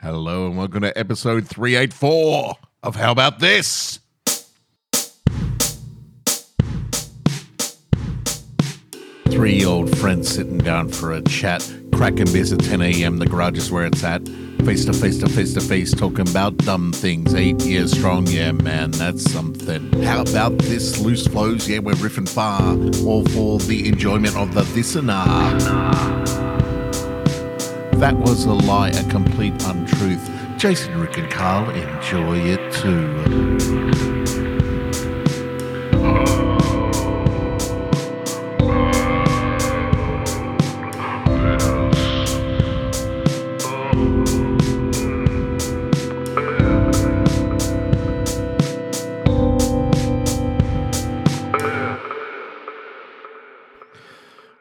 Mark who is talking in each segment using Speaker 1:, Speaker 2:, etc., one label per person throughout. Speaker 1: Hello and welcome to episode 384 of How About This? Three old friends sitting down for a chat, cracking beers at 10 a.m. The garage is where it's at. Face to face to face to face, talking about dumb things. Eight years strong, yeah, man, that's something. How about this? Loose flows, yeah, we're riffing far. All for the enjoyment of the this and ah. That was a lie, a complete untruth. Jason, Rick, and Carl enjoy it too.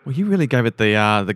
Speaker 2: Well, you really gave it the uh, the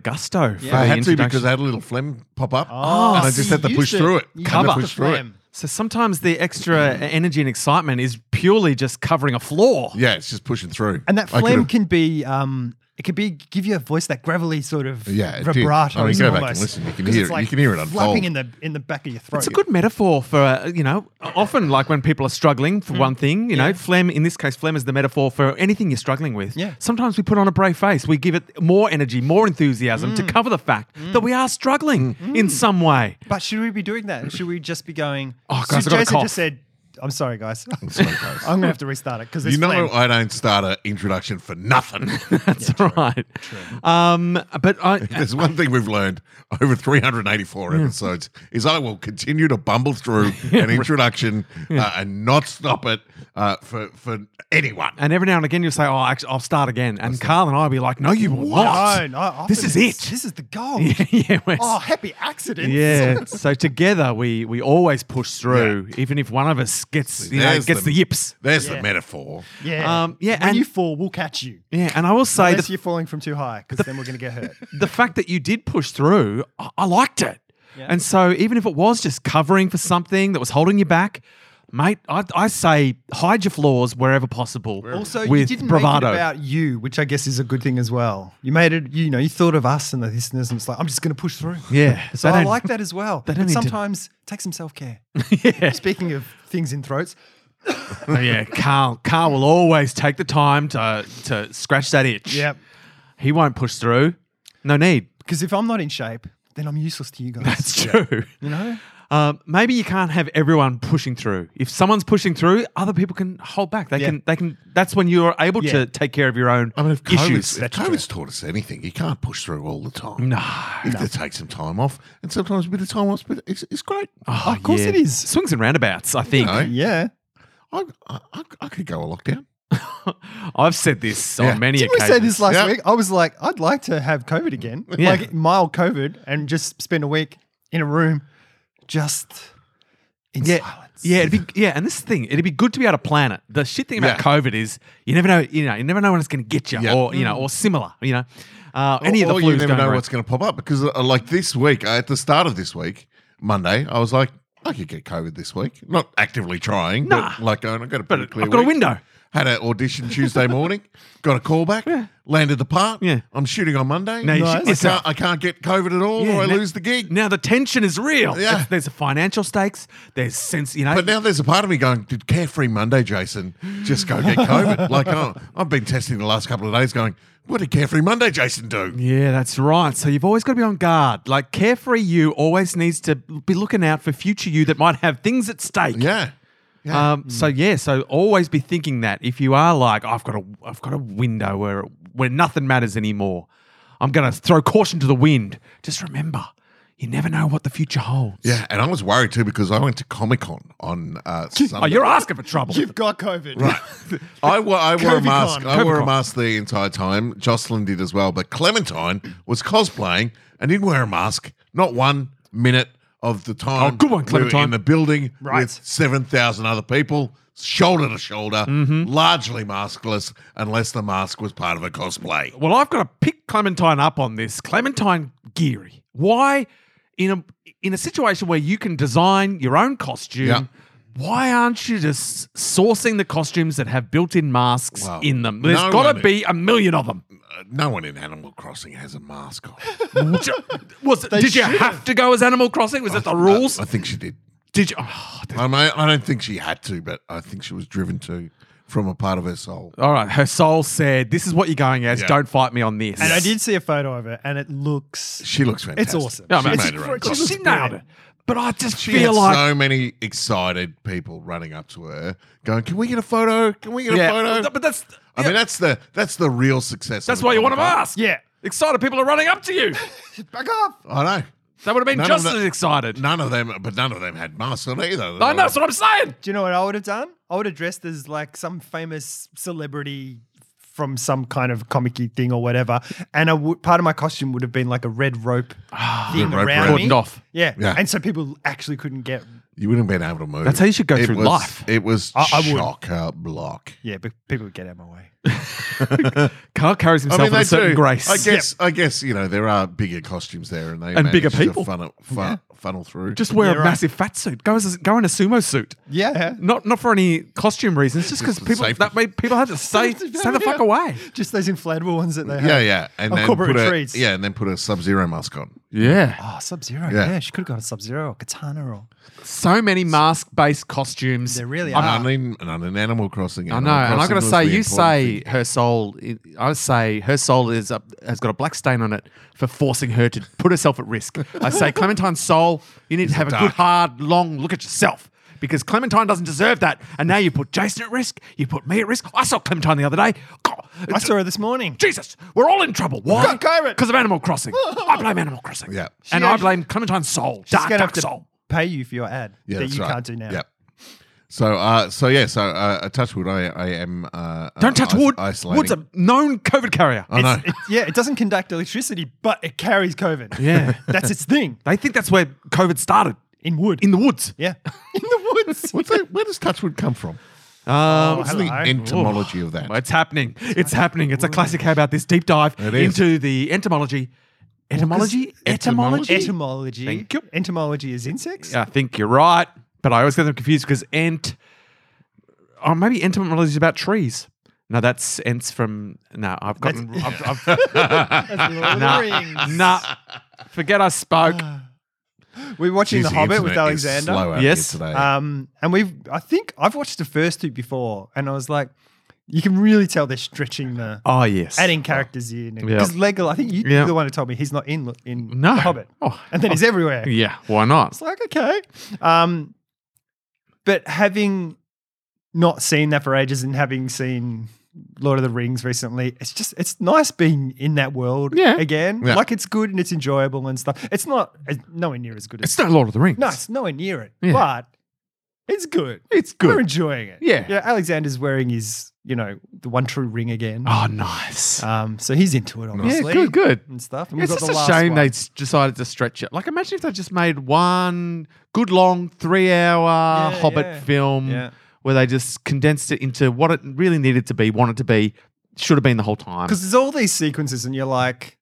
Speaker 1: I
Speaker 2: gusto. For the
Speaker 1: had to
Speaker 2: introduction.
Speaker 1: because I had a little phlegm pop up,
Speaker 3: Oh,
Speaker 1: and I just
Speaker 3: so
Speaker 1: had to
Speaker 3: you
Speaker 1: push
Speaker 3: used
Speaker 1: through it.
Speaker 3: You
Speaker 1: Had to
Speaker 3: used
Speaker 1: push
Speaker 3: the
Speaker 1: through it.
Speaker 3: phlegm.
Speaker 2: so sometimes the extra energy and excitement is purely just covering a flaw.
Speaker 1: Yeah, it's just pushing through.
Speaker 3: And that
Speaker 1: I could've-
Speaker 3: flame can be, um, it could be give you a voice that gravelly sort of
Speaker 1: Yeah, it did. I
Speaker 3: vibrato.
Speaker 1: mean,
Speaker 3: almost,
Speaker 1: go back and listen. You can
Speaker 3: 'Cause
Speaker 1: hear
Speaker 3: it's
Speaker 1: it. You can hear it unfold.
Speaker 3: flapping in the in the back of your throat.
Speaker 2: It's a good metaphor for, uh, you know, often like when people are struggling
Speaker 1: Mm.
Speaker 2: for one thing, you know, phlegm, in this case, phlegm is the metaphor for anything you're struggling with.
Speaker 3: Yeah.
Speaker 2: Sometimes we put on a brave face. We give it more energy, more enthusiasm
Speaker 1: Mm.
Speaker 2: to cover the fact that we are struggling in some way.
Speaker 3: But should we be doing that? Should we just be going?
Speaker 2: Oh, guys,
Speaker 3: so
Speaker 2: I got a
Speaker 3: Jason
Speaker 2: cough.
Speaker 3: just said, "I'm sorry, guys. I'm
Speaker 1: sorry, guys.
Speaker 3: gonna have to restart it because
Speaker 1: You
Speaker 3: it's
Speaker 1: know,
Speaker 3: flame.
Speaker 1: I don't start an introduction for nothing.
Speaker 2: That's right. Um, but I,
Speaker 1: There's one thing we've learned over 384
Speaker 3: Hmm.
Speaker 1: episodes is I will continue to bumble through an introduction uh, and not stop it uh, for for anyone.
Speaker 2: And every now and again, you'll say, "Oh, actually, I'll start again." And Carl and I will be like, "No, you will not.
Speaker 3: No, no,
Speaker 2: this
Speaker 3: often
Speaker 2: is
Speaker 3: it's-
Speaker 2: it."
Speaker 3: This is the goal.
Speaker 2: yeah, we're-
Speaker 3: Oh, happy accident.
Speaker 2: yeah. So together, we we always push through, even if one of us gets you know,
Speaker 1: There's
Speaker 2: gets
Speaker 1: the-
Speaker 2: the yips.
Speaker 1: There's the
Speaker 3: Yeah.
Speaker 1: metaphor.
Speaker 3: yeah.
Speaker 2: Um, yeah,
Speaker 3: When
Speaker 2: and-
Speaker 3: you fall, we'll catch you.
Speaker 2: Yeah, and I will say
Speaker 3: Unless
Speaker 2: the,
Speaker 3: you're falling from too high, because then we're gonna get hurt.
Speaker 2: the fact that you did push through, I, I liked it. And so even if it was just covering for something that was holding you back. Mate, I, I say hide your flaws wherever possible.
Speaker 3: Also,
Speaker 2: with
Speaker 3: you didn't
Speaker 2: bravado.
Speaker 3: make it about you, which I guess is a good thing as well. You made it, you know, you thought of us and the listeners, and it's like, I'm just going to push through.
Speaker 2: Yeah,
Speaker 3: So
Speaker 2: they
Speaker 3: I
Speaker 2: don't-
Speaker 3: like that as well.
Speaker 2: they don't
Speaker 3: But
Speaker 2: need to-
Speaker 3: sometimes take some self care.
Speaker 2: yeah.
Speaker 3: Speaking of things in throats,
Speaker 2: Oh, yeah, Carl. Carl will always take the time to to scratch that itch. He won't push through. No need.
Speaker 3: Because if I'm not in shape, then I'm useless to you guys.
Speaker 2: That's true.
Speaker 3: you know?
Speaker 2: Um, maybe you can't have everyone pushing through. If someone's pushing through, other people can hold back. They
Speaker 3: Yeah.
Speaker 2: can. They can. That's when you are able
Speaker 3: Yeah.
Speaker 2: to take care of your own
Speaker 1: I mean, if COVID's,
Speaker 2: issues.
Speaker 1: if COVID's taught us anything, you can't push through all the time.
Speaker 2: No.
Speaker 1: You have to take some time off, and sometimes a bit of time off, but it's, it's great.
Speaker 2: Oh,
Speaker 3: Of course
Speaker 2: yeah.
Speaker 3: it is.
Speaker 2: Swings and roundabouts. I think
Speaker 1: know.
Speaker 3: Yeah.
Speaker 1: I, I, I- I could go a lockdown.
Speaker 2: I've said this
Speaker 1: Yeah.
Speaker 2: on many
Speaker 3: Didn't we
Speaker 2: occasions.
Speaker 3: say this last
Speaker 1: Yeah.
Speaker 3: week? I was like, I'd like to have COVID again,
Speaker 2: Yeah.
Speaker 3: like mild COVID, and just spend a week in a room just in
Speaker 2: Yeah.
Speaker 3: silence.
Speaker 2: Yeah, it'd be yeah, and this is the thing, it'd be good to be able to plan it. The shit thing about
Speaker 1: Yeah.
Speaker 2: COVID is you never know, you know, you never know when it's going to get you,
Speaker 1: Yeah. Mm.
Speaker 2: or you know, or similar, you know, uh,
Speaker 1: or,
Speaker 2: any of the
Speaker 1: or
Speaker 2: flus
Speaker 1: you never
Speaker 2: going
Speaker 1: know
Speaker 2: around.
Speaker 1: what's going to pop up because, uh, like this week, uh, at the start of this week, Monday, I was like, I could get COVID this week. Not actively trying, but
Speaker 2: Nah.
Speaker 1: like, going, I've got a pretty
Speaker 2: But
Speaker 1: clear
Speaker 2: I've got a
Speaker 1: week.
Speaker 2: window.
Speaker 1: Had an audition Tuesday morning, got a call back, landed the part.
Speaker 2: Yeah.
Speaker 1: I'm shooting on Monday.
Speaker 2: Now you
Speaker 1: I,
Speaker 2: shoot yourself.
Speaker 1: can't, I can't get COVID at all,
Speaker 2: Yeah,
Speaker 1: or I
Speaker 2: now-
Speaker 1: lose the gig.
Speaker 2: Now the tension is real.
Speaker 1: Yeah.
Speaker 2: There's, there's financial stakes. There's sense, you know.
Speaker 1: But now there's a part of me going, did Carefree Monday, Jason, just go get COVID? like, oh, I've been testing the last couple of days going, what did Carefree Monday, Jason, do?
Speaker 2: yeah, that's right. So you've always got to be on guard. Like carefree you always needs to be looking out for future you that might have things at stake.
Speaker 1: Yeah. Yeah.
Speaker 2: Um, so yeah, so always be thinking that if you are like, I've got a, I've got a window where where nothing matters anymore. I'm gonna throw caution to the wind. Just remember, you never know what the future holds.
Speaker 1: yeah. And I was worried too because I went to Comic Con on uh, Sunday.
Speaker 2: Oh, you're asking for trouble.
Speaker 3: You've got COVID.
Speaker 1: Right. I wore, I wore a
Speaker 3: Kobe
Speaker 1: mask.
Speaker 3: Con.
Speaker 1: I wore a
Speaker 2: Kobe Con.
Speaker 1: mask the entire time. Jocelyn did as well. But Clementine was cosplaying and didn't wear a mask. Not one minute of the time.
Speaker 2: Oh, good one,
Speaker 1: we were
Speaker 2: Clementine.
Speaker 1: in the building
Speaker 3: Right.
Speaker 1: with 7,000 other people, shoulder to shoulder,
Speaker 2: Mm-hmm.
Speaker 1: largely maskless, unless the mask was part of a cosplay.
Speaker 2: Well, I've got to pick Clementine up on this. Clementine Geary. Why, in a in a situation where you can design your own costume,
Speaker 1: Yeah.
Speaker 2: why aren't you just sourcing the costumes that have built-in masks
Speaker 1: Well,
Speaker 2: in them? There's
Speaker 1: no
Speaker 2: got
Speaker 1: one-
Speaker 2: to be a million of them.
Speaker 1: uh, no one in Animal Crossing has a mask on.
Speaker 2: Was it,
Speaker 3: They
Speaker 2: did you
Speaker 3: should.
Speaker 2: have to go as Animal Crossing? Was it
Speaker 1: Uh,
Speaker 2: the rules?
Speaker 1: I, I think she did.
Speaker 2: did you? oh, that's-
Speaker 1: I, mean, I don't think she had to, but I think she was driven to from a part of her soul.
Speaker 2: all right, her soul said, "This is what you're going as.
Speaker 1: Yeah.
Speaker 2: Don't fight me on this."
Speaker 3: And I did see a photo of her, and it looks.
Speaker 1: She looks fantastic.
Speaker 3: It's awesome.
Speaker 2: No,
Speaker 1: she
Speaker 2: man,
Speaker 1: made
Speaker 2: it's-
Speaker 1: her own
Speaker 2: she,
Speaker 1: costume.
Speaker 2: she nailed it. But I just
Speaker 1: She
Speaker 2: feel
Speaker 1: had
Speaker 2: like
Speaker 1: so many excited people running up to her, going, "Can we get a photo? Can we get a
Speaker 2: yeah,
Speaker 1: photo?"
Speaker 2: but that's
Speaker 1: I mean, that's the that's the real success. of
Speaker 2: that's
Speaker 1: the
Speaker 2: why you want to
Speaker 1: Comic-Con.
Speaker 2: ask.
Speaker 3: Yeah.
Speaker 2: excited people are running up to you.
Speaker 3: Back off.
Speaker 1: I know.
Speaker 2: That would have been
Speaker 1: None of
Speaker 2: just
Speaker 1: the-
Speaker 2: as excited.
Speaker 1: None of them, but none of them had masks on either.
Speaker 2: I know that's what I'm saying.
Speaker 3: Do you know what I would have done? I would have dressed as like some famous celebrity from some kind of comic thing or whatever. And I would, part of my costume would have been like a red rope
Speaker 2: Ah,
Speaker 3: thing
Speaker 1: Red rope
Speaker 3: around
Speaker 1: rope.
Speaker 3: me.
Speaker 2: Cordoned off.
Speaker 3: Yeah.
Speaker 1: Yeah.
Speaker 3: And so people actually couldn't get.
Speaker 1: You wouldn't have been able to move.
Speaker 2: That's how you should go
Speaker 1: it
Speaker 2: through
Speaker 1: was,
Speaker 2: life.
Speaker 1: It was
Speaker 3: I- I would.
Speaker 1: chocker block.
Speaker 3: Yeah, but people would get out of my way.
Speaker 2: Carl carries himself
Speaker 1: I mean,
Speaker 2: with
Speaker 1: they
Speaker 2: a certain
Speaker 1: do.
Speaker 2: grace.
Speaker 1: I guess. I guess you know there are bigger costumes there, and they
Speaker 2: And bigger
Speaker 1: manage to
Speaker 2: people.
Speaker 1: funnel, fun, funnel through.
Speaker 2: Just wear
Speaker 3: Yeah,
Speaker 2: a
Speaker 3: right.
Speaker 2: massive fat suit. Go as go in a sumo suit.
Speaker 3: Yeah.
Speaker 2: Not not for any costume reasons, just because
Speaker 1: for
Speaker 2: people
Speaker 1: safety.
Speaker 2: that way people have to stay stay the fuck
Speaker 3: Yeah.
Speaker 2: away.
Speaker 3: Just those inflatable ones that they have.
Speaker 1: yeah, yeah, and
Speaker 3: On
Speaker 1: then
Speaker 3: corporate
Speaker 1: put a,
Speaker 3: retreats.
Speaker 1: yeah, and then put a Sub Zero mask on.
Speaker 2: Yeah.
Speaker 3: Oh, Sub Zero.
Speaker 1: Yeah.
Speaker 3: Yeah. she could have got a Sub Zero or Katana or.
Speaker 2: So many mask based costumes.
Speaker 3: There really
Speaker 2: I'm-
Speaker 3: are.
Speaker 1: None in, none in Animal Crossing.
Speaker 2: Uh, I know,
Speaker 1: Animal
Speaker 2: and I
Speaker 1: Crossing
Speaker 2: gotta
Speaker 1: was
Speaker 2: say,
Speaker 1: the
Speaker 2: you
Speaker 1: important
Speaker 2: say
Speaker 1: thing.
Speaker 2: her soul. I say her soul is up, has got a black stain on it for forcing her to put herself at risk. I say, Clementine's soul, you need to have a good,
Speaker 1: dark.
Speaker 2: hard, long look at yourself because Clementine doesn't deserve that. And now you put Jason at risk, you put me at risk. I saw Clementine the other day. God,
Speaker 3: I saw her this morning.
Speaker 2: Jesus, we're all in trouble. Why?
Speaker 3: Got Kyron.
Speaker 2: Because of Animal Crossing. I blame Animal Crossing.
Speaker 1: Yeah.
Speaker 2: and
Speaker 3: She
Speaker 2: I
Speaker 3: actually-
Speaker 2: blame Clementine's soul.
Speaker 3: She's
Speaker 2: Dark,
Speaker 3: gonna have
Speaker 2: dark
Speaker 3: to
Speaker 2: soul.
Speaker 3: pay you for your ad
Speaker 1: yeah,
Speaker 3: that
Speaker 1: that's
Speaker 3: you
Speaker 1: right.
Speaker 3: can't do now.
Speaker 1: Yep. So, uh, so yeah, so uh, a touch wood. I, I am. Uh,
Speaker 2: Don't touch
Speaker 1: is-
Speaker 2: wood.
Speaker 1: Isolating.
Speaker 2: Wood's a known COVID carrier.
Speaker 1: I know.
Speaker 3: It, yeah, it doesn't conduct electricity, but it carries COVID.
Speaker 2: Yeah.
Speaker 3: That's its thing
Speaker 2: They think that's where COVID started
Speaker 3: in wood.
Speaker 2: in the woods.
Speaker 3: yeah. In the woods.
Speaker 1: What's that, where does touchwood come from?
Speaker 2: Um,
Speaker 1: What's
Speaker 3: Oh, hello.
Speaker 1: the entomology of that?
Speaker 2: it's happening. It's happening. It's a classic. How about this deep dive
Speaker 1: It is.
Speaker 2: into the entomology? Entomology?
Speaker 1: etymology-
Speaker 2: Etymology?
Speaker 3: Etymology.
Speaker 2: Thank you.
Speaker 3: Entomology is insects.
Speaker 2: I think you're right, but I always get them confused because ent. Oh, maybe entomology is about trees. No, that's ents from. No, I've gotten. I've, I've,
Speaker 3: That's Lord of the
Speaker 2: nah,
Speaker 3: Rings. Ah.
Speaker 2: nah, forget I spoke.
Speaker 3: We're watching
Speaker 1: Jeez,
Speaker 3: The Hobbit with
Speaker 1: internet is
Speaker 3: Alexander.
Speaker 1: slow out here
Speaker 2: Yes. Uh,
Speaker 1: today.
Speaker 3: Um, and we've, I think I've watched the first two before, and I was like, you can really tell they're stretching the
Speaker 2: Oh yes.
Speaker 3: adding characters in.
Speaker 2: Yeah.
Speaker 3: Because Legolas, I think you,
Speaker 2: Yeah.
Speaker 3: you're the one who told me he's not in in
Speaker 2: No.
Speaker 3: The Hobbit,
Speaker 2: Oh.
Speaker 3: and then he's everywhere.
Speaker 2: Yeah. Why not?
Speaker 3: It's like okay, um, but having not seen that for ages and having seen Lord of the Rings recently, it's just it's nice being in that world
Speaker 2: Yeah.
Speaker 3: again.
Speaker 1: Yeah.
Speaker 3: Like it's good and it's enjoyable and stuff. It's not it's nowhere near as good as
Speaker 2: It's no Lord of the Rings.
Speaker 3: no, it's nowhere near it,
Speaker 2: Yeah.
Speaker 3: but it's good.
Speaker 2: It's
Speaker 3: We're
Speaker 2: good.
Speaker 3: enjoying it.
Speaker 2: Yeah.
Speaker 3: Yeah. Alexander's wearing his, you know, the one true ring again.
Speaker 2: Oh, nice.
Speaker 3: Um, so he's into it,
Speaker 2: yeah.
Speaker 3: obviously.
Speaker 2: Good. Good.
Speaker 3: And stuff. And
Speaker 2: It's
Speaker 3: we've got
Speaker 2: just
Speaker 3: the
Speaker 2: a
Speaker 3: last
Speaker 2: shame
Speaker 3: one.
Speaker 2: they s- decided to stretch it. Like, imagine if they just made one good long three hour
Speaker 3: Yeah,
Speaker 2: Hobbit
Speaker 3: yeah.
Speaker 2: film
Speaker 3: Yeah.
Speaker 2: where they just condensed it into what it really needed to be, wanted to be, should have been the whole time.
Speaker 3: Because there's all these sequences, and you're like,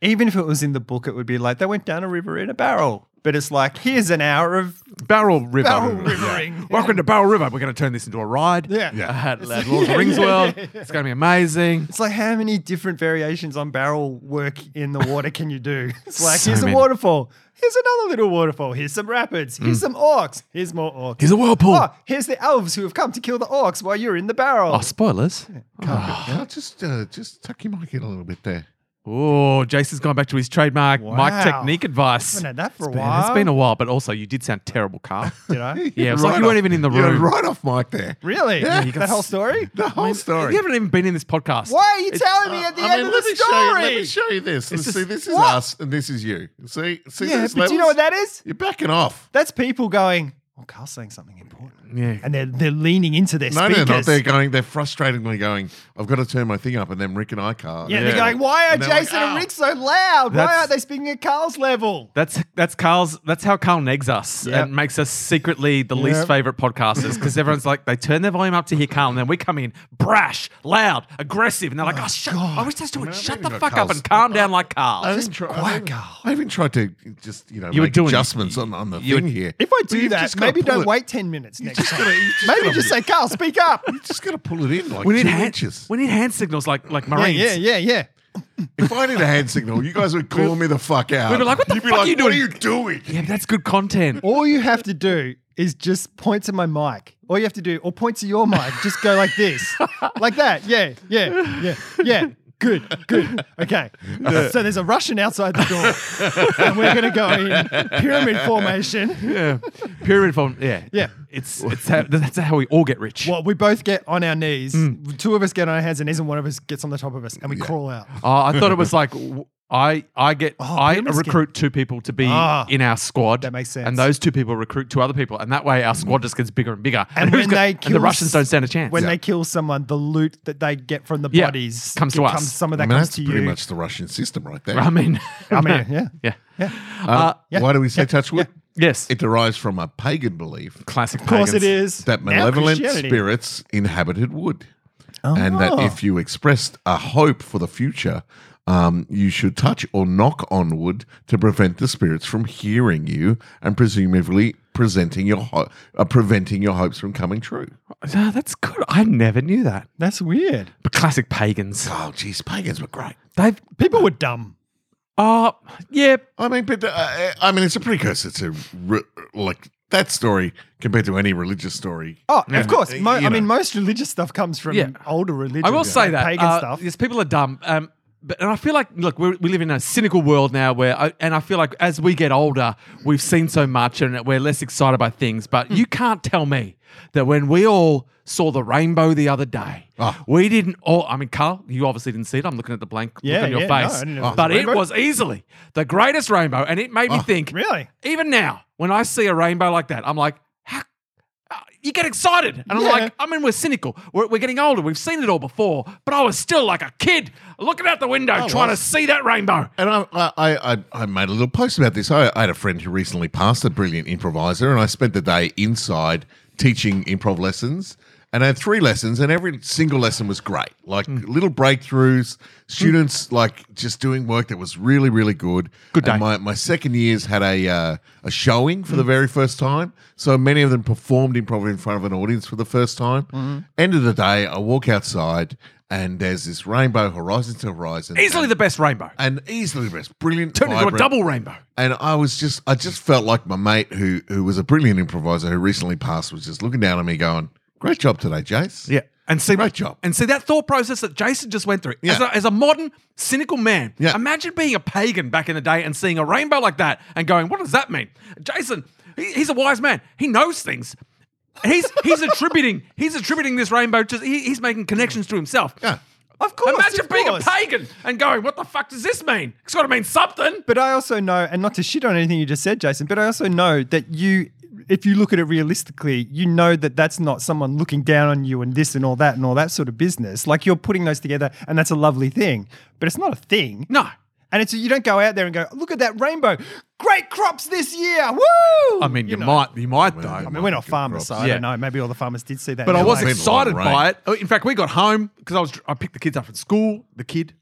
Speaker 3: even if it was in the book, it would be like, they went down a river in a barrel. But it's like, here's an hour of
Speaker 2: Barrel River.
Speaker 3: barrel
Speaker 2: Yeah.
Speaker 3: rivering.
Speaker 2: Welcome to Barrel River. We're going to turn this into a ride.
Speaker 3: Yeah.
Speaker 1: Yeah.
Speaker 2: At Lord of the
Speaker 3: Yeah,
Speaker 2: Rings
Speaker 3: yeah,
Speaker 2: World.
Speaker 3: yeah, yeah.
Speaker 2: It's going to be amazing.
Speaker 3: It's like, how many different variations on barrel work in the water can you do? It's like,
Speaker 2: So
Speaker 3: here's
Speaker 2: many.
Speaker 3: a waterfall. Here's another little waterfall. Here's some rapids.
Speaker 1: Hmm.
Speaker 3: Here's some orcs. Here's more orcs.
Speaker 2: Here's a whirlpool.
Speaker 3: Oh, here's the elves who have come to kill the orcs while you're in the barrel.
Speaker 2: Oh, spoilers.
Speaker 3: Oh,
Speaker 1: Yeah, just, uh, just tuck your mic in a little bit there.
Speaker 2: Oh, Jason's gone back to his trademark mic
Speaker 3: Wow.
Speaker 2: technique advice.
Speaker 3: Haven't had that for
Speaker 2: It's
Speaker 3: a
Speaker 2: been-
Speaker 3: while.
Speaker 2: It's been a while, but also you did sound terrible, Carl.
Speaker 3: you know?
Speaker 2: Yeah, it's like you weren't even in the
Speaker 1: You're
Speaker 2: room.
Speaker 1: right off mic there.
Speaker 3: Really?
Speaker 1: Yeah, you got
Speaker 3: that whole story?
Speaker 1: The whole story.
Speaker 2: You haven't even been in this podcast.
Speaker 3: Why are you telling me at the
Speaker 1: uh, I
Speaker 3: end
Speaker 1: mean,
Speaker 3: of
Speaker 1: let
Speaker 3: the
Speaker 1: me Show you, let
Speaker 3: story?
Speaker 1: me show you this.
Speaker 2: It's
Speaker 1: And
Speaker 2: just-
Speaker 1: see, this is
Speaker 3: What?
Speaker 1: us and this is you. See, see
Speaker 3: yeah,
Speaker 1: those
Speaker 3: but do you know
Speaker 1: levels?
Speaker 3: what that is?
Speaker 1: You're backing off.
Speaker 3: That's people going, oh, Carl's saying something important.
Speaker 2: Yeah.
Speaker 3: And they're, they're leaning into their
Speaker 1: No,
Speaker 3: speakers.
Speaker 1: they're not. They're going. They're frustratingly going. I've got to turn my thing up, and then Rick and I can't.
Speaker 3: yeah, they're going, why are
Speaker 1: And they're like,
Speaker 3: Jason
Speaker 1: "Ow."
Speaker 3: and Rick so loud? Why
Speaker 2: That's-
Speaker 3: aren't they speaking at Carl's level?
Speaker 2: That's that's Carl's. That's how Carl negs us
Speaker 3: Yep.
Speaker 2: and makes us secretly the least
Speaker 3: Yep.
Speaker 2: favorite podcasters because everyone's like they turn their volume up to hear Carl and then we come in brash, loud, aggressive, and they're like, "Oh, shut! I wish they was doing
Speaker 1: Man, I've
Speaker 2: shut
Speaker 1: even
Speaker 2: the
Speaker 1: got
Speaker 2: fuck up
Speaker 1: Carl's-
Speaker 2: and calm down like Carl."
Speaker 1: I even, try, I,
Speaker 3: quiet,
Speaker 1: even,
Speaker 3: Carl.
Speaker 1: I even tried to just you know
Speaker 2: You were
Speaker 1: make
Speaker 2: doing-
Speaker 1: adjustments on, on the
Speaker 2: you
Speaker 1: thing
Speaker 2: were-
Speaker 1: here.
Speaker 3: If I
Speaker 1: But
Speaker 3: do
Speaker 1: you've
Speaker 3: that,
Speaker 1: just gotta
Speaker 3: maybe
Speaker 1: pull
Speaker 3: don't
Speaker 1: it.
Speaker 3: wait 10 minutes next
Speaker 1: just
Speaker 3: time.
Speaker 1: gotta- you just
Speaker 3: maybe
Speaker 1: gotta
Speaker 3: just
Speaker 1: do
Speaker 3: say, Carl, speak up.
Speaker 1: You just got to pull it in like
Speaker 2: we need
Speaker 1: two
Speaker 2: hand,
Speaker 1: inches.
Speaker 2: we need hand signals like like
Speaker 3: yeah,
Speaker 2: Marines.
Speaker 3: yeah, yeah, yeah.
Speaker 1: If I did a hand signal, you guys would call me the fuck out.
Speaker 2: We'd be like, what the
Speaker 1: You'd be
Speaker 2: fuck
Speaker 1: like,
Speaker 2: are you
Speaker 1: what
Speaker 2: doing?
Speaker 1: are you doing?
Speaker 2: Yeah, but that's good content.
Speaker 3: All you have to do is just point to my mic. All you have to do, or point to your mic, just go like this, like that. Yeah, yeah, yeah, yeah. Good, good. Okay. So there's a Russian outside the door, and we're going to go in pyramid formation.
Speaker 2: Yeah, pyramid form. Yeah,
Speaker 3: Yeah.
Speaker 2: It's it's how, that's how we all get rich.
Speaker 3: Well, we both get on our knees.
Speaker 2: Hmm.
Speaker 3: Two of us get on our hands and knees, and one of us gets on the top of us, and we crawl out.
Speaker 2: Oh, I thought it was like w- I I get I
Speaker 3: pyramid scheme.
Speaker 2: recruit two people to be
Speaker 3: Oh, Ah,
Speaker 2: in our squad.
Speaker 3: that makes sense.
Speaker 2: And those two people recruit two other people, and that way our squad just gets bigger and bigger.
Speaker 3: And
Speaker 2: who's
Speaker 3: when
Speaker 2: got-
Speaker 3: they
Speaker 2: and the
Speaker 3: kill
Speaker 2: Russians
Speaker 3: s-
Speaker 2: don't stand a chance.
Speaker 3: When they kill someone, the loot that they get from the
Speaker 2: Yeah,
Speaker 3: bodies
Speaker 2: comes to us.
Speaker 3: Some
Speaker 1: I
Speaker 3: of that
Speaker 1: mean,
Speaker 3: comes
Speaker 1: that's
Speaker 3: to
Speaker 1: pretty
Speaker 3: you.
Speaker 1: much the Russian system right there.
Speaker 2: I mean,
Speaker 3: I mean, yeah.
Speaker 2: yeah,
Speaker 3: Yeah.
Speaker 1: Uh, Why do we say touch wood?
Speaker 2: yes,
Speaker 1: It derives from a pagan belief
Speaker 2: classic.
Speaker 3: Of course it is.
Speaker 1: that
Speaker 3: Now
Speaker 1: malevolent
Speaker 3: Christianity.
Speaker 1: spirits inhabited wood, and that if you expressed a hope for the future, um, you should touch or knock on wood to prevent the spirits from hearing you and presumably presenting your ho- uh, preventing your hopes from coming true.
Speaker 2: Uh, that's good. I never knew that.
Speaker 3: That's weird.
Speaker 2: But classic pagans.
Speaker 1: Oh, geez, pagans were great.
Speaker 2: They've
Speaker 3: People were dumb.
Speaker 2: oh yeah.
Speaker 1: I mean, but uh, I mean, it's a precursor to re- like that story compared to any religious story.
Speaker 3: Oh, of course. Mo-
Speaker 1: You
Speaker 3: I mean,
Speaker 1: know.
Speaker 3: most religious stuff comes from
Speaker 2: Yeah.
Speaker 3: older religion.
Speaker 2: I will say that
Speaker 3: pagan
Speaker 2: uh,
Speaker 3: stuff.
Speaker 2: Yes, people are dumb. Um, but, and I feel like, look, we're, we live in a cynical world now where, I, and I feel like as we get older, we've seen so much and we're less excited by things. But you can't tell me that when we all saw the rainbow the other day, we didn't all, I mean, Carl, you obviously didn't see it. I'm looking at the blank
Speaker 3: Yeah,
Speaker 2: look on your
Speaker 3: yeah, no, I
Speaker 2: face.
Speaker 3: didn't know there was a
Speaker 2: but it
Speaker 3: rainbow.
Speaker 2: was easily the greatest rainbow. And it made me think,
Speaker 3: Really?
Speaker 2: even now, when I see a rainbow like that, I'm like, how? uh, You get excited, and I'm
Speaker 3: Yeah.
Speaker 2: like, I mean, we're cynical. We're, we're getting older. We've seen it all before, but I was still like a kid looking out the window trying to see that rainbow.
Speaker 1: And I, I, I, I- I made a little post about this. I, I had a friend who recently passed, a brilliant improviser, and I spent the day inside teaching improv lessons. And I had three lessons, and every single lesson was great. Like little breakthroughs, students like just doing work that was really, really good. Good
Speaker 2: day.
Speaker 1: my, my second years had a uh, a showing for the very first time. So many of them performed improv in front of an audience for the first time. End of the day, I walk outside, and there's this rainbow horizon to horizon.
Speaker 2: Easily the best rainbow.
Speaker 1: and easily the best, brilliant,
Speaker 2: Turned into a
Speaker 1: vibrant.
Speaker 2: double rainbow.
Speaker 1: And I was just, I just felt like my mate who who was a brilliant improviser who recently passed was just looking down at me, going, "Great job today, Jace."
Speaker 2: and see
Speaker 1: Great job.
Speaker 2: And see that thought process that Jason just went through.
Speaker 1: Yeah.
Speaker 2: As, a, as a modern cynical man,
Speaker 1: Yeah.
Speaker 2: imagine being a pagan back in the day and seeing a rainbow like that and going, "What does that mean?" Jason, he- he's a wise man. He knows things. He's he's attributing he's attributing this rainbow to he, he's making connections to himself.
Speaker 1: Yeah.
Speaker 3: Of course,
Speaker 2: Imagine
Speaker 3: of
Speaker 2: being
Speaker 3: course.
Speaker 2: a pagan and going, "What the fuck does this mean?" It's got to mean something.
Speaker 3: But I also know, and not to shit on anything you just said, Jason, but I also know that you, if you look at it realistically, you know that that's not someone looking down on you and this and all that and all that sort of business. Like you're putting those together, and that's a lovely thing, but it's not a thing.
Speaker 2: No.
Speaker 3: And it's you don't go out there and go, look at that rainbow, great crops this year, woo!
Speaker 2: I mean, you,
Speaker 3: know.
Speaker 2: might, you might though.
Speaker 3: I mean, we're not farmers, so I
Speaker 2: Yeah.
Speaker 3: don't know. Maybe all the farmers did see that.
Speaker 2: But
Speaker 3: in
Speaker 2: I
Speaker 3: their
Speaker 2: was
Speaker 3: life.
Speaker 1: Been a long
Speaker 2: excited by it. Oh, In fact, we got home because I was I picked the kids up from school, the kid,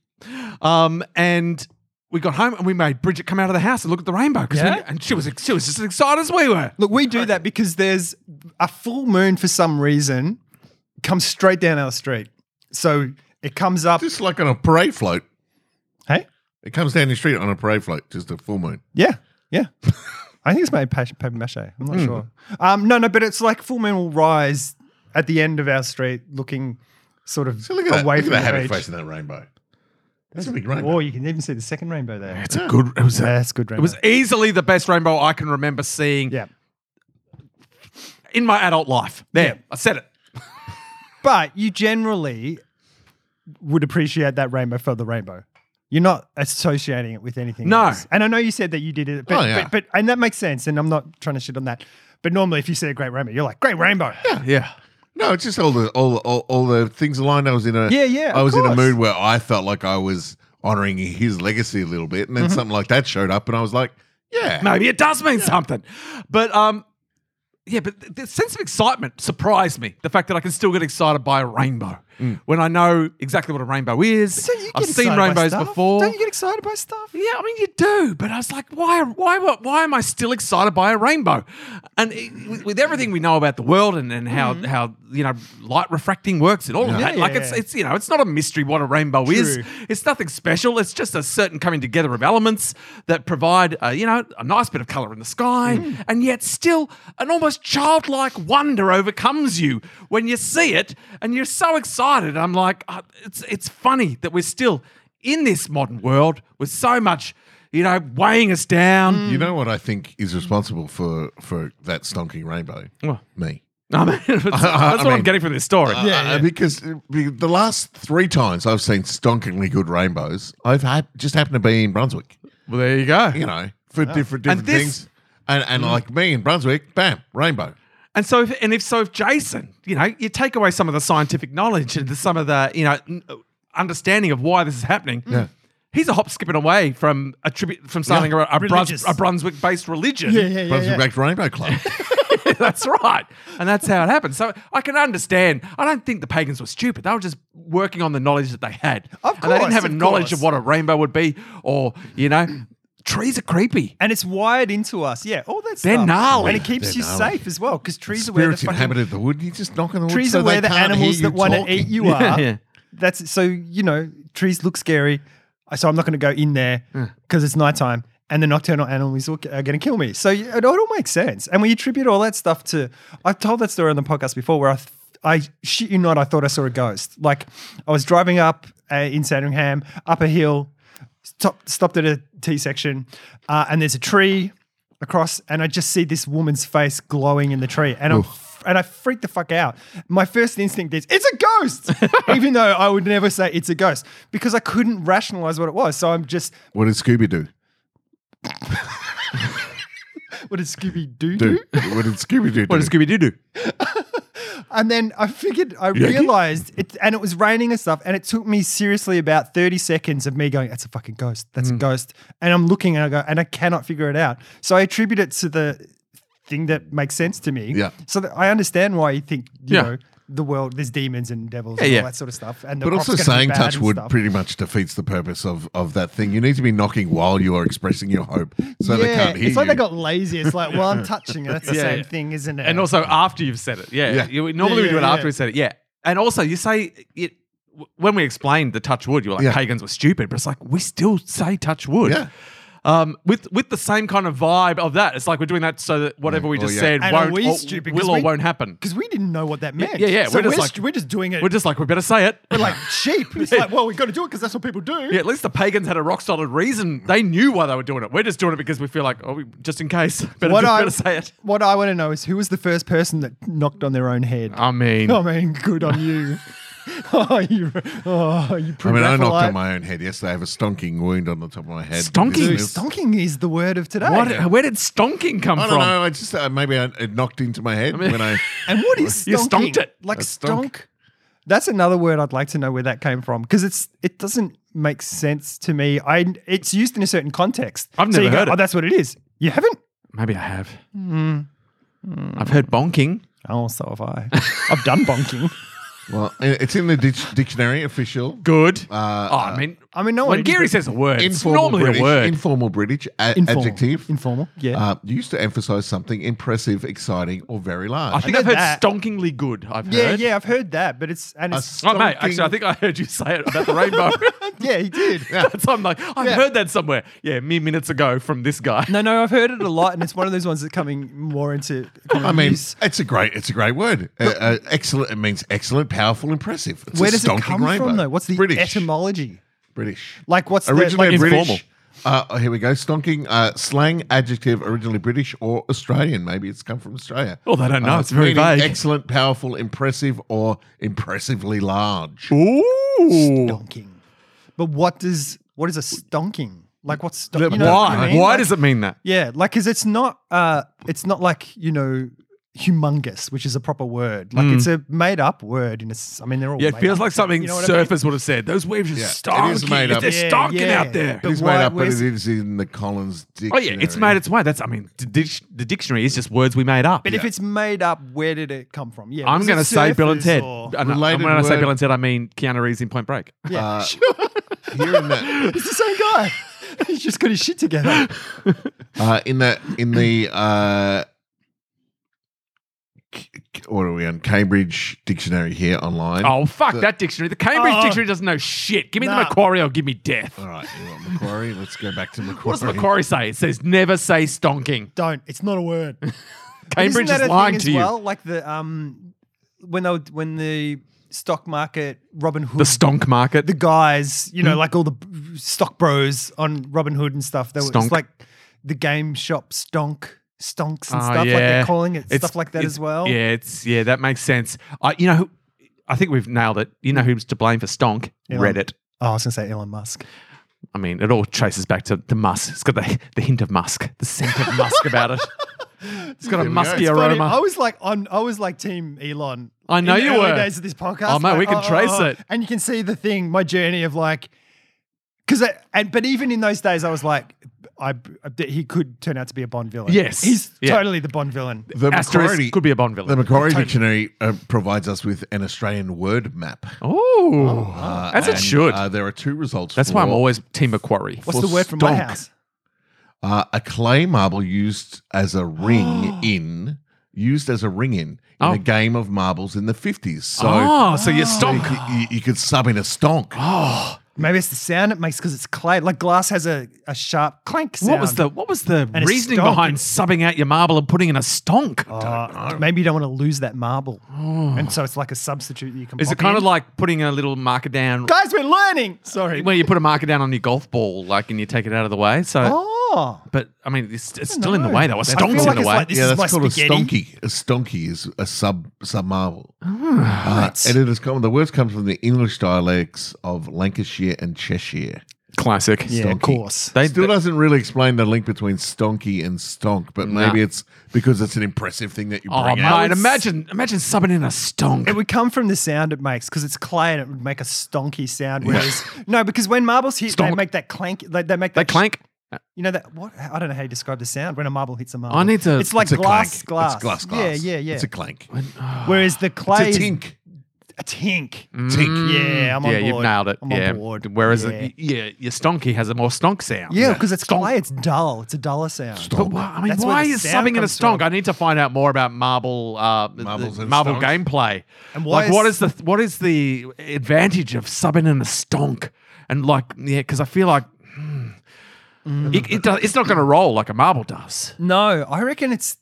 Speaker 2: um, and we got home and we made Bridget come out of the house and look at the rainbow 'cause
Speaker 3: Yeah?
Speaker 2: we- and she was she was just as excited as we were.
Speaker 3: Look, we do that because there's a full moon for some reason comes straight down our street. So it comes up.
Speaker 1: Just like on a parade float,
Speaker 3: Hey?
Speaker 1: it comes down your street on a parade float, just a full moon.
Speaker 3: Yeah. Yeah. I think it's made pas- paper mache. I'm not
Speaker 1: Hmm.
Speaker 3: sure. Um, no, no, but it's like full moon will rise at the end of our street looking sort of
Speaker 1: So look at that,
Speaker 3: away
Speaker 1: look at
Speaker 3: from
Speaker 1: that
Speaker 3: the
Speaker 1: happy
Speaker 3: beach.
Speaker 1: face in that rainbow. That's a big rainbow.
Speaker 3: Or you can even see the second rainbow there.
Speaker 2: It's a good. It was.
Speaker 3: Yeah,
Speaker 2: a-
Speaker 3: that's
Speaker 2: it
Speaker 3: good rainbow.
Speaker 2: was easily the best rainbow I can remember seeing
Speaker 3: yeah.
Speaker 2: in my adult life. There,
Speaker 3: Yeah.
Speaker 2: I said it.
Speaker 3: But you generally would appreciate that rainbow for the rainbow. You're not associating it with anything.
Speaker 2: No.
Speaker 3: else. and I know you said that you did it, but,
Speaker 1: Oh, yeah.
Speaker 3: but, but and that makes sense. And I'm not trying to shit on that. But normally, if you see a great rainbow, you're like, great rainbow.
Speaker 2: Yeah.
Speaker 1: No, it's just all the all, all all the things aligned. I was in a
Speaker 3: Yeah, yeah,
Speaker 1: I
Speaker 3: of
Speaker 1: was in a
Speaker 3: course.
Speaker 1: mood where I felt like I was honoring his legacy a little bit, and then
Speaker 3: Mm-hmm.
Speaker 1: something like that showed up, and I was like, yeah,
Speaker 2: Maybe it does mean something. But um, yeah, but th- the sense of excitement surprised me. The fact that I can still get excited by a rainbow. when I know exactly what a rainbow is.
Speaker 3: Don't you
Speaker 2: I've
Speaker 3: get
Speaker 2: seen
Speaker 3: excited by
Speaker 2: rainbows
Speaker 3: stuff?
Speaker 2: before.
Speaker 3: Don't you get excited by stuff?
Speaker 2: Yeah, I mean you do, but I was like, why, why, why, why am I still excited by a rainbow? And it, with, with everything we know about the world and, and how how you know light refracting works and all of that, like it's
Speaker 3: Yeah.
Speaker 2: it's you know it's not a mystery what a rainbow is.
Speaker 3: True.
Speaker 2: It's nothing special. It's just a certain coming together of elements that provide uh, you know a nice bit of color in the sky,
Speaker 3: Mm.
Speaker 2: and yet still an almost childlike wonder overcomes you when you see it, and you're so excited. I'm like, uh, it's it's funny that we're still in this modern world with so much, you know, weighing us down.
Speaker 3: Mm. Hmm.
Speaker 1: You know what I think is responsible for for that stonking rainbow?
Speaker 2: What?
Speaker 1: Me.
Speaker 2: I mean, that's
Speaker 1: I
Speaker 2: that's what I'm
Speaker 1: mean-
Speaker 2: getting from this story.
Speaker 1: Uh, because uh, be- the last three times I've seen stonkingly good rainbows, I've had just happened to be in Brunswick.
Speaker 2: well, there you go.
Speaker 1: You know, for different different
Speaker 2: And this- Hmm.
Speaker 1: things. And and like me in Brunswick, bam, rainbow.
Speaker 2: And so, if, and if so, if Jason, you know, you take away some of the scientific knowledge and the, some of the, you know, n- uh, understanding of why this is happening, he's a hop skipping away from a tribute from starting
Speaker 1: Yeah.
Speaker 2: a, a, Bruns-
Speaker 3: Religious.
Speaker 2: a Brunswick-based religion.
Speaker 3: Yeah, yeah, yeah.
Speaker 1: Brunswick
Speaker 3: yeah.
Speaker 1: back to Rainbow Club.
Speaker 2: that's right, and that's how it happened. So I can understand. I don't think the pagans were stupid. They were just working on the knowledge that they had.
Speaker 3: Of
Speaker 2: and they didn't
Speaker 3: course,
Speaker 2: have a
Speaker 3: of
Speaker 2: knowledge of
Speaker 3: course.
Speaker 2: what a rainbow would be, or you know, trees are creepy.
Speaker 3: And it's wired into us. Yeah, all that
Speaker 2: They're
Speaker 3: stuff.
Speaker 2: gnarly.
Speaker 3: And it keeps
Speaker 1: They're
Speaker 3: you
Speaker 1: gnarly.
Speaker 3: safe as well because trees are where the
Speaker 1: Spirits
Speaker 3: fucking
Speaker 1: inhabited the wood. You just knock on the wood.
Speaker 3: trees
Speaker 1: so
Speaker 3: are where
Speaker 1: they
Speaker 3: the
Speaker 1: can't hear
Speaker 3: animals
Speaker 1: you
Speaker 3: that want to
Speaker 1: talking.
Speaker 3: eat you
Speaker 2: Yeah,
Speaker 3: are.
Speaker 2: yeah.
Speaker 3: That's so you know trees look scary, so I'm not going to go in there because it's nighttime and the nocturnal animals are going to kill me. So it, it all makes sense. And when you attribute all that stuff to, I've told that story on the podcast before where I. th- I shit you not, I thought I saw a ghost. Like I was driving up uh, in Sandringham, up a hill, stop, stopped at a T section, uh, and there's a tree across, and I just see this woman's face glowing in the tree, and I'm. And I freaked the fuck out. My first instinct is, it's a ghost, even though I would never say it's a ghost because I couldn't rationalize what it was. So I'm just,
Speaker 1: What did Scooby do?
Speaker 3: what did Scooby Doo
Speaker 1: Do
Speaker 3: do?
Speaker 1: what did Scooby do?
Speaker 2: What does Scooby Doo do?
Speaker 3: And then I figured, I realized it, and it was raining and stuff. And it took me seriously about 30 seconds of me going, that's a fucking ghost. That's
Speaker 2: Mm.
Speaker 3: a ghost. And I'm looking and I go, and I cannot figure it out. So I attribute it to the thing that makes sense to me.
Speaker 1: Yeah.
Speaker 3: So that I understand why you think, you
Speaker 2: Yeah.
Speaker 3: know, the world, there's demons and devils and
Speaker 2: yeah.
Speaker 3: all that sort of stuff. And the
Speaker 1: But
Speaker 3: crop's
Speaker 1: also
Speaker 3: gonna be
Speaker 1: saying
Speaker 3: bad
Speaker 1: touch
Speaker 3: and
Speaker 1: wood
Speaker 3: stuff.
Speaker 1: pretty much defeats the purpose of, of that thing. You need to be knocking while you are expressing your hope, so they can't hear
Speaker 3: it's like
Speaker 1: you.
Speaker 3: they got lazy. It's like, well, I'm touching it. That's the
Speaker 2: Yeah,
Speaker 3: same
Speaker 2: yeah.
Speaker 3: thing, isn't it?
Speaker 2: and also after you've said it. Yeah,
Speaker 1: Yeah.
Speaker 2: You- normally we
Speaker 3: Yeah,
Speaker 2: do it
Speaker 3: yeah,
Speaker 2: after
Speaker 3: yeah.
Speaker 2: we said it. Yeah, and also you say it w- when we explained the touch wood. You're like
Speaker 1: Yeah.
Speaker 2: pagans were stupid, but it's like we still say touch wood.
Speaker 1: Yeah.
Speaker 2: Um, with with the same kind of vibe of that, it's like we're doing that so that whatever we
Speaker 1: Oh,
Speaker 2: just
Speaker 1: yeah.
Speaker 2: said
Speaker 3: And are
Speaker 2: won't
Speaker 3: we
Speaker 2: or
Speaker 3: stupid? 'Cause
Speaker 2: will or
Speaker 3: we-
Speaker 2: won't happen.
Speaker 3: because we didn't know what that meant.
Speaker 2: yeah, yeah, we're
Speaker 3: So we're,
Speaker 2: just
Speaker 3: just
Speaker 2: like-
Speaker 3: we're just doing it.
Speaker 2: We're just like we better say it.
Speaker 3: We're like sheep. It's like, well, we got to do it because that's what people do.
Speaker 2: Yeah, at least the pagans had a rock solid reason. They knew why they were doing it. We're just doing it because we feel like, oh, we, just in case, better,
Speaker 3: What
Speaker 2: just,
Speaker 3: I,
Speaker 2: better say it.
Speaker 3: what I want to know is who was the first person that knocked on their own head?
Speaker 2: I mean,
Speaker 3: I mean, good on you. oh, you, oh, you
Speaker 1: I mean, I knocked
Speaker 3: prognathite.
Speaker 1: on my own head yesterday. I have a stonking wound on the top of my head.
Speaker 2: Stonking?
Speaker 3: Dude,
Speaker 1: This-
Speaker 3: stonking is the word of today.
Speaker 2: what, where did stonking come
Speaker 1: I don't
Speaker 2: from?
Speaker 1: know. I just uh, maybe I, it knocked into my head when I.
Speaker 3: And what is stonking?
Speaker 2: You stonked it.
Speaker 3: Like
Speaker 1: I
Speaker 3: stonk.
Speaker 1: stonk.
Speaker 3: That's another word I'd like to know where that came from because it's it doesn't make sense to me. I it's used in a certain context.
Speaker 2: I've
Speaker 3: so
Speaker 2: never
Speaker 3: you
Speaker 2: heard
Speaker 3: go,
Speaker 2: it.
Speaker 3: Oh, that's what it is. You haven't?
Speaker 2: Maybe I have.
Speaker 3: Hmm.
Speaker 2: I've heard bonking.
Speaker 3: Oh, so have I. I've done bonking.
Speaker 1: Well, it's in the dic- dictionary official.
Speaker 2: Good.
Speaker 1: Uh,
Speaker 2: oh, I mean,
Speaker 3: I mean, no
Speaker 2: when
Speaker 3: one-
Speaker 2: Gary says a word, it's
Speaker 1: informal
Speaker 2: normally
Speaker 1: British,
Speaker 2: a word.
Speaker 1: Informal British a-
Speaker 3: Informal.
Speaker 1: adjective.
Speaker 3: Informal, yeah.
Speaker 1: Uh, used to emphasize something impressive, exciting, or very large.
Speaker 2: I think
Speaker 3: I
Speaker 2: I've
Speaker 3: know
Speaker 2: heard
Speaker 3: that.
Speaker 2: stonkingly good. I've
Speaker 3: yeah,
Speaker 2: heard.
Speaker 3: yeah, I've heard that, but it's and it's
Speaker 2: Oh, mate,
Speaker 1: Stonking-
Speaker 2: actually, I think I heard you say it about the rainbow.
Speaker 3: yeah, he did.
Speaker 2: That's I'm like, I've
Speaker 3: Yeah.
Speaker 2: heard that somewhere. Yeah, mere minutes ago from this guy.
Speaker 3: No, no, I've heard it a lot, and it's one of those ones that's coming more into. common
Speaker 1: I mean,
Speaker 3: use.
Speaker 1: it's a great, it's a great word. Uh, uh, excellent. It means excellent, powerful, impressive. It's
Speaker 3: where
Speaker 1: a
Speaker 3: does it
Speaker 1: stonking
Speaker 3: come
Speaker 1: rainbow.
Speaker 3: from though? What's the
Speaker 1: British?
Speaker 3: etymology?
Speaker 1: British.
Speaker 3: Like, what's
Speaker 1: originally
Speaker 3: the like,
Speaker 1: British? Uh, oh, here we go. Stonking uh, slang adjective originally British or Australian. Maybe it's come from Australia.
Speaker 3: Oh,
Speaker 1: Uh,
Speaker 2: Well, they don't know. It's very
Speaker 1: meaning
Speaker 2: vague.
Speaker 1: Excellent, powerful, impressive, or impressively large.
Speaker 2: Ooh.
Speaker 3: stonking? But what does what is a stonking? Like, what's stonking?
Speaker 2: Why? Why does it mean that?
Speaker 3: Yeah, like, because it's not. uh It's not like you know humongous, which is a proper word. Like it's a made up word. In a s I mean, they're all.
Speaker 2: Hmm. Yeah, it
Speaker 3: made
Speaker 2: feels
Speaker 3: up,
Speaker 2: like
Speaker 3: so-
Speaker 2: something
Speaker 3: you know what I mean?
Speaker 2: surfers would have said. Those waves are
Speaker 1: Yeah, it is
Speaker 2: stonking.
Speaker 1: made up.
Speaker 2: They're
Speaker 3: Yeah,
Speaker 2: stonking
Speaker 3: yeah.
Speaker 2: out there.
Speaker 1: It is
Speaker 3: why-
Speaker 1: made up, but
Speaker 3: where's-
Speaker 1: it is in the Collins
Speaker 2: Oh
Speaker 1: dictionary.
Speaker 2: yeah, it's made its way. That's I mean, the, dic- the dictionary is just words we made up.
Speaker 3: But if it's made up, where did it come from? Yeah,
Speaker 2: I'm
Speaker 3: was it
Speaker 2: going to say Bill and
Speaker 3: surfers
Speaker 2: Ted.
Speaker 3: or-
Speaker 2: Uh, no,
Speaker 1: Related
Speaker 2: when I say
Speaker 1: word-
Speaker 2: Bill and Ted, I mean Keanu Reeves in Point Break.
Speaker 3: Yeah,
Speaker 1: Uh, Here in the
Speaker 3: it's the same guy. He's just got his shit together.
Speaker 1: uh, in the in the uh, c- c- what are we on Cambridge Dictionary here online?
Speaker 2: Oh fuck
Speaker 1: The-
Speaker 2: that dictionary. The Cambridge
Speaker 3: Oh.
Speaker 2: dictionary doesn't know shit. Give me
Speaker 3: Nah. Oh,
Speaker 2: the Macquarie or give me death.
Speaker 1: All right, you want Macquarie? Let's go back to Macquarie.
Speaker 2: What does the Macquarie say? It says never say stonking.
Speaker 3: Don't. It's not a word. But isn't
Speaker 2: Cambridge
Speaker 3: that
Speaker 2: is
Speaker 3: a thing
Speaker 2: lying
Speaker 3: as
Speaker 2: to you.
Speaker 3: Well, like the um, when they would- when the stock market Robin Hood
Speaker 2: The Hmm? stonk market.
Speaker 3: the guys, you know, like all the stock bros on Robin Hood and stuff. They were
Speaker 2: Stonk.
Speaker 3: it's like the game shop stonk, stonks and
Speaker 2: Oh,
Speaker 3: stuff. Like
Speaker 2: yeah.
Speaker 3: they're calling it
Speaker 2: It's-
Speaker 3: stuff like that
Speaker 2: it's-
Speaker 3: as well.
Speaker 2: Yeah, it's yeah, that makes sense. I you know who I think we've nailed it. You know who's to blame for stonk?
Speaker 3: Elon.
Speaker 2: Reddit.
Speaker 3: Oh, I was gonna say Elon Musk.
Speaker 2: I mean, it all traces back to the musk. It's got the, the hint of musk, the scent of musk about it. It's got
Speaker 1: There
Speaker 2: a
Speaker 1: we go.
Speaker 2: musky
Speaker 1: It's
Speaker 2: aroma.
Speaker 3: Funny, I was like on. I was like Team Elon.
Speaker 2: I know
Speaker 3: in the
Speaker 2: you
Speaker 3: early
Speaker 2: were.
Speaker 3: Days of this podcast.
Speaker 2: Oh, mate, we can
Speaker 3: like,
Speaker 2: trace it.
Speaker 3: and you can see the thing, my journey of like, because and but even in those days, I was like, I that he could turn out to be a Bond villain.
Speaker 2: Yes.
Speaker 3: he's
Speaker 2: Yeah.
Speaker 3: totally the Bond villain.
Speaker 1: The
Speaker 2: Asterisk
Speaker 1: Macquarie,
Speaker 2: could be a Bond
Speaker 1: the
Speaker 2: villain.
Speaker 1: Macquarie Dictionary uh, provides us with an Australian word map.
Speaker 2: oh,
Speaker 1: Uh,
Speaker 2: as it
Speaker 1: and,
Speaker 2: should.
Speaker 1: Uh, there are two results.
Speaker 2: That's
Speaker 1: for,
Speaker 2: why I'm always Team Macquarie.
Speaker 3: What's
Speaker 1: For
Speaker 3: the word from my
Speaker 1: stonk.
Speaker 3: house?
Speaker 1: uh, a clay marble used as a ring in used as a ring in in
Speaker 2: Oh.
Speaker 1: a game of marbles in the fifties. So
Speaker 2: oh, so you
Speaker 1: so
Speaker 2: stonk.
Speaker 1: you, could- you- you could sub in a stonk.
Speaker 3: Maybe it's the sound it makes because it's clay. Like glass has a, a sharp clank sound.
Speaker 2: What was the what was the
Speaker 3: And a
Speaker 2: reasoning
Speaker 3: stonk.
Speaker 2: behind subbing out your marble and putting in a stonk?
Speaker 3: Uh, maybe you don't want to lose that marble, and so it's like a substitute that you can.
Speaker 2: Oh. Is it
Speaker 3: pop
Speaker 2: kind of
Speaker 3: in.
Speaker 2: like putting a little marker down
Speaker 3: guys? We're learning. Sorry.
Speaker 2: where you put a marker down on your golf ball, like, and you take it out of the way? So,
Speaker 3: Oh,
Speaker 2: but I mean, it's, it's still
Speaker 3: know.
Speaker 2: in the way though. A
Speaker 3: I feel
Speaker 2: stonk's
Speaker 3: like
Speaker 2: in
Speaker 3: it's
Speaker 2: the way.
Speaker 3: like this
Speaker 1: yeah,
Speaker 3: is
Speaker 1: that's
Speaker 3: my
Speaker 1: called
Speaker 3: spaghetti. Ah,
Speaker 1: a stonky. A stonky is a sub sub marble. Uh, and it is common. The words come from the English dialects of Lancashire and Cheshire.
Speaker 2: Classic.
Speaker 3: yeah, of course.
Speaker 2: They
Speaker 1: Still doesn't really explain the link between stonky and stonk, but
Speaker 2: Nah.
Speaker 1: maybe it's because it's an impressive thing that you
Speaker 2: Oh,
Speaker 1: bring out.
Speaker 2: mate, imagine imagine subbing in a stonk.
Speaker 3: It would come from the sound it makes because it's clay and it would make a stonky sound. Whereas no, because when marbles hit, they
Speaker 2: Stonk.
Speaker 3: make that clank. They, they make
Speaker 2: They
Speaker 3: that sh-
Speaker 2: clank.
Speaker 3: You know that what? I don't know how you describe the sound when a marble hits a marble.
Speaker 2: I need to-
Speaker 3: It's like
Speaker 1: It's a
Speaker 3: glass,
Speaker 1: clank.
Speaker 3: glass,
Speaker 1: It's glass, glass.
Speaker 3: Yeah, yeah, yeah.
Speaker 1: It's a clank.
Speaker 3: Whereas the clay
Speaker 1: It's a
Speaker 3: is
Speaker 1: tink. Mm.
Speaker 3: a tink.
Speaker 1: Tink.
Speaker 3: Yeah, I'm on
Speaker 2: yeah,
Speaker 3: board.
Speaker 2: you've nailed it.
Speaker 3: I'm
Speaker 2: yeah.
Speaker 3: on board.
Speaker 2: Whereas
Speaker 3: yeah.
Speaker 2: yeah. yeah, your stonky has a more stonk sound.
Speaker 3: yeah, because it's
Speaker 2: Stonk.
Speaker 3: clay. It's dull. It's a duller sound.
Speaker 2: But why, I mean,
Speaker 3: That's where
Speaker 2: why
Speaker 3: the
Speaker 2: is
Speaker 3: sound
Speaker 2: subbing in a
Speaker 3: comes from.
Speaker 2: stonk? I need to find out more about marble, uh,
Speaker 1: Marbles
Speaker 2: the
Speaker 1: and
Speaker 2: marble
Speaker 1: stonks.
Speaker 2: gameplay.
Speaker 3: And why
Speaker 2: like, what is
Speaker 3: is-
Speaker 2: the what is the advantage of subbing in a stonk? And like, yeah, because I feel like hmm, it, it does, it's not going to roll like a marble does.
Speaker 3: No, I reckon it's.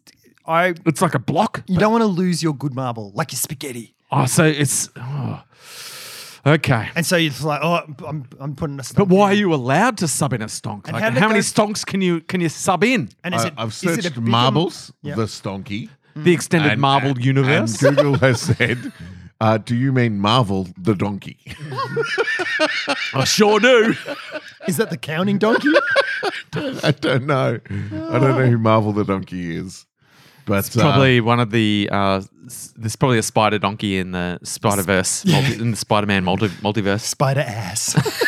Speaker 3: I
Speaker 2: It's like a block.
Speaker 3: you don't want to lose your good marble like your spaghetti.
Speaker 2: Oh, so it's oh. okay.
Speaker 3: And so you're just like, oh, I'm, I'm putting a stonk.
Speaker 2: But why are
Speaker 3: in.
Speaker 2: you allowed to sub in a stonk?
Speaker 3: And
Speaker 2: Like, how,
Speaker 3: how did it
Speaker 2: many
Speaker 3: go-
Speaker 2: stonks can you can you sub in?
Speaker 3: And is
Speaker 1: I,
Speaker 3: it,
Speaker 1: I've
Speaker 3: is it a
Speaker 1: searched
Speaker 3: bigger-
Speaker 1: marbles,
Speaker 3: Yeah.
Speaker 1: the stonky,
Speaker 2: The extended marble universe.
Speaker 1: And Google has said, uh, "Do you mean Marvel the donkey?"
Speaker 2: I sure do.
Speaker 3: Is that the counting donkey?
Speaker 1: I don't know. I don't know who Marvel the donkey is, but
Speaker 2: It's
Speaker 3: uh,
Speaker 2: probably one of the. Uh, s- there's probably a spider donkey in the Spider Verse, multi- in the Spider Man multi- multiverse.
Speaker 3: Spider ass.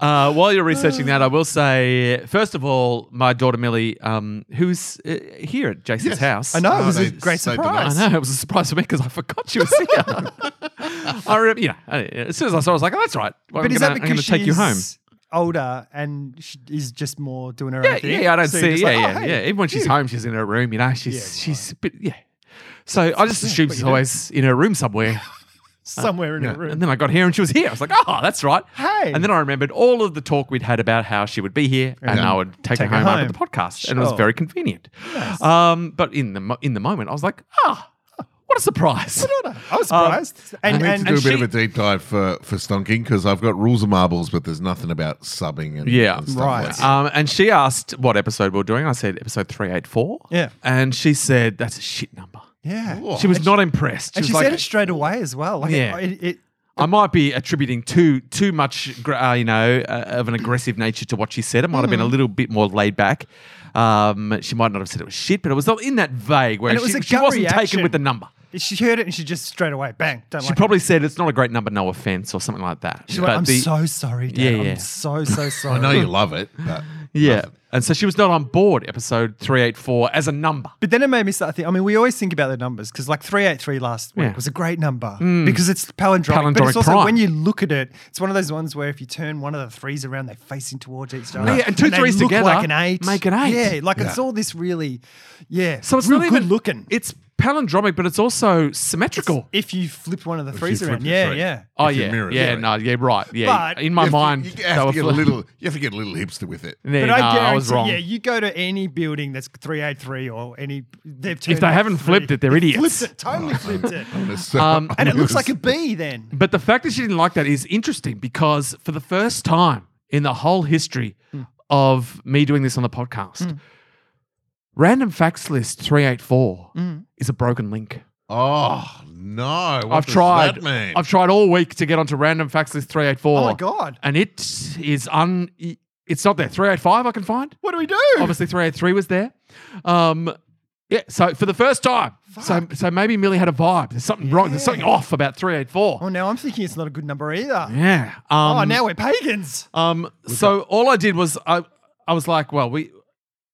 Speaker 2: Uh, while you're researching that, I will say, first of all, my daughter Millie, um, who's uh, here at Jason's house.
Speaker 3: I know. it was
Speaker 1: Oh, they
Speaker 3: a great
Speaker 1: saved the
Speaker 3: surprise.
Speaker 2: I know it was a surprise for me because I forgot she was here. I remember, you know, I- as soon as I saw, her, I was like, "Oh, that's right." Well,
Speaker 3: But
Speaker 2: I'm
Speaker 3: is
Speaker 2: gonna,
Speaker 3: that
Speaker 2: I'm gonna
Speaker 3: because
Speaker 2: take you home?"
Speaker 3: she's older and she is just more doing her
Speaker 2: Yeah,
Speaker 3: own thing?
Speaker 2: yeah, I don't
Speaker 3: So you're
Speaker 2: see.
Speaker 3: just
Speaker 2: Yeah,
Speaker 3: like,
Speaker 2: yeah,
Speaker 3: oh, hey.
Speaker 2: yeah. Even when she's home, she's in her room. You know, she's she's a bit yeah. So I just assumed she's always in her room somewhere.
Speaker 3: Somewhere in her room.
Speaker 2: And then I got here and she was here. I was like, oh, that's right.
Speaker 3: Hey.
Speaker 2: And then I remembered all of the talk we'd had about how she would be here and I would take, her home, after the podcast. And it was
Speaker 3: Sure.
Speaker 2: very convenient. Um, but in the mo- in the moment, I was like, ah, what a surprise. Um,
Speaker 3: I was surprised.
Speaker 1: I
Speaker 3: and
Speaker 1: need
Speaker 3: and,
Speaker 1: to do a
Speaker 3: and
Speaker 1: bit of
Speaker 2: she-
Speaker 1: a deep dive for for stonking because I've got rules of marbles, but there's nothing about subbing and
Speaker 2: Yeah.
Speaker 1: and stuff
Speaker 3: Right.
Speaker 1: like that.
Speaker 2: Um, and she asked what episode we were doing. I said episode 384.
Speaker 3: Yeah.
Speaker 2: And she said, that's a shit number.
Speaker 3: yeah.
Speaker 2: She was not impressed. She
Speaker 3: and
Speaker 2: was
Speaker 3: she
Speaker 2: like,
Speaker 3: said it straight away as well. Like,
Speaker 2: Yeah.
Speaker 3: yeah. It, it,
Speaker 2: I might be attributing too too
Speaker 3: Mm.
Speaker 2: much, gra- uh, you know, uh, of an aggressive nature to what she said. It might have been a little bit more laid back. Um, she might not have said it was shit, but it was in that vague where
Speaker 3: And it
Speaker 2: she,
Speaker 3: was a
Speaker 2: she
Speaker 3: gut
Speaker 2: wasn't
Speaker 3: reaction.
Speaker 2: taken with the number.
Speaker 3: She heard it and she just straight away, bang, don't
Speaker 2: She
Speaker 3: like it.
Speaker 2: probably said it's not a great number, no offense, or something like that.
Speaker 3: She's like, I'm
Speaker 2: the-
Speaker 3: so sorry, Dad.
Speaker 2: Yeah, yeah.
Speaker 3: I'm so, so sorry.
Speaker 1: I know you love it, but
Speaker 2: yeah, and so she was not on board. Episode three eight four as a number.
Speaker 3: But then it made me start thinking. I mean, we always think about the numbers because, like, 383 last week
Speaker 2: Yeah. Mm.
Speaker 3: was a great number because it's palindromic. but
Speaker 2: Palindromic
Speaker 3: it's also
Speaker 2: prime.
Speaker 3: when you look at it, it's one of those ones where if you turn one of the threes around, they're facing towards each other.
Speaker 2: Yeah, and two
Speaker 3: they
Speaker 2: threes
Speaker 3: look
Speaker 2: together
Speaker 3: like an eight.
Speaker 2: make an eight.
Speaker 3: Yeah, like it's all this really, yeah.
Speaker 2: So it's
Speaker 3: real
Speaker 2: not
Speaker 3: good
Speaker 2: even
Speaker 3: looking.
Speaker 2: It's palindromic, but it's also symmetrical.
Speaker 3: if you flip one of the threes
Speaker 1: flip
Speaker 3: around,
Speaker 1: the
Speaker 3: yeah,
Speaker 1: three.
Speaker 3: yeah.
Speaker 2: oh
Speaker 1: if you
Speaker 2: yeah,
Speaker 1: mirror it,
Speaker 2: yeah,
Speaker 1: right.
Speaker 2: no, yeah, right, yeah.
Speaker 3: But
Speaker 2: in my
Speaker 1: You have to-
Speaker 2: mind,
Speaker 1: you have to
Speaker 2: they
Speaker 1: get a
Speaker 2: were fl-
Speaker 1: little. You have to get a little hipster with it.
Speaker 2: Yeah,
Speaker 3: But
Speaker 2: no,
Speaker 3: I
Speaker 2: I,
Speaker 3: guarantee,
Speaker 2: was wrong.
Speaker 3: yeah, you go to any building that's 383 or any, they've turned
Speaker 2: if they
Speaker 3: that
Speaker 2: haven't
Speaker 3: three-
Speaker 2: flipped it, they're idiots.
Speaker 3: Flipped it, totally flipped it.
Speaker 1: um,
Speaker 3: And it looks like a B then.
Speaker 2: But the fact that she didn't like that is interesting because for the first time in the whole history
Speaker 3: Hmm.
Speaker 2: of me doing this on the podcast, Random Facts List 384
Speaker 3: Hmm.
Speaker 2: is a broken link.
Speaker 1: Oh no! What
Speaker 2: I've
Speaker 1: does
Speaker 2: tried
Speaker 1: That mean?
Speaker 2: I've tried all week to get onto Random Facts List 384.
Speaker 3: Oh my God.
Speaker 2: And it is un it's not there. 385 I can find.
Speaker 3: What do we do?
Speaker 2: Obviously 383 was there. Um yeah, so for the first time. So so maybe Millie had a vibe. There's something wrong. There's something off about 384.
Speaker 3: Oh, now I'm thinking it's not a good number either.
Speaker 2: yeah. Um,
Speaker 3: oh, now we're pagans.
Speaker 2: Um, so all I did was I, I was like, well, we,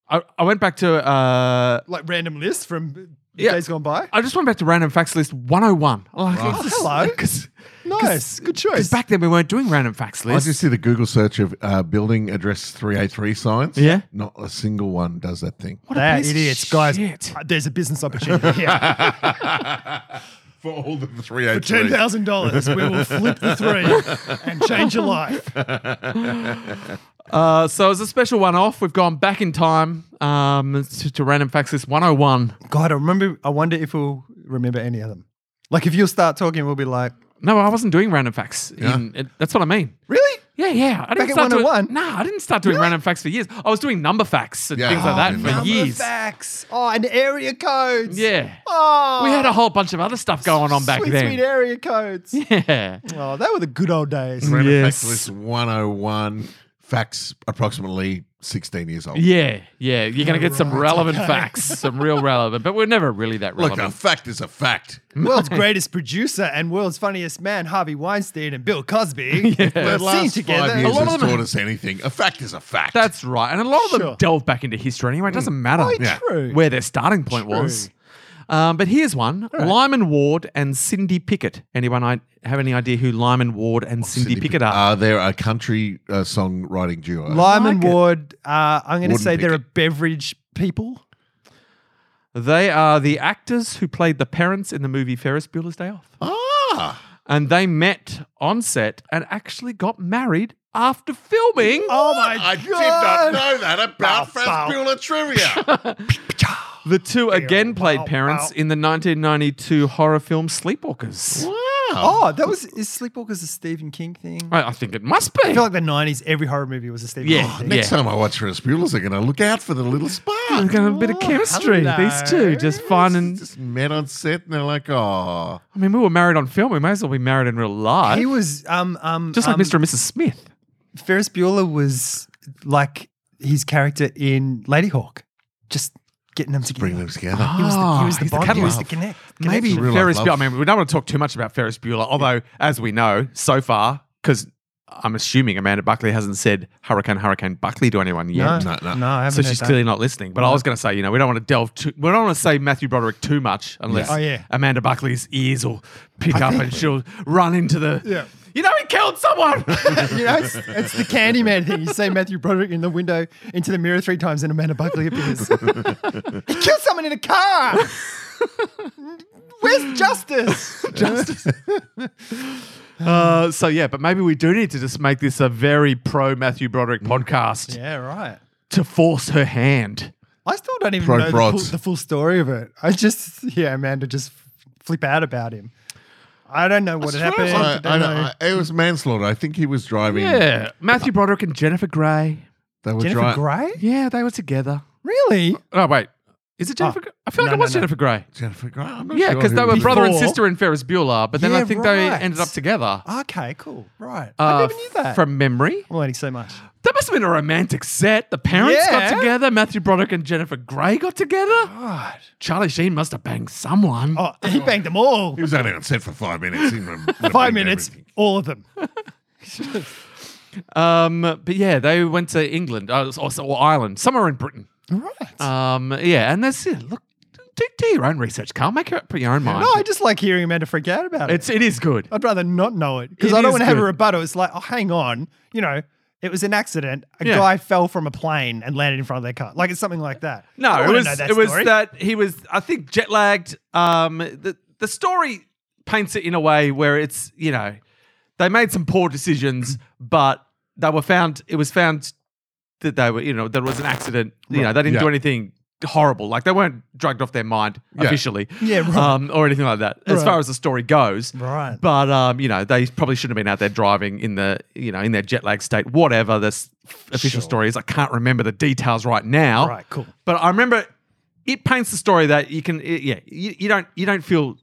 Speaker 2: I, I went back to, uh,
Speaker 3: Like random lists from
Speaker 2: Yeah.
Speaker 3: days gone by. Oh,
Speaker 2: I just went back to random facts list 101. Like,
Speaker 1: Right.
Speaker 2: it's just-
Speaker 3: Hello.
Speaker 2: 'cause-
Speaker 3: Nice. Good choice.
Speaker 2: 'cause back then we weren't doing random facts
Speaker 1: I
Speaker 2: list.
Speaker 1: just did a Google search of uh, building address three eight three signs.
Speaker 2: Yeah.
Speaker 1: not a single one does that thing.
Speaker 2: what a
Speaker 3: They're
Speaker 2: piece of
Speaker 3: idiots, guys.
Speaker 2: shit.
Speaker 3: Uh, There's a business opportunity here.
Speaker 1: For all the three eight
Speaker 3: Ten
Speaker 1: three.
Speaker 3: thousand dollars. We will flip the three and change your life.
Speaker 2: Uh, so as a special one off, we've gone back in time, um, to, to random facts list 101.
Speaker 3: God, I remember. I wonder if we'll remember any of them. Like if you'll start talking, we'll be like,
Speaker 2: No, I wasn't doing random facts. In, it- that's what I mean.
Speaker 3: really?
Speaker 2: Yeah, yeah. I didn't
Speaker 3: at
Speaker 2: start doing-
Speaker 3: 101?
Speaker 2: Nah, I didn't start doing random facts for years. I was doing number facts and
Speaker 1: Yeah.
Speaker 2: things like
Speaker 1: Oh,
Speaker 2: that for
Speaker 1: number
Speaker 2: years.
Speaker 3: Facts. Oh, and area codes.
Speaker 2: Yeah.
Speaker 3: Oh,
Speaker 2: We had a whole bunch of other stuff going on back
Speaker 3: sweet,
Speaker 2: then.
Speaker 3: Sweet area cocodes.
Speaker 2: Yeah.
Speaker 3: Oh, they were the good old days.
Speaker 1: Random
Speaker 2: Yes.
Speaker 1: Facts list one hundred one. Facts approximately sixteen years old.
Speaker 2: Yeah, yeah. You're going to get some
Speaker 3: Right,
Speaker 2: relevant facts, some real relevant, but we're never really that
Speaker 1: Look, um,
Speaker 2: relevant.
Speaker 1: a fact is a fact.
Speaker 3: World's greatest producer and world's funniest man, Harvey Weinstein and Bill Cosby,
Speaker 1: The
Speaker 3: were seen
Speaker 1: last
Speaker 3: together.
Speaker 1: five years
Speaker 2: A lot
Speaker 1: has
Speaker 2: of them-
Speaker 1: taught us anything. A fact is a fact.
Speaker 2: That's right. And a lot of them
Speaker 3: Sure.
Speaker 2: delve back into history anyway. It doesn't matter
Speaker 1: Yeah.
Speaker 3: true.
Speaker 2: where their starting point was. Um, but here's one Lyman Ward and Cindy Pickett. Anyone I have any idea who Lyman Ward and Cindy,
Speaker 1: Pick-
Speaker 2: Pickett are?
Speaker 1: Are there a country uh, songwriting duo?
Speaker 3: Lyman
Speaker 2: like it.
Speaker 3: Ward, uh, I'm going to
Speaker 1: Wouldn't
Speaker 3: say they're a
Speaker 1: pick
Speaker 3: beverage people.
Speaker 2: they are the actors who played the parents in the movie Ferris Bueller's Day Off.
Speaker 1: ah,
Speaker 2: And they met on set and actually got married after filming.
Speaker 3: Oh my
Speaker 1: I did not know that
Speaker 3: Bow,
Speaker 1: about
Speaker 3: bow.
Speaker 1: Fast Bueller trivia.
Speaker 2: The two again played
Speaker 3: wow,
Speaker 2: parents
Speaker 3: wow.
Speaker 2: in the 1992 horror film Sleepwalkers.
Speaker 1: wow.
Speaker 3: Oh, that was is Sleepwalkers a Stephen King thing?
Speaker 2: I, I think it must be.
Speaker 3: I feel like the 90s, every horror movie was a Stephen
Speaker 2: Yeah.
Speaker 3: King thing.
Speaker 1: Next time I watch Ferris Bueller's, they're going to look out for the little
Speaker 2: They've
Speaker 1: spark.
Speaker 2: got a bit of chemistry.
Speaker 3: Oh, hello.
Speaker 2: These two just finding.
Speaker 1: Just met on set and they're like, oh.
Speaker 2: I mean, we were married on film. We may as well be married in real life.
Speaker 3: He was um um
Speaker 2: just like
Speaker 3: um,
Speaker 2: Mr. and Mrs. Smith.
Speaker 3: Ferris Bueller was like his character in Lady Hawk, just getting them together.
Speaker 1: Bring them together.
Speaker 3: He was the, he was the
Speaker 2: he's the
Speaker 3: bond. he was
Speaker 2: catalyst.
Speaker 3: the connect.
Speaker 2: Maybe
Speaker 1: Real life
Speaker 2: Ferris Bueller.
Speaker 1: love.
Speaker 2: I mean, we don't want to talk too much about Ferris Bueller, although, as we know, so far, because I'm assuming Amanda Buckley hasn't said Hurricane, Hurricane Buckley to anyone yet.
Speaker 3: No,
Speaker 1: No, no.
Speaker 3: no, I haven't
Speaker 2: So
Speaker 3: heard
Speaker 2: she's
Speaker 3: that.
Speaker 2: clearly not listening. But I was going to say, you know, we don't want to delve too. We don't want to say Matthew Broderick too much, unless
Speaker 3: Yeah. Oh, yeah.
Speaker 2: Amanda Buckley's ears will pick up and she'll run into the.
Speaker 3: Yeah.
Speaker 2: You know, he killed someone.
Speaker 3: you know, it's, it's the Candyman thing. You see Matthew Broderick in the window into the mirror three times, and Amanda Buckley appears. he killed someone in a car. Where's justice?
Speaker 2: uh, so yeah, but maybe we do need to just make this a very pro Matthew Broderick podcast
Speaker 3: yeah, right.
Speaker 2: to force her hand.
Speaker 3: I still don't even
Speaker 1: Pro
Speaker 3: know the full,
Speaker 1: broads.
Speaker 3: the full story of it. I just, yeah, Amanda just flip out about him. I don't know what had happened.
Speaker 1: I,
Speaker 3: I
Speaker 1: I,
Speaker 3: don't know.
Speaker 1: I, it was manslaughter. I think he was driving.
Speaker 2: Yeah,
Speaker 3: Uh,
Speaker 2: Matthew Broderick and Jennifer Grey.
Speaker 1: They were
Speaker 3: Jennifer
Speaker 1: driving.
Speaker 3: Grey?
Speaker 2: Yeah, they were together.
Speaker 3: Really?
Speaker 2: Oh wait, is it Jennifer?
Speaker 3: Oh,
Speaker 2: Grey? I feel like
Speaker 3: no,
Speaker 2: it was
Speaker 3: no, no.
Speaker 2: Jennifer Grey.
Speaker 1: Jennifer Grey. I'm not
Speaker 2: Yeah,
Speaker 1: sure
Speaker 2: because
Speaker 1: who
Speaker 2: they were
Speaker 1: was-
Speaker 2: brother and
Speaker 3: Before-
Speaker 2: sister in Ferris Bueller, but then
Speaker 3: Yeah,
Speaker 2: I think
Speaker 3: right.
Speaker 2: they ended up together.
Speaker 3: Okay, cool. Right.
Speaker 2: Uh,
Speaker 3: I never knew that.
Speaker 2: From memory.
Speaker 3: I'm learning so much.
Speaker 2: That must have been a romantic set. The parents
Speaker 3: Yeah.
Speaker 2: got together. Matthew Broderick and Jennifer Grey got together. Charlie Sheen must have banged someone.
Speaker 3: Oh, he banged them all.
Speaker 1: He was only on set for five minutes. He would've
Speaker 3: Five
Speaker 1: banged
Speaker 3: minutes,
Speaker 1: everything.
Speaker 3: all of them.
Speaker 2: Um, but yeah, they went to England uh, or, or Ireland, somewhere in Britain.
Speaker 3: Right.
Speaker 2: Um, yeah, and that's it. Look, do, do your own research, Carl. Make up your own mind.
Speaker 3: no, I just like hearing Amanda freak out about it.
Speaker 2: it's it is good.
Speaker 3: I'd rather not know it because
Speaker 2: It
Speaker 3: I don't
Speaker 2: is
Speaker 3: want to have a
Speaker 2: good.
Speaker 3: rebuttal. It's like, oh, hang on, you know, it was an accident. A
Speaker 2: Yeah.
Speaker 3: guy fell from a plane and landed in front of their car. Like it's something like that. I
Speaker 2: No,
Speaker 3: don't
Speaker 2: it
Speaker 3: wanna
Speaker 2: was
Speaker 3: know that
Speaker 2: it was
Speaker 3: story.
Speaker 2: that he was I think jet lagged. Um, the the story paints it in a way where it's you know they made some poor decisions, but they were found. It was found that they were you know there was an accident. You know they didn't
Speaker 1: Yeah.
Speaker 2: do anything horrible. Like they weren't drugged off their mind
Speaker 1: Yeah.
Speaker 2: officially,
Speaker 3: Yeah, right.
Speaker 2: um, or anything like that. As
Speaker 3: Right.
Speaker 2: far as the story goes,
Speaker 3: Right.
Speaker 2: But um, you know they probably shouldn't have been out there driving in the you know in their jet lag state. Whatever this official story is, I can't remember the details right now.
Speaker 3: Right, cool.
Speaker 2: But I remember it paints the story that you can, it- yeah, you, you don't you don't feel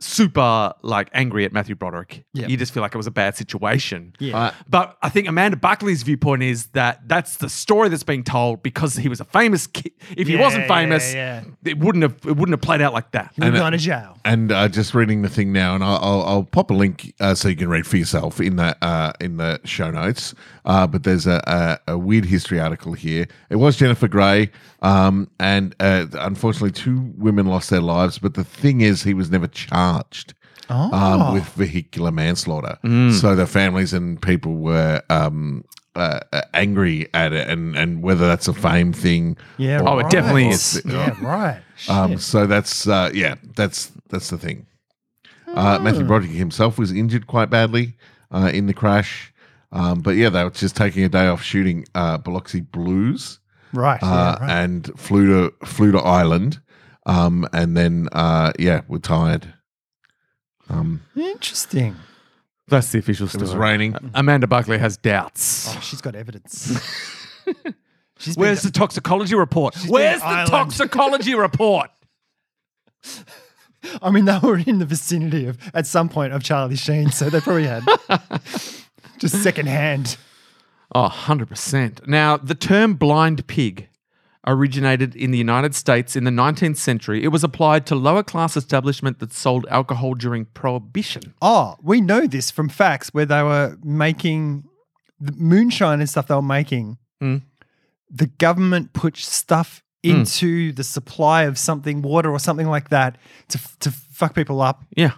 Speaker 2: super like angry at Matthew Broderick.
Speaker 3: Yeah.
Speaker 2: You just feel like it was a bad situation.
Speaker 3: Yeah.
Speaker 1: Uh,
Speaker 2: But I think Amanda Buckley's viewpoint is that that's the story that's being told because he was a famous kid. If he
Speaker 3: Yeah,
Speaker 2: wasn't
Speaker 3: yeah,
Speaker 2: famous,
Speaker 3: yeah.
Speaker 2: it wouldn't have it wouldn't have played out like that.
Speaker 3: We're
Speaker 1: And, uh,
Speaker 3: going to jail.
Speaker 1: And uh, just reading the thing now, and I'll, I'll, I'll pop a link uh, so you can read for yourself in the uh, in the show notes. Uh, but there's a, a, a weird history article here. It was Jennifer Grey, um, and uh, unfortunately, two women lost their lives. But the thing is, he was never charged.
Speaker 2: Uh,
Speaker 3: Oh.
Speaker 1: Um, with vehicular manslaughter, so the families and people were um, uh, uh, angry at it, and, and whether that's a fame thing,
Speaker 3: Yeah.
Speaker 1: or-
Speaker 2: Oh, it
Speaker 3: right.
Speaker 2: definitely is.
Speaker 3: Yeah, right.
Speaker 1: um, so that's uh, yeah, that's that's the thing.
Speaker 3: Ah.
Speaker 1: Uh, Matthew Broderick himself was injured quite badly uh, in the crash, um, but yeah, they were just taking a day off shooting uh, Biloxi Blues
Speaker 3: Right.
Speaker 1: uh,
Speaker 3: yeah, right.
Speaker 1: and flew to flew to Ireland, um, and then uh, yeah, were tired. Um,
Speaker 3: Interesting.
Speaker 2: That's the official
Speaker 1: it
Speaker 2: story.
Speaker 1: was raining.
Speaker 2: Amanda Buckley has doubts.
Speaker 3: Oh, she's got evidence. She's been
Speaker 2: Where's the toxicology report?
Speaker 3: She's been
Speaker 2: Where's
Speaker 3: to
Speaker 2: the
Speaker 3: Ireland.
Speaker 2: toxicology report?
Speaker 3: I mean, they were in the vicinity of at some point of Charlie Sheen, so they probably had just secondhand.
Speaker 2: Oh, 100%. Now, the term blind pig originated in the United States in the 19th century. It was applied to lower class establishment that sold alcohol during prohibition.
Speaker 3: Oh, we know this from facts where they were making the moonshine and stuff they were making.
Speaker 2: Mm.
Speaker 3: The government put stuff
Speaker 2: Hmm.
Speaker 3: into the supply of something, water or something like that, to, to fuck people up,
Speaker 2: Yeah.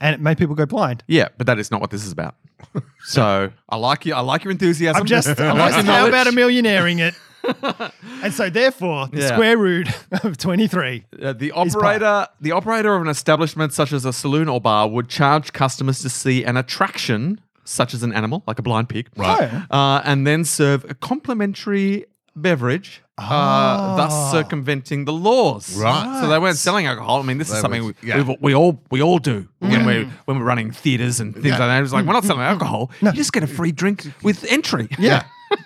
Speaker 3: and it made people go blind.
Speaker 2: Yeah, but that is not what this is about. So, I like you I like your enthusiasm.
Speaker 3: I'm just,
Speaker 2: I
Speaker 3: I'm
Speaker 2: like
Speaker 3: just
Speaker 2: your
Speaker 3: how about a
Speaker 2: knowledge.
Speaker 3: millionairing it? and so, therefore, the
Speaker 2: Yeah.
Speaker 3: square root of 23.
Speaker 2: Uh, the
Speaker 3: part.
Speaker 2: operator, the operator of an establishment such as a saloon or bar, would charge customers to see an attraction such as an animal, like a blind pig,
Speaker 3: Right.
Speaker 2: Uh, and then serve a complimentary beverage, uh, thus circumventing the laws.
Speaker 1: Right.
Speaker 2: So they weren't selling alcohol. I mean, this is
Speaker 1: They
Speaker 2: something
Speaker 1: was-
Speaker 2: we,
Speaker 1: yeah.
Speaker 2: we've- we all we all do when we when we're running theaters and things like that. It's like we're not selling alcohol. You just get a free drink with entry.
Speaker 3: Yeah.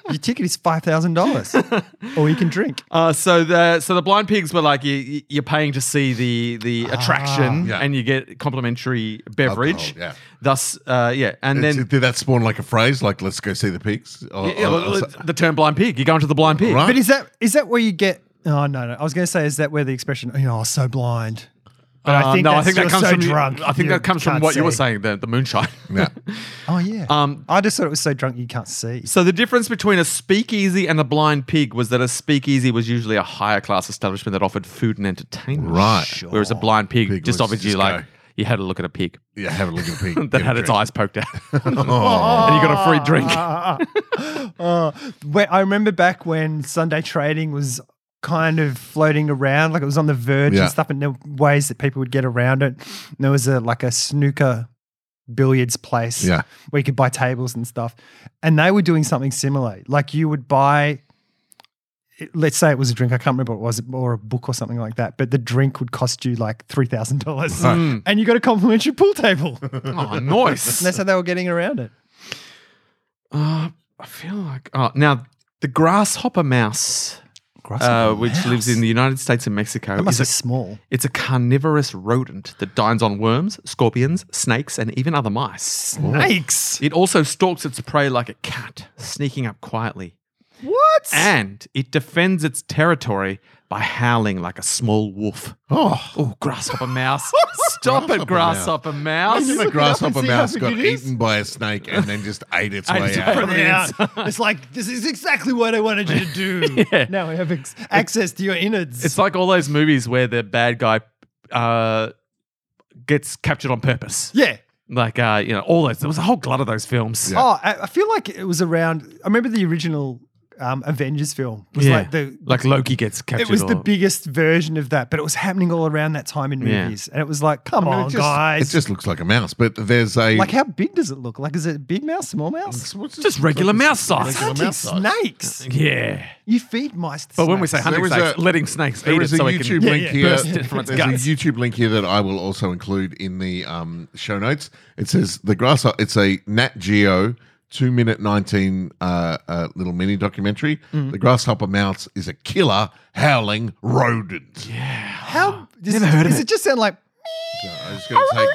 Speaker 3: Your ticket is $5,000, or you can drink.
Speaker 2: Uh, so the so the blind pigs were like you- you, you're paying to see the the
Speaker 1: Ah.
Speaker 2: attraction,
Speaker 1: Yeah.
Speaker 2: and you get complimentary beverage.
Speaker 1: Alcohol, yeah.
Speaker 2: Thus, uh, yeah, and
Speaker 1: It's-
Speaker 2: then
Speaker 1: did that spawn like a phrase like "Let's go see the pigs"? Or,
Speaker 2: yeah,
Speaker 1: or-
Speaker 2: well, the term blind pig. You go into the blind pig.
Speaker 1: uh, Right.
Speaker 3: But is that is that where you get? Oh no, no. I was going to say, is that where the expression "you know, I was so blind"? But
Speaker 2: Uh, no, I think that
Speaker 3: you're
Speaker 2: comes
Speaker 3: so
Speaker 2: from
Speaker 3: drunk.
Speaker 2: I think that comes from
Speaker 3: can't
Speaker 2: what you were
Speaker 3: see.
Speaker 2: saying, the the moonshine.
Speaker 1: yeah.
Speaker 3: Oh yeah.
Speaker 2: Um,
Speaker 3: I just thought it was so drunk you can't see.
Speaker 2: So the difference between a speakeasy and a blind pig was that a speakeasy was usually a higher class establishment that offered food and entertainment.
Speaker 1: Right.
Speaker 2: Whereas a blind pig,
Speaker 1: Pig
Speaker 2: just
Speaker 1: was
Speaker 2: offered you
Speaker 1: just
Speaker 2: like
Speaker 1: go.
Speaker 2: you had a look at a pig
Speaker 1: yeah, have a look at the pig.
Speaker 2: that
Speaker 1: get a
Speaker 2: had its
Speaker 1: drink.
Speaker 2: eyes poked out, and you got a free drink.
Speaker 3: Uh, when, I remember back when Sunday trading was kind of floating around, like it was on the verge
Speaker 1: Yeah.
Speaker 3: and stuff, and there were ways that people would get around it. And there was a like a snooker billiards place
Speaker 1: Yeah.
Speaker 3: where you could buy tables and stuff. And they were doing something similar. Like you would buy, let's say it was a drink, I can't remember what it was, or a book or something like that, but the drink would cost you like $3,000. And you got a complimentary pool table. and
Speaker 2: Oh, nice.
Speaker 3: that's how they were getting around it.
Speaker 2: Uh, I feel like oh, now the grasshopper mouse uh, which lives in the United States and Mexico.
Speaker 3: That must be
Speaker 2: is a-
Speaker 3: small.
Speaker 2: It's a carnivorous rodent that dines on worms, scorpions, snakes, and even other mice.
Speaker 3: Snakes.
Speaker 2: It also stalks its prey like a cat, sneaking up quietly.
Speaker 3: What?
Speaker 2: And it defends its territory by howling like a small wolf.
Speaker 1: Oh,
Speaker 2: Oh, grasshopper mouse. Stop it, grasshopper mouse.
Speaker 1: imagine a grasshopper
Speaker 3: see how
Speaker 1: mouse
Speaker 3: big
Speaker 1: got
Speaker 3: it is.
Speaker 1: eaten by a snake and then just ate its
Speaker 2: Ate
Speaker 1: way
Speaker 2: its
Speaker 1: out.
Speaker 2: way-
Speaker 3: From the out. It's like this is exactly what I wanted you to do. Now I have ex- access to your innards.
Speaker 2: It's like all those movies where the bad guy uh, gets captured on purpose.
Speaker 3: yeah.
Speaker 2: Like, uh, you know, all those. There was a whole glut of those films.
Speaker 3: Oh, I, I feel like it was around. I remember the original um, Avengers film was
Speaker 2: Yeah.
Speaker 3: like the
Speaker 2: Like Loki gets captured.
Speaker 3: it was the
Speaker 2: or-
Speaker 3: biggest version of that, but it was happening all around that time in
Speaker 2: Yeah.
Speaker 3: movies, and it was like, come
Speaker 1: I mean,
Speaker 3: on,
Speaker 1: it just-
Speaker 3: guys!
Speaker 1: It just looks like a mouse, but there's a.
Speaker 3: like, how big does it look? Like, is it a big mouse, small mouse?
Speaker 1: what's this-
Speaker 2: Just regular mouse size.
Speaker 3: It's hunting
Speaker 1: mouse size.
Speaker 3: snakes.
Speaker 2: Yeah.
Speaker 3: You feed mice. To
Speaker 2: But when we say
Speaker 3: snakes.
Speaker 2: hunting
Speaker 1: There is
Speaker 2: snakes,
Speaker 1: a-
Speaker 2: letting snakes
Speaker 1: There
Speaker 2: eat it
Speaker 1: is a
Speaker 2: so we
Speaker 1: YouTube
Speaker 2: can.
Speaker 1: link
Speaker 3: yeah,
Speaker 1: here.
Speaker 2: burst it from its
Speaker 1: There's
Speaker 2: guts.
Speaker 1: a YouTube link here that I will also include in the um, show notes. It says the grasshopper. It's a Nat Geo two minute nineteen uh, uh, little mini documentary.
Speaker 2: Mm.
Speaker 1: The grasshopper mouse is a killer howling rodent.
Speaker 3: how does,
Speaker 2: Never heard of
Speaker 3: does
Speaker 2: it.
Speaker 3: it just sound like?
Speaker 1: So I'm just gonna take.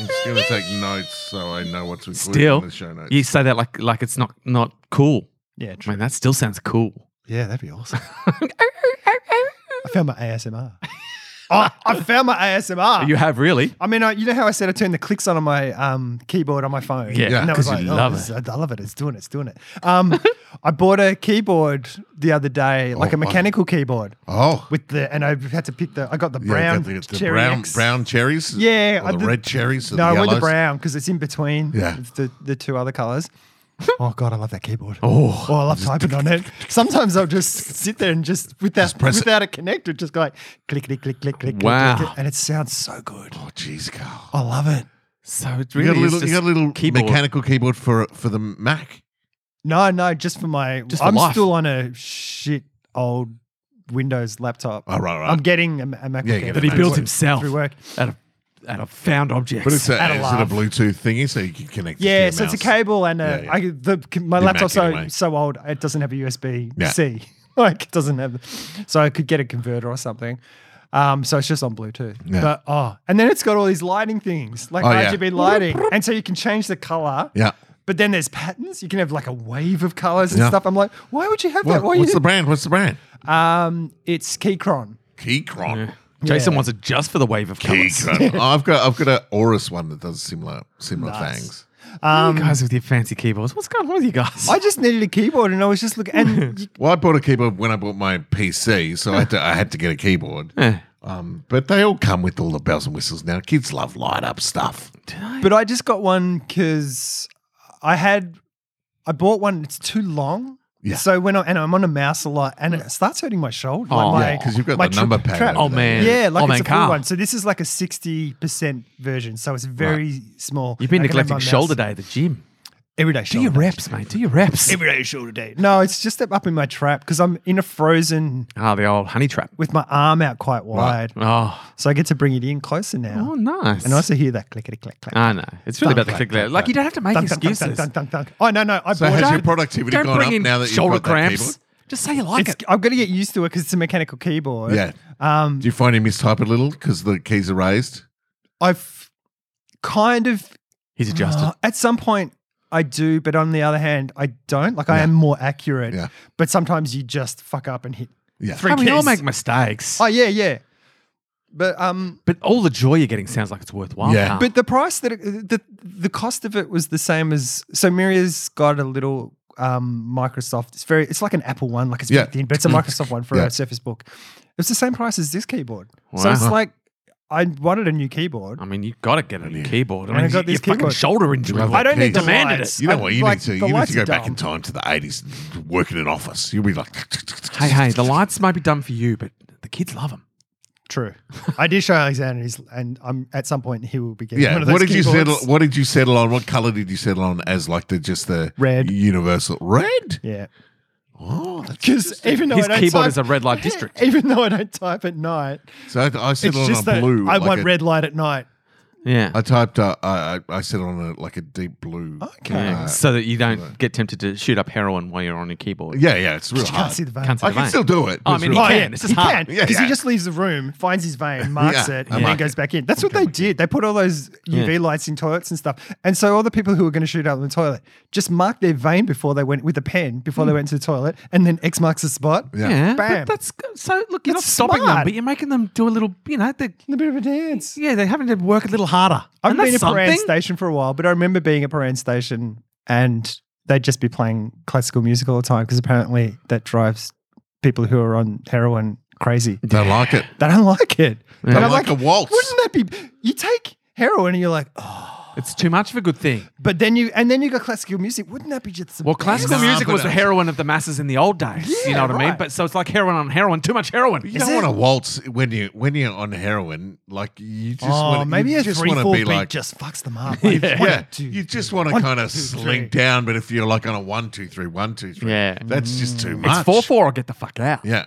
Speaker 1: I'm just gonna take notes so I know what to include
Speaker 2: Still,
Speaker 1: in the show notes.
Speaker 2: You say that like like it's not not cool.
Speaker 3: Yeah,
Speaker 2: I mean, that still sounds cool.
Speaker 3: yeah, that'd be awesome. I found my ASMR. oh, I found my ASMR.
Speaker 2: You have really.
Speaker 3: I mean, I, you know how I said I turned the clicks on on my um, keyboard on my phone.
Speaker 2: Yeah,
Speaker 3: and that was
Speaker 2: 'cause
Speaker 3: like,
Speaker 2: you
Speaker 3: oh,
Speaker 2: love
Speaker 3: this- I love it. It's doing it. It's doing it. Um, I bought a keyboard the other day, like a
Speaker 1: wow.
Speaker 3: mechanical keyboard
Speaker 1: oh,
Speaker 3: with the, and I had to pick the. I got the
Speaker 1: yeah,
Speaker 3: brown
Speaker 1: the, the
Speaker 3: cherry
Speaker 1: brown
Speaker 3: X.
Speaker 1: brown cherries.
Speaker 3: Yeah,
Speaker 1: or
Speaker 3: I
Speaker 1: the,
Speaker 3: did-
Speaker 1: red cherries. or
Speaker 3: No, I went the
Speaker 1: yellows.
Speaker 3: brown because it's in between.
Speaker 1: Yeah.
Speaker 3: it's the the two other colors. Oh god, I love that keyboard. Oh, I love typing on it. Sometimes I'll just sit there and just without
Speaker 1: press it.
Speaker 3: without a connector, just go like click, click, click, click, click, click,
Speaker 2: Wow.
Speaker 3: click, and it sounds so good.
Speaker 1: Oh, jeez, Carl.
Speaker 3: I love it.
Speaker 2: So it's
Speaker 1: You
Speaker 2: really
Speaker 1: got a
Speaker 2: is
Speaker 1: little, you
Speaker 2: just
Speaker 1: got a little
Speaker 2: keyboard.
Speaker 1: mechanical keyboard for for the Mac.
Speaker 3: No, no, just for my.
Speaker 2: Just for
Speaker 3: I'm
Speaker 2: life.
Speaker 3: still on a shit old Windows laptop.
Speaker 1: Oh, right, right.
Speaker 3: I'm getting a, a MacBook
Speaker 1: Yeah, you
Speaker 3: Air
Speaker 1: get
Speaker 2: that he
Speaker 1: Through
Speaker 2: built
Speaker 1: work.
Speaker 2: himself
Speaker 3: through work.
Speaker 2: out of out of found objects.
Speaker 1: But it's a,
Speaker 3: At a
Speaker 1: is it a
Speaker 3: laugh.
Speaker 1: Bluetooth thingy so you can connect? it to
Speaker 3: Yeah,
Speaker 1: your
Speaker 3: so it's a
Speaker 1: mouse?
Speaker 3: cable and
Speaker 1: Yeah,
Speaker 3: a,
Speaker 1: yeah.
Speaker 3: I, the my
Speaker 1: Your
Speaker 3: laptop's
Speaker 1: Mac
Speaker 3: so
Speaker 1: anyway.
Speaker 3: so old it doesn't have a USB
Speaker 1: Yeah.
Speaker 3: C. Like it doesn't have, so I could get a converter or something. Um, so it's just on Bluetooth.
Speaker 1: Yeah.
Speaker 3: But oh, and then it's got all these lighting things like
Speaker 1: Oh, yeah.
Speaker 3: RGB lighting, and so you can change the color.
Speaker 1: Yeah.
Speaker 3: But then there's patterns. You can have like a wave of colors and
Speaker 1: Yeah.
Speaker 3: stuff. I'm like, why would you have
Speaker 1: What,
Speaker 3: that? Why
Speaker 1: what's
Speaker 3: you
Speaker 1: the brand? What's the brand?
Speaker 3: um, it's Keychron.
Speaker 1: Keychron.
Speaker 2: Jason
Speaker 3: Yeah.
Speaker 2: wants it just for the wave of colors.
Speaker 1: Keychron. Oh, I've got I've got an Aorus one that does similar similar things.
Speaker 2: you guys with your fancy keyboards, what's going on with you guys?
Speaker 3: Um, I just needed a keyboard, and I was just looking. And you-
Speaker 1: Well, I bought a keyboard when I bought my PC, so I had to I had to get a keyboard.
Speaker 2: Eh.
Speaker 1: Um, but they all come with all the bells and whistles now. Kids love light up stuff.
Speaker 3: but I just got one because I had, I bought one. It's too long.
Speaker 1: Yeah.
Speaker 3: So when I and I'm on a mouse a lot, and it starts hurting my shoulder. like
Speaker 2: Oh.
Speaker 3: my-
Speaker 2: Yeah,
Speaker 1: 'cause you've got
Speaker 3: my
Speaker 1: the number pad
Speaker 3: trap.
Speaker 2: oh man,
Speaker 3: Yeah, like
Speaker 2: oh,
Speaker 3: it's
Speaker 2: man,
Speaker 3: a full
Speaker 2: Carl.
Speaker 3: one. So this is like a sixty percent version. So it's very small.
Speaker 2: You've been
Speaker 3: I can have my
Speaker 2: neglecting shoulder
Speaker 3: mouse-
Speaker 2: day at the gym.
Speaker 3: every day.
Speaker 2: Do your
Speaker 3: Shoulder day.
Speaker 2: reps, mate. Do your reps.
Speaker 3: Every day shoulder day. No, it's just up up in my trap because I'm in a frozen
Speaker 2: Ah, the old honey trap.
Speaker 3: with my arm out quite wide,
Speaker 2: Oh,
Speaker 3: so I get to bring it in closer now.
Speaker 2: oh, nice.
Speaker 3: And I also hear that clickety click clack.
Speaker 2: I know. It's really
Speaker 3: Dun,
Speaker 2: about the
Speaker 3: dun,
Speaker 2: click there. Like, you don't have to make
Speaker 3: Dun, dun, dun, dun,
Speaker 2: excuses.
Speaker 3: dun, dun, dun. Oh no no! I
Speaker 1: So
Speaker 3: bought
Speaker 1: has
Speaker 3: it.
Speaker 1: your productivity
Speaker 2: Don't
Speaker 1: gone
Speaker 2: bring
Speaker 1: up
Speaker 2: in
Speaker 1: now that you've
Speaker 2: shoulder
Speaker 1: got that
Speaker 2: cramps.
Speaker 1: keyboard?
Speaker 2: Just say you like
Speaker 3: It's,
Speaker 2: it.
Speaker 3: I've got to get used to it because it's a mechanical keyboard.
Speaker 1: Yeah.
Speaker 3: Um,
Speaker 1: Do you find you mistype it a little because the keys are raised?
Speaker 3: I've kind of
Speaker 2: He's adjusted.
Speaker 3: uh, at some point I do, but on the other hand, I don't. Like I am more accurate.
Speaker 1: Yeah.
Speaker 3: But sometimes you just fuck up and hit.
Speaker 1: Yeah.
Speaker 3: Three
Speaker 2: I mean, you'll
Speaker 3: keys.
Speaker 2: make mistakes.
Speaker 3: Oh yeah, yeah. But um,
Speaker 2: but all the joy you're getting sounds like it's worthwhile.
Speaker 1: Yeah.
Speaker 2: Carl.
Speaker 3: but the price that it, the the cost of it was the same as so Miria's got a little um Microsoft. It's very it's like an Apple one, like it's
Speaker 1: Yeah.
Speaker 3: pretty thin, but it's a Microsoft one for
Speaker 1: Yeah.
Speaker 3: a Surface Book. It's the same price as this keyboard. So it's
Speaker 2: Wow.
Speaker 3: like I wanted a new keyboard.
Speaker 2: I mean, you've got to get a new keyboard. I
Speaker 3: And I
Speaker 2: mean,
Speaker 3: got
Speaker 2: your
Speaker 3: this
Speaker 2: fucking
Speaker 3: keyboard.
Speaker 2: shoulder injury.
Speaker 1: love
Speaker 2: I
Speaker 1: that
Speaker 2: don't
Speaker 1: key.
Speaker 2: need demanded it.
Speaker 3: Lights.
Speaker 1: You know what? You
Speaker 3: Like,
Speaker 1: need to.
Speaker 3: the
Speaker 1: You need
Speaker 3: lights
Speaker 1: to
Speaker 3: are
Speaker 1: go back
Speaker 3: dumb.
Speaker 1: in time to the eighties, work in an office. You'll be like,
Speaker 2: Hey, hey, the lights might be dumb for you, but the kids love them.
Speaker 3: True. I did show Alexander, his, and I'm at some point he will be getting one
Speaker 1: yeah.
Speaker 3: of those
Speaker 1: What did you
Speaker 3: keyboards.
Speaker 1: settle? What did you settle on? What color did you settle on as like the just the
Speaker 3: Red.
Speaker 1: universal red?
Speaker 3: Yeah,
Speaker 1: Oh, that's
Speaker 3: because even though
Speaker 2: His
Speaker 3: I don't
Speaker 2: keyboard
Speaker 3: type,
Speaker 2: is a red light district.
Speaker 3: even though I don't type at night,
Speaker 1: so. I, I
Speaker 3: it's
Speaker 1: settled on
Speaker 3: just
Speaker 1: a
Speaker 3: that
Speaker 1: blue.
Speaker 3: I
Speaker 1: like
Speaker 3: want
Speaker 1: a-
Speaker 3: red light at night.
Speaker 2: Yeah.
Speaker 1: I typed. Uh, I I I said on a, like a deep blue. uh,
Speaker 3: Okay.
Speaker 2: Yeah, so that you don't get tempted to shoot up heroin while you're on your keyboard.
Speaker 1: Yeah, yeah, it's real
Speaker 3: You can't
Speaker 1: hard.
Speaker 3: see the vein.
Speaker 2: Can't see
Speaker 1: I
Speaker 2: the
Speaker 1: can
Speaker 2: vein.
Speaker 1: still do it.
Speaker 2: Oh, I
Speaker 1: It's
Speaker 2: mean,
Speaker 1: real
Speaker 2: you
Speaker 3: Oh,
Speaker 1: hard.
Speaker 2: can.
Speaker 3: yeah,
Speaker 2: It's just
Speaker 3: he
Speaker 2: hard.
Speaker 3: can.
Speaker 1: Yeah,
Speaker 3: Because he
Speaker 1: yeah.
Speaker 3: just leaves the room, finds his vein, marks
Speaker 1: Yeah, I
Speaker 3: it, and then
Speaker 1: mark
Speaker 3: goes
Speaker 1: it.
Speaker 3: back in. That's what they did. They put all those UV
Speaker 2: Yeah.
Speaker 3: lights in toilets and stuff. And so all the people who were going to shoot out the toilet just marked their vein before they went with a pen before they went to the toilet, and then X marks the spot.
Speaker 1: Yeah.
Speaker 2: Hmm. Yeah, but
Speaker 3: Bam.
Speaker 2: that's g- so. Look, you're
Speaker 3: That's
Speaker 2: not stopping them,
Speaker 3: smart.
Speaker 2: but you're making them do a little. You know, they
Speaker 3: A little bit of a dance.
Speaker 2: yeah, they're having to work a little harder.
Speaker 3: I've
Speaker 2: and
Speaker 3: been
Speaker 2: that's
Speaker 3: at Paran
Speaker 2: something.
Speaker 3: Station for a while, but I remember being at Paran Station and they'd just be playing classical music all the time because apparently that drives people who are on heroin crazy.
Speaker 1: Don't like it.
Speaker 3: They don't like it.
Speaker 2: Yeah.
Speaker 3: And
Speaker 1: Don't
Speaker 3: I'm
Speaker 1: like, a waltz.
Speaker 3: Wouldn't that be? You take heroin and you're like, oh,
Speaker 2: It's too much of a good thing.
Speaker 3: but then you and then you got classical music. Wouldn't that be just the
Speaker 2: Well,
Speaker 3: best?
Speaker 2: classical
Speaker 1: Nah,
Speaker 2: music
Speaker 1: but
Speaker 2: was the
Speaker 1: I-
Speaker 2: heroin of the masses in the old days. you
Speaker 3: uh, Yeah,
Speaker 2: know what I mean?
Speaker 3: right.
Speaker 2: But so it's like heroin on heroin. Too much heroin.
Speaker 1: You don't want to waltz when you when you're on heroin. Like you just
Speaker 3: Oh,
Speaker 1: want to
Speaker 3: maybe
Speaker 1: you
Speaker 3: a
Speaker 1: just
Speaker 3: three
Speaker 1: wanna
Speaker 3: four
Speaker 1: be
Speaker 3: beat
Speaker 1: like
Speaker 3: just fucks them up. Like,
Speaker 2: Yeah.
Speaker 3: one,
Speaker 1: yeah.
Speaker 3: two,
Speaker 1: you just want to
Speaker 3: one,
Speaker 1: kind of
Speaker 3: two,
Speaker 1: slink
Speaker 3: three.
Speaker 1: down, but if you're like on a one two three one two three,
Speaker 2: Yeah. Mm.
Speaker 1: that's just too much.
Speaker 2: It's four four. I'll get the fuck out.
Speaker 1: Yeah,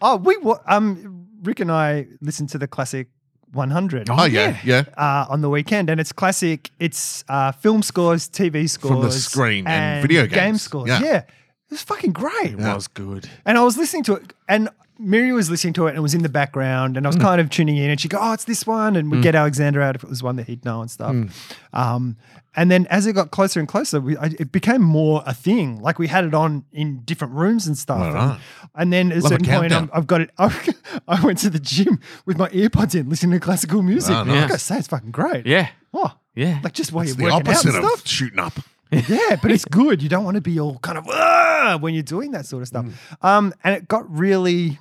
Speaker 3: Oh, we wa- um Rick and I listened to the classic 100.
Speaker 1: oh yeah, yeah.
Speaker 3: uh, on the weekend, and it's classic. It's uh, film scores, TV scores,
Speaker 1: screen and video
Speaker 3: game
Speaker 1: games.
Speaker 3: scores. Yeah.
Speaker 1: Yeah.
Speaker 3: it was fucking great.
Speaker 2: It was good.
Speaker 3: And I was listening to it, and Miri was listening to it, and it was in the background, and I was
Speaker 1: Hmm.
Speaker 3: kind of tuning in, and she go, "Oh, it's this one," and we would get Alexander out if it was one that he'd know and
Speaker 1: Hmm.
Speaker 3: stuff. Um, and then as it got closer and closer, we, I, it became more a thing. Like we had it on in different rooms and stuff.
Speaker 1: Right
Speaker 3: And,
Speaker 1: on.
Speaker 3: and then at a
Speaker 1: Love a
Speaker 3: certain point, I'm,
Speaker 1: countdown.
Speaker 3: I've got it. I, went to the gym with my earpods in, listening to classical music.
Speaker 1: Oh,
Speaker 3: I
Speaker 1: nice.
Speaker 3: gotta say, it's fucking great.
Speaker 2: Yeah.
Speaker 3: Oh,
Speaker 2: Yeah.
Speaker 3: like just while
Speaker 1: It's
Speaker 3: you're
Speaker 1: the
Speaker 3: working out and
Speaker 1: opposite
Speaker 3: stuff.
Speaker 1: of shooting up.
Speaker 3: yeah, but it's good. You don't want to be all kind of "Ugh," when you're doing that sort of stuff. Um, and it got really,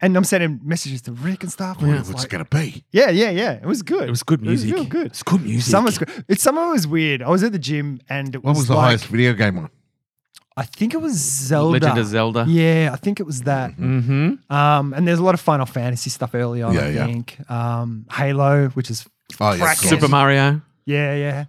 Speaker 3: and I'm sending messages to Rick and stuff. and
Speaker 1: Wonder
Speaker 3: it's
Speaker 1: What's
Speaker 3: like-
Speaker 1: it gonna be?
Speaker 3: yeah, yeah, yeah. It was good.
Speaker 2: It was good music.
Speaker 3: It was real good.
Speaker 2: It's good music.
Speaker 3: Some was, good. It, some of it was weird. I was at the gym and it
Speaker 1: What
Speaker 3: was,
Speaker 1: was the
Speaker 3: like,
Speaker 1: highest video game on?
Speaker 3: I think it was Zelda.
Speaker 2: Legend of Zelda.
Speaker 3: Yeah, I think it was that.
Speaker 2: Mm-hmm.
Speaker 3: Um, and there's a lot of Final Fantasy stuff early on. I
Speaker 1: Yeah, yeah.
Speaker 3: think um, Halo, which is
Speaker 1: Oh yeah,
Speaker 3: Crack
Speaker 1: of course.
Speaker 3: it.
Speaker 2: Super Mario.
Speaker 3: Yeah, yeah.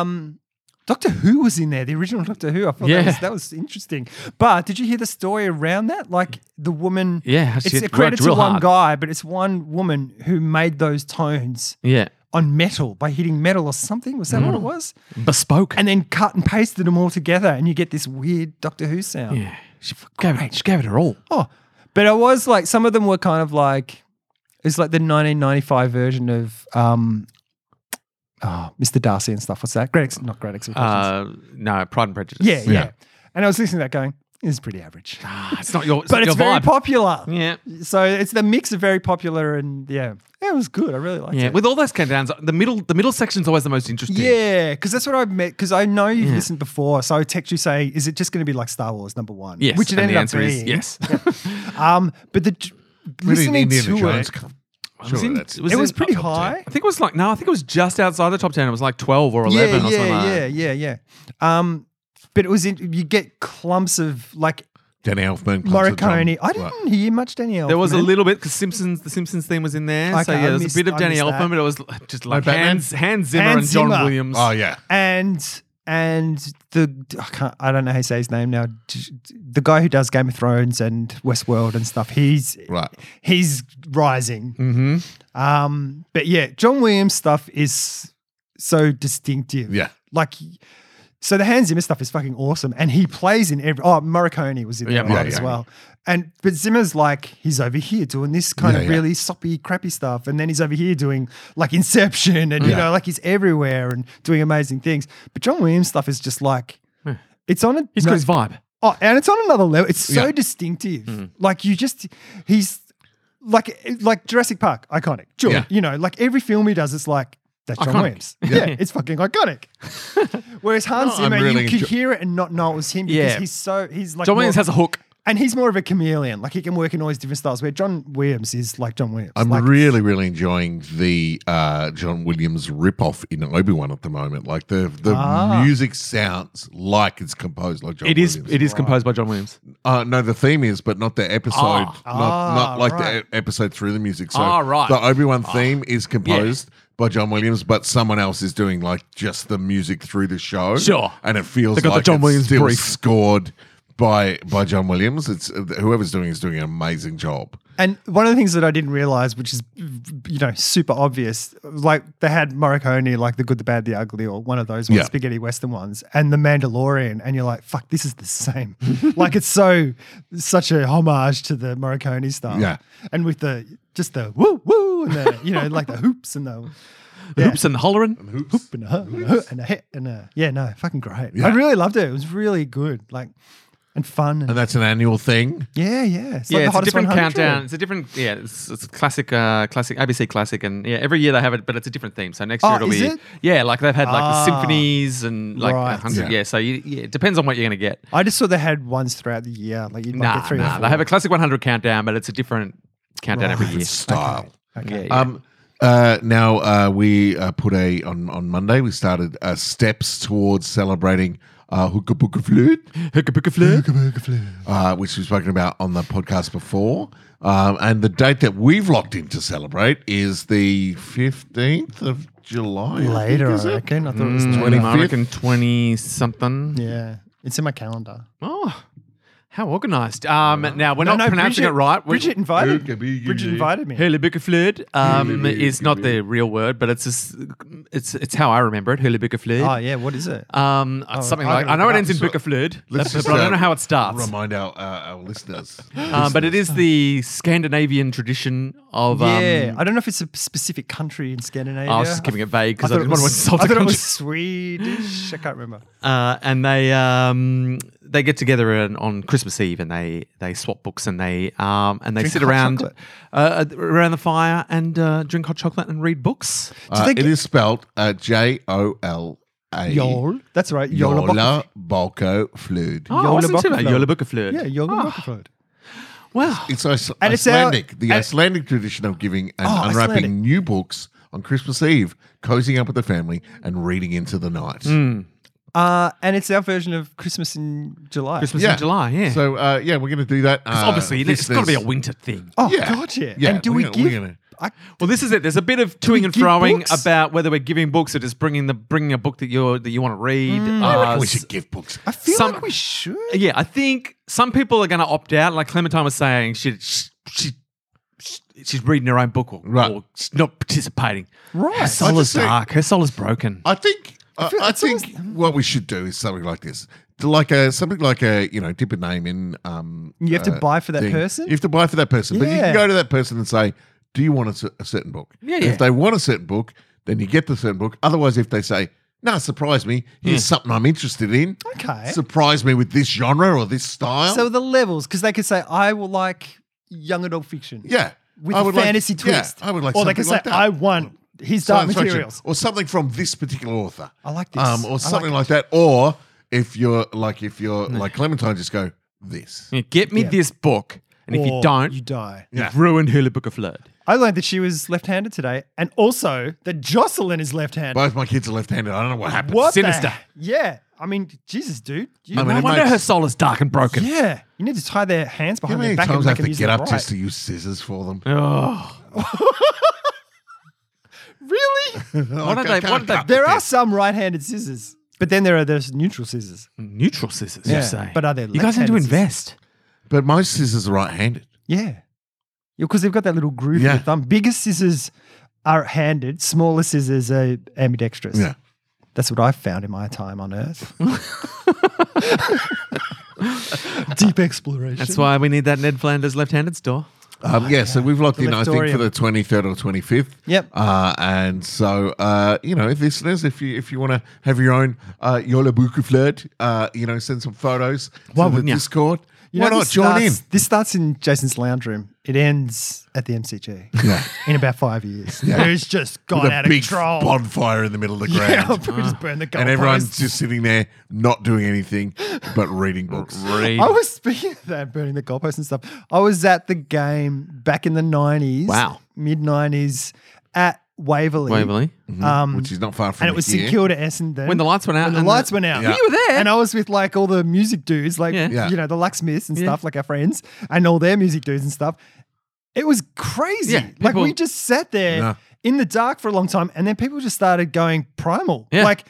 Speaker 3: Um, Doctor Who was in there, the original Doctor Who. I thought
Speaker 2: Yeah.
Speaker 3: that, was, that was interesting. But did you hear the story around that? Like the woman.
Speaker 2: Yeah, she
Speaker 3: It's a
Speaker 2: worked
Speaker 3: credit to
Speaker 2: real
Speaker 3: one
Speaker 2: hard.
Speaker 3: guy, but it's one woman who made those tones
Speaker 2: Yeah.
Speaker 3: on metal by hitting metal or something. Was that
Speaker 2: Mm.
Speaker 3: what it was?
Speaker 2: Bespoke.
Speaker 3: And then cut and pasted them all together, and you get this weird Doctor Who sound.
Speaker 2: yeah. She gave, it, she gave it her all.
Speaker 3: Oh, but I was like, some of them were kind of like, it's like the 1995 version of um, oh, Mr. Darcy and stuff. What's that? Great, Ex- not Great Expectations.
Speaker 2: Uh, no, Pride and Prejudice.
Speaker 3: Yeah, yeah,
Speaker 1: Yeah.
Speaker 3: And I was listening to that going, it's pretty average.
Speaker 2: Ah, it's not your. It's
Speaker 3: But
Speaker 2: not
Speaker 3: it's
Speaker 2: your
Speaker 3: very
Speaker 2: vibe.
Speaker 3: popular.
Speaker 2: Yeah.
Speaker 3: So it's the mix of very popular and yeah. Yeah, it was good. I really liked
Speaker 2: Yeah,
Speaker 3: it.
Speaker 2: with all those countdowns, the middle the middle section's always the most interesting.
Speaker 3: yeah, because that's what I met. Because I know you've
Speaker 2: Yeah.
Speaker 3: listened before, so I text you say, "Is it just going to be like Star Wars number one?"
Speaker 2: Yes.
Speaker 3: which it
Speaker 2: and
Speaker 3: ended
Speaker 2: the
Speaker 3: up
Speaker 2: answer is
Speaker 3: being.
Speaker 2: yes.
Speaker 3: Um, but the
Speaker 1: Where did
Speaker 3: listening
Speaker 1: Indiana
Speaker 3: to
Speaker 1: Jones
Speaker 3: it,
Speaker 1: come?
Speaker 2: It was
Speaker 1: Surely
Speaker 2: in-
Speaker 1: that's-
Speaker 2: it was
Speaker 3: it was
Speaker 2: in-
Speaker 3: pretty
Speaker 1: top ten.
Speaker 3: high.
Speaker 2: I think it was like no, I think it was just outside the top ten. It was like twelve or eleven
Speaker 3: yeah,
Speaker 2: or something. like
Speaker 3: yeah,
Speaker 2: that.
Speaker 3: yeah, yeah, yeah. Um, but it was in, you get clumps of like
Speaker 1: Danny Elfman, Concert Drum.
Speaker 3: Morricone. I
Speaker 1: Right.
Speaker 3: didn't hear much Danny Elfman.
Speaker 2: There was a little bit because Simpsons the Simpsons theme was in there. so
Speaker 3: Okay, I
Speaker 2: yeah, there was
Speaker 3: missed-
Speaker 2: a bit of
Speaker 3: I
Speaker 2: Danny
Speaker 3: missed
Speaker 2: Elfman,
Speaker 3: that.
Speaker 2: but it was like, just like
Speaker 1: Batman?
Speaker 2: Hans, Hans Zimmer
Speaker 3: Hans
Speaker 2: and John
Speaker 3: Zimmer.
Speaker 2: Williams.
Speaker 1: Oh yeah,
Speaker 3: and and the I can't I don't know how you say his name now. The guy who does Game of Thrones and Westworld and stuff. He's
Speaker 1: right.
Speaker 3: he's rising.
Speaker 2: Mm-hmm.
Speaker 3: Um, but yeah, John Williams stuff is so distinctive.
Speaker 1: Yeah.
Speaker 3: like. So the Hans Zimmer stuff is fucking awesome, and he plays in every. Oh, Morricone was in
Speaker 2: Yeah,
Speaker 3: that one
Speaker 1: Morricone.
Speaker 3: as well, and but Zimmer's like he's over here doing this kind
Speaker 1: Yeah,
Speaker 3: of
Speaker 1: yeah.
Speaker 3: really soppy, crappy stuff, and then he's over here doing like Inception, and you
Speaker 1: Yeah.
Speaker 3: know, like he's everywhere and doing amazing things. But John Williams stuff is just like it's on a
Speaker 2: He's got
Speaker 3: no-
Speaker 2: his vibe.
Speaker 3: Oh, and it's on another level. It's so
Speaker 1: Yeah. Mm-hmm.
Speaker 3: distinctive. Like you just he's like like Jurassic Park, iconic. Sure.
Speaker 1: Yeah.
Speaker 3: You know, like every film he does, it's like that's
Speaker 2: Iconic.
Speaker 3: John Williams. Yeah. it's fucking iconic. Whereas Hans
Speaker 1: No, I'm
Speaker 3: Zimmer,
Speaker 1: really
Speaker 3: you could
Speaker 1: enjoy-
Speaker 3: hear it and not know it was him because
Speaker 2: Yeah.
Speaker 3: he's so he's like
Speaker 2: John
Speaker 3: more-
Speaker 2: Williams has a hook.
Speaker 3: and he's more of a chameleon. Like he can work in all these different styles. Where John Williams is like John Williams.
Speaker 1: I'm
Speaker 3: like,
Speaker 1: really, really enjoying the uh, John Williams ripoff in Obi Wan at the moment. Like the the
Speaker 3: Ah.
Speaker 1: music sounds like it's composed like John.
Speaker 2: It is
Speaker 1: Williams.
Speaker 2: it is composed by John Williams.
Speaker 1: Uh, no, the theme is, but not the episode. not,
Speaker 3: Ah,
Speaker 1: not like
Speaker 3: right.
Speaker 1: the e- episode through the music. So
Speaker 2: Ah, right.
Speaker 1: the Obi Wan theme is composed by John Williams, but someone else is doing like just the music through the show.
Speaker 2: Sure.
Speaker 1: and it feels
Speaker 2: They got the
Speaker 1: like
Speaker 2: John
Speaker 1: it's
Speaker 2: Williams
Speaker 1: still
Speaker 2: brief.
Speaker 1: uh, scored by by John Williams. It's whoever's doing it is doing an amazing job.
Speaker 3: And one of the things that I didn't realize, which is, you know, super obvious, like they had Morricone, like The Good, the Bad, the Ugly, or one of those ones,
Speaker 1: Yeah.
Speaker 3: spaghetti Western ones, and The Mandalorian. And you're like, fuck, this is the same. like it's so, such a homage to the Morricone stuff.
Speaker 1: Yeah.
Speaker 3: And with the, just the woo woo, and the, you know, like the hoops and the, yeah.
Speaker 2: Hoops and hollering.
Speaker 1: Hoops.
Speaker 3: and a, hoop and a, hoop and a hit and a, yeah, no, fucking great.
Speaker 1: Yeah.
Speaker 3: I really loved it. It was really good. Like, and fun. And,
Speaker 1: And that's an annual thing.
Speaker 3: yeah, yeah. It's
Speaker 2: Yeah,
Speaker 3: like the
Speaker 2: it's a
Speaker 3: hottest
Speaker 2: different
Speaker 3: 100.
Speaker 2: countdown. It's a different, yeah, it's, it's a classic, uh, classic ABC classic, and yeah, every year they have it, but it's a different theme. So next
Speaker 3: Oh,
Speaker 2: year it'll
Speaker 3: is
Speaker 2: be,
Speaker 3: it?
Speaker 2: yeah, like they've had like
Speaker 3: Ah.
Speaker 2: the symphonies and like a
Speaker 3: Right.
Speaker 2: hundred,
Speaker 1: Yeah.
Speaker 2: yeah. So you, yeah, it depends on what you're gonna get.
Speaker 3: I just saw they had ones throughout the year, like you might
Speaker 2: Nah,
Speaker 3: get three
Speaker 2: nah, they
Speaker 3: or four.
Speaker 2: have a classic 100 countdown, but it's a different countdown every year.
Speaker 1: It's style.
Speaker 2: Yeah, yeah.
Speaker 1: Um, uh, now uh, we uh, put a on on Monday. We started uh, steps towards celebrating uh, Hookah Booker Flute, uh, which we've spoken about on the podcast before. Um, and the date that we've locked in to celebrate is the fifteenth of July. I think,
Speaker 3: later,
Speaker 1: is
Speaker 3: I
Speaker 1: it?
Speaker 3: reckon. I thought it was
Speaker 2: Mm,
Speaker 3: 20.
Speaker 2: I reckon 20 something.
Speaker 3: Yeah, it's in my calendar.
Speaker 2: Oh, how organised. Um, now, we're
Speaker 3: No,
Speaker 2: not
Speaker 3: no,
Speaker 2: pronouncing
Speaker 3: Bridget,
Speaker 2: it right. We-
Speaker 3: Bridget invited.
Speaker 1: Okay, be-
Speaker 3: Bridget
Speaker 1: yeah.
Speaker 3: invited me.
Speaker 2: Hurleybuckaflud um, is not the real word, but it's just, it's it's how I remember it. Hurleybuckaflud.
Speaker 3: Oh yeah, what is it?
Speaker 2: Um, it's something
Speaker 3: I'll
Speaker 2: like
Speaker 3: get
Speaker 2: I know
Speaker 3: it
Speaker 2: it ends in
Speaker 1: So,
Speaker 2: Buckaflud, but
Speaker 1: let's just,
Speaker 2: I
Speaker 1: uh,
Speaker 2: don't know how it starts.
Speaker 1: Remind our uh, our listeners.
Speaker 2: Um, but it is the Scandinavian tradition of. Um,
Speaker 3: yeah, I don't know if it's a specific country in Scandinavia.
Speaker 2: I was just keeping it vague because I,
Speaker 3: thought
Speaker 2: didn't want to
Speaker 3: was-
Speaker 2: insult
Speaker 3: I
Speaker 2: the
Speaker 3: thought it
Speaker 2: country.
Speaker 3: was Swedish. I can't remember.
Speaker 2: uh, and they um, they get together on, on Christmas Eve and they they swap books and they um, and they
Speaker 3: Drink
Speaker 2: sit
Speaker 3: hot
Speaker 2: around
Speaker 3: chocolate.
Speaker 2: uh, around the fire and uh, drink hot chocolate and read books.
Speaker 1: Uh,
Speaker 3: they
Speaker 1: it
Speaker 3: get-
Speaker 1: is spelled uh, J O L A.
Speaker 3: Yol. That's right. Yola.
Speaker 1: Yola Balco Flud.
Speaker 2: Oh, I
Speaker 3: Yola
Speaker 2: wasn't too bad.
Speaker 3: Buckaflud.
Speaker 2: Yola Buckaflud.
Speaker 3: Yeah, Yola. Rockefeller.
Speaker 2: Wow.
Speaker 1: It's Ice-
Speaker 3: And it's our-
Speaker 1: Icelandic, the
Speaker 3: and-
Speaker 1: Icelandic tradition of giving and
Speaker 2: Ah,
Speaker 3: Oh,
Speaker 1: unwrapping
Speaker 3: Icelandic.
Speaker 1: new books on Christmas Eve, cozying up with the family and reading into the night.
Speaker 2: Mm.
Speaker 3: Uh, and it's our version of Christmas in July.
Speaker 2: Christmas in July. Yeah.
Speaker 1: So uh, yeah, we're going to do that. Uh,
Speaker 2: obviously, it's got to be a
Speaker 1: listeners-
Speaker 2: winter thing.
Speaker 3: Oh
Speaker 1: Yeah.
Speaker 3: God, yeah.
Speaker 1: Yeah,
Speaker 3: and do
Speaker 1: we're
Speaker 3: we
Speaker 1: gonna- we're
Speaker 3: give?
Speaker 1: gonna-
Speaker 3: I,
Speaker 2: Well, this is it. There's a bit of toing and
Speaker 3: give
Speaker 2: froing
Speaker 3: books?
Speaker 2: about whether we're giving books or just bringing the bringing a book that you are that you want to read.
Speaker 1: Mm. I reckon
Speaker 2: Uh,
Speaker 1: we should give books.
Speaker 3: I feel
Speaker 2: Some-
Speaker 3: like we should.
Speaker 2: yeah, I think some people are going to opt out. Like Clementine was saying, she, she, she she's reading her own book or,
Speaker 1: Right.
Speaker 2: or she's not participating. Her
Speaker 3: Right.
Speaker 2: soul
Speaker 1: I
Speaker 2: is
Speaker 1: just think-
Speaker 2: dark. Her soul is broken.
Speaker 1: I think I,
Speaker 3: feel-
Speaker 1: I
Speaker 3: it's
Speaker 1: think what we should do is something like this, like a something like a you know dip a name in. Um,
Speaker 3: You have to
Speaker 1: uh,
Speaker 3: buy for that
Speaker 1: thing.
Speaker 3: person?
Speaker 1: You have to buy for that person, but you
Speaker 3: Yeah.
Speaker 1: can go to that person and say, "Do you want a, cer- a certain book?"
Speaker 2: Yeah,
Speaker 1: And
Speaker 2: yeah.
Speaker 1: If they want a certain book, then you get the certain book. Otherwise, if they say, "No, surprise me. Here's something I'm interested in."
Speaker 3: Hmm. Okay.
Speaker 1: Surprise me with this genre or this style.
Speaker 3: So the levels, because they could say, I will like young adult fiction.
Speaker 1: yeah,
Speaker 3: With
Speaker 1: I
Speaker 3: a
Speaker 1: would like-
Speaker 3: fantasy
Speaker 1: yeah,
Speaker 3: twist.
Speaker 1: I would like.
Speaker 3: Or they could
Speaker 1: something
Speaker 3: say,
Speaker 1: like that.
Speaker 3: I want his dark
Speaker 1: Science fiction,
Speaker 3: materials.
Speaker 1: or something from this particular author.
Speaker 3: I like this.
Speaker 1: um,
Speaker 3: I
Speaker 1: or
Speaker 3: like
Speaker 1: something like, that. Or if you're like, if you're like Clementine, just go this.
Speaker 2: Yeah, Get me
Speaker 3: Yeah.
Speaker 2: this book, and if you
Speaker 3: Or
Speaker 2: don't,
Speaker 3: you
Speaker 2: you
Speaker 3: die.
Speaker 1: Yeah.
Speaker 2: have ruined Hula Book of Flood.
Speaker 3: I learned that she was left handed today, and also that Jocelyn is left handed.
Speaker 1: Both my kids are left-handed. I don't know what happened.
Speaker 3: What? the-
Speaker 2: Sinister.
Speaker 3: yeah. I mean, Jesus, dude. You,
Speaker 1: I mean,
Speaker 2: No
Speaker 1: it
Speaker 2: wonder
Speaker 1: makes-
Speaker 2: her soul is dark and broken.
Speaker 3: yeah. You need to tie their hands
Speaker 1: How
Speaker 3: behind
Speaker 1: many
Speaker 3: their back
Speaker 1: times
Speaker 3: and
Speaker 1: I
Speaker 3: make
Speaker 1: have
Speaker 3: them
Speaker 1: to
Speaker 3: use
Speaker 1: get
Speaker 3: them
Speaker 1: up
Speaker 3: right.
Speaker 1: just to use scissors for them?
Speaker 2: Oh.
Speaker 3: Really?
Speaker 1: Why
Speaker 2: don't they- why don't they-
Speaker 3: there are some right handed scissors, but then there are those neutral scissors.
Speaker 2: Neutral scissors,
Speaker 3: Yeah,
Speaker 2: you say.
Speaker 3: but are they
Speaker 2: You guys need to
Speaker 3: left-handed scissors?
Speaker 2: invest.
Speaker 1: But most scissors are right-handed.
Speaker 3: Yeah. Because they've got that little groove in
Speaker 1: Yeah.
Speaker 3: their thumb. Bigger scissors are handed, smaller scissors are ambidextrous.
Speaker 1: Yeah.
Speaker 3: That's what I've found in my time on Earth. Deep exploration.
Speaker 2: That's why we need that Ned Flanders left-handed store.
Speaker 1: Um, yeah, so we've locked
Speaker 3: The
Speaker 1: in, I think, for
Speaker 3: Leftorium.
Speaker 1: the 23rd or 25th.
Speaker 3: Yep.
Speaker 1: Uh, and so, uh, you know, if listeners, if you if you want to have your own uh, Yola Buku flirt, uh, you know, send some photos
Speaker 2: Why
Speaker 1: to the
Speaker 2: wouldn't ya?
Speaker 1: Discord.
Speaker 3: You
Speaker 1: Why
Speaker 3: know,
Speaker 1: not
Speaker 3: this
Speaker 1: join in?
Speaker 3: starts- This starts in Jason's lounge room. It ends at the MCG.
Speaker 1: Yeah.
Speaker 3: In about five years.
Speaker 1: Yeah.
Speaker 3: It's just gone
Speaker 1: With
Speaker 3: out
Speaker 1: a big
Speaker 3: of control.
Speaker 1: bonfire in the middle of the ground.
Speaker 3: yeah, we just burn the
Speaker 1: and everyone's
Speaker 3: goalposts.
Speaker 1: just sitting there not doing anything but reading books.
Speaker 2: Read.
Speaker 3: I was speaking of that, burning the goalposts and stuff. I was at the game back in the nineties.
Speaker 2: Wow.
Speaker 3: mid nineties at Waverley.
Speaker 2: Waverley.
Speaker 3: um,
Speaker 1: which is not far from
Speaker 3: and it was
Speaker 1: here.
Speaker 3: St Kilda Essendon.
Speaker 2: When the lights went out
Speaker 3: When the
Speaker 2: and
Speaker 3: lights
Speaker 2: the-
Speaker 3: went out.
Speaker 1: Yeah.
Speaker 2: You were there.
Speaker 3: And I was with like all the music dudes, like
Speaker 2: Yeah.
Speaker 1: Yeah.
Speaker 3: you know the Lucksmiths and stuff, like our friends, and all their music dudes and stuff. It was crazy.
Speaker 2: Yeah,
Speaker 3: like
Speaker 2: people-
Speaker 3: we just sat there
Speaker 1: Yeah.
Speaker 3: in the dark for a long time, and then people just started going primal.
Speaker 2: Yeah.
Speaker 3: Like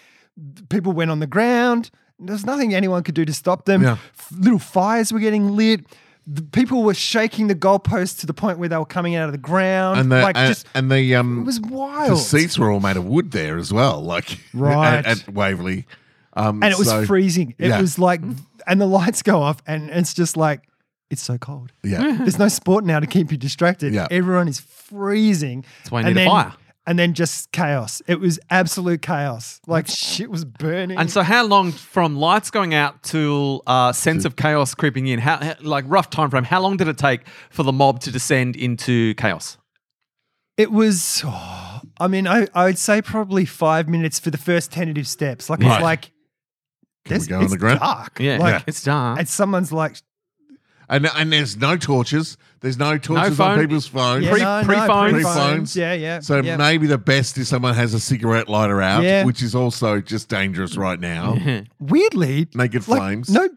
Speaker 3: people went on the ground. There's nothing anyone could do to stop them.
Speaker 1: Yeah.
Speaker 3: F- little fires were getting lit. the people were shaking the goalposts to the point where they were coming out of the ground.
Speaker 1: And the
Speaker 3: like
Speaker 1: and,
Speaker 3: just
Speaker 1: and the um
Speaker 3: it was
Speaker 1: the
Speaker 3: wild.
Speaker 1: seats were all made of wood there as well, like
Speaker 3: Right.
Speaker 1: at, at Waverley. Um,
Speaker 3: and it was
Speaker 1: so-
Speaker 3: freezing. It
Speaker 1: yeah.
Speaker 3: was like and the lights go off and it's just like it's so cold.
Speaker 1: Yeah,
Speaker 3: There's no sport now to keep you distracted.
Speaker 1: Yeah.
Speaker 3: Everyone is freezing. That's
Speaker 2: why you need a fire.
Speaker 3: And then just chaos. It was absolute chaos. Like shit was burning.
Speaker 2: And so, how long from lights going out till uh, sense of chaos creeping in? How, how- like rough time frame? How long did it take for the mob to descend into chaos?
Speaker 3: It was, oh, I mean, I, I would say probably five minutes for the first tentative steps. Like,
Speaker 1: Right.
Speaker 3: it's like,
Speaker 1: Can we
Speaker 3: this-
Speaker 1: go on
Speaker 3: it's
Speaker 1: the ground?
Speaker 3: dark.
Speaker 2: Yeah,
Speaker 3: Like,
Speaker 2: it's dark.
Speaker 3: And someone's like,
Speaker 1: and and there's no torches. There's no torches on
Speaker 2: phone.
Speaker 1: people's phones.
Speaker 3: yeah,
Speaker 2: Pre-
Speaker 3: no, no,
Speaker 2: pre-phones.
Speaker 1: Pre-phones.
Speaker 3: Yeah, yeah.
Speaker 1: So
Speaker 3: yeah.
Speaker 1: maybe the best is someone has a cigarette lighter out,
Speaker 3: Yeah.
Speaker 1: which is also just dangerous right now.
Speaker 3: Weirdly,
Speaker 1: Naked
Speaker 3: like,
Speaker 1: flames.
Speaker 3: No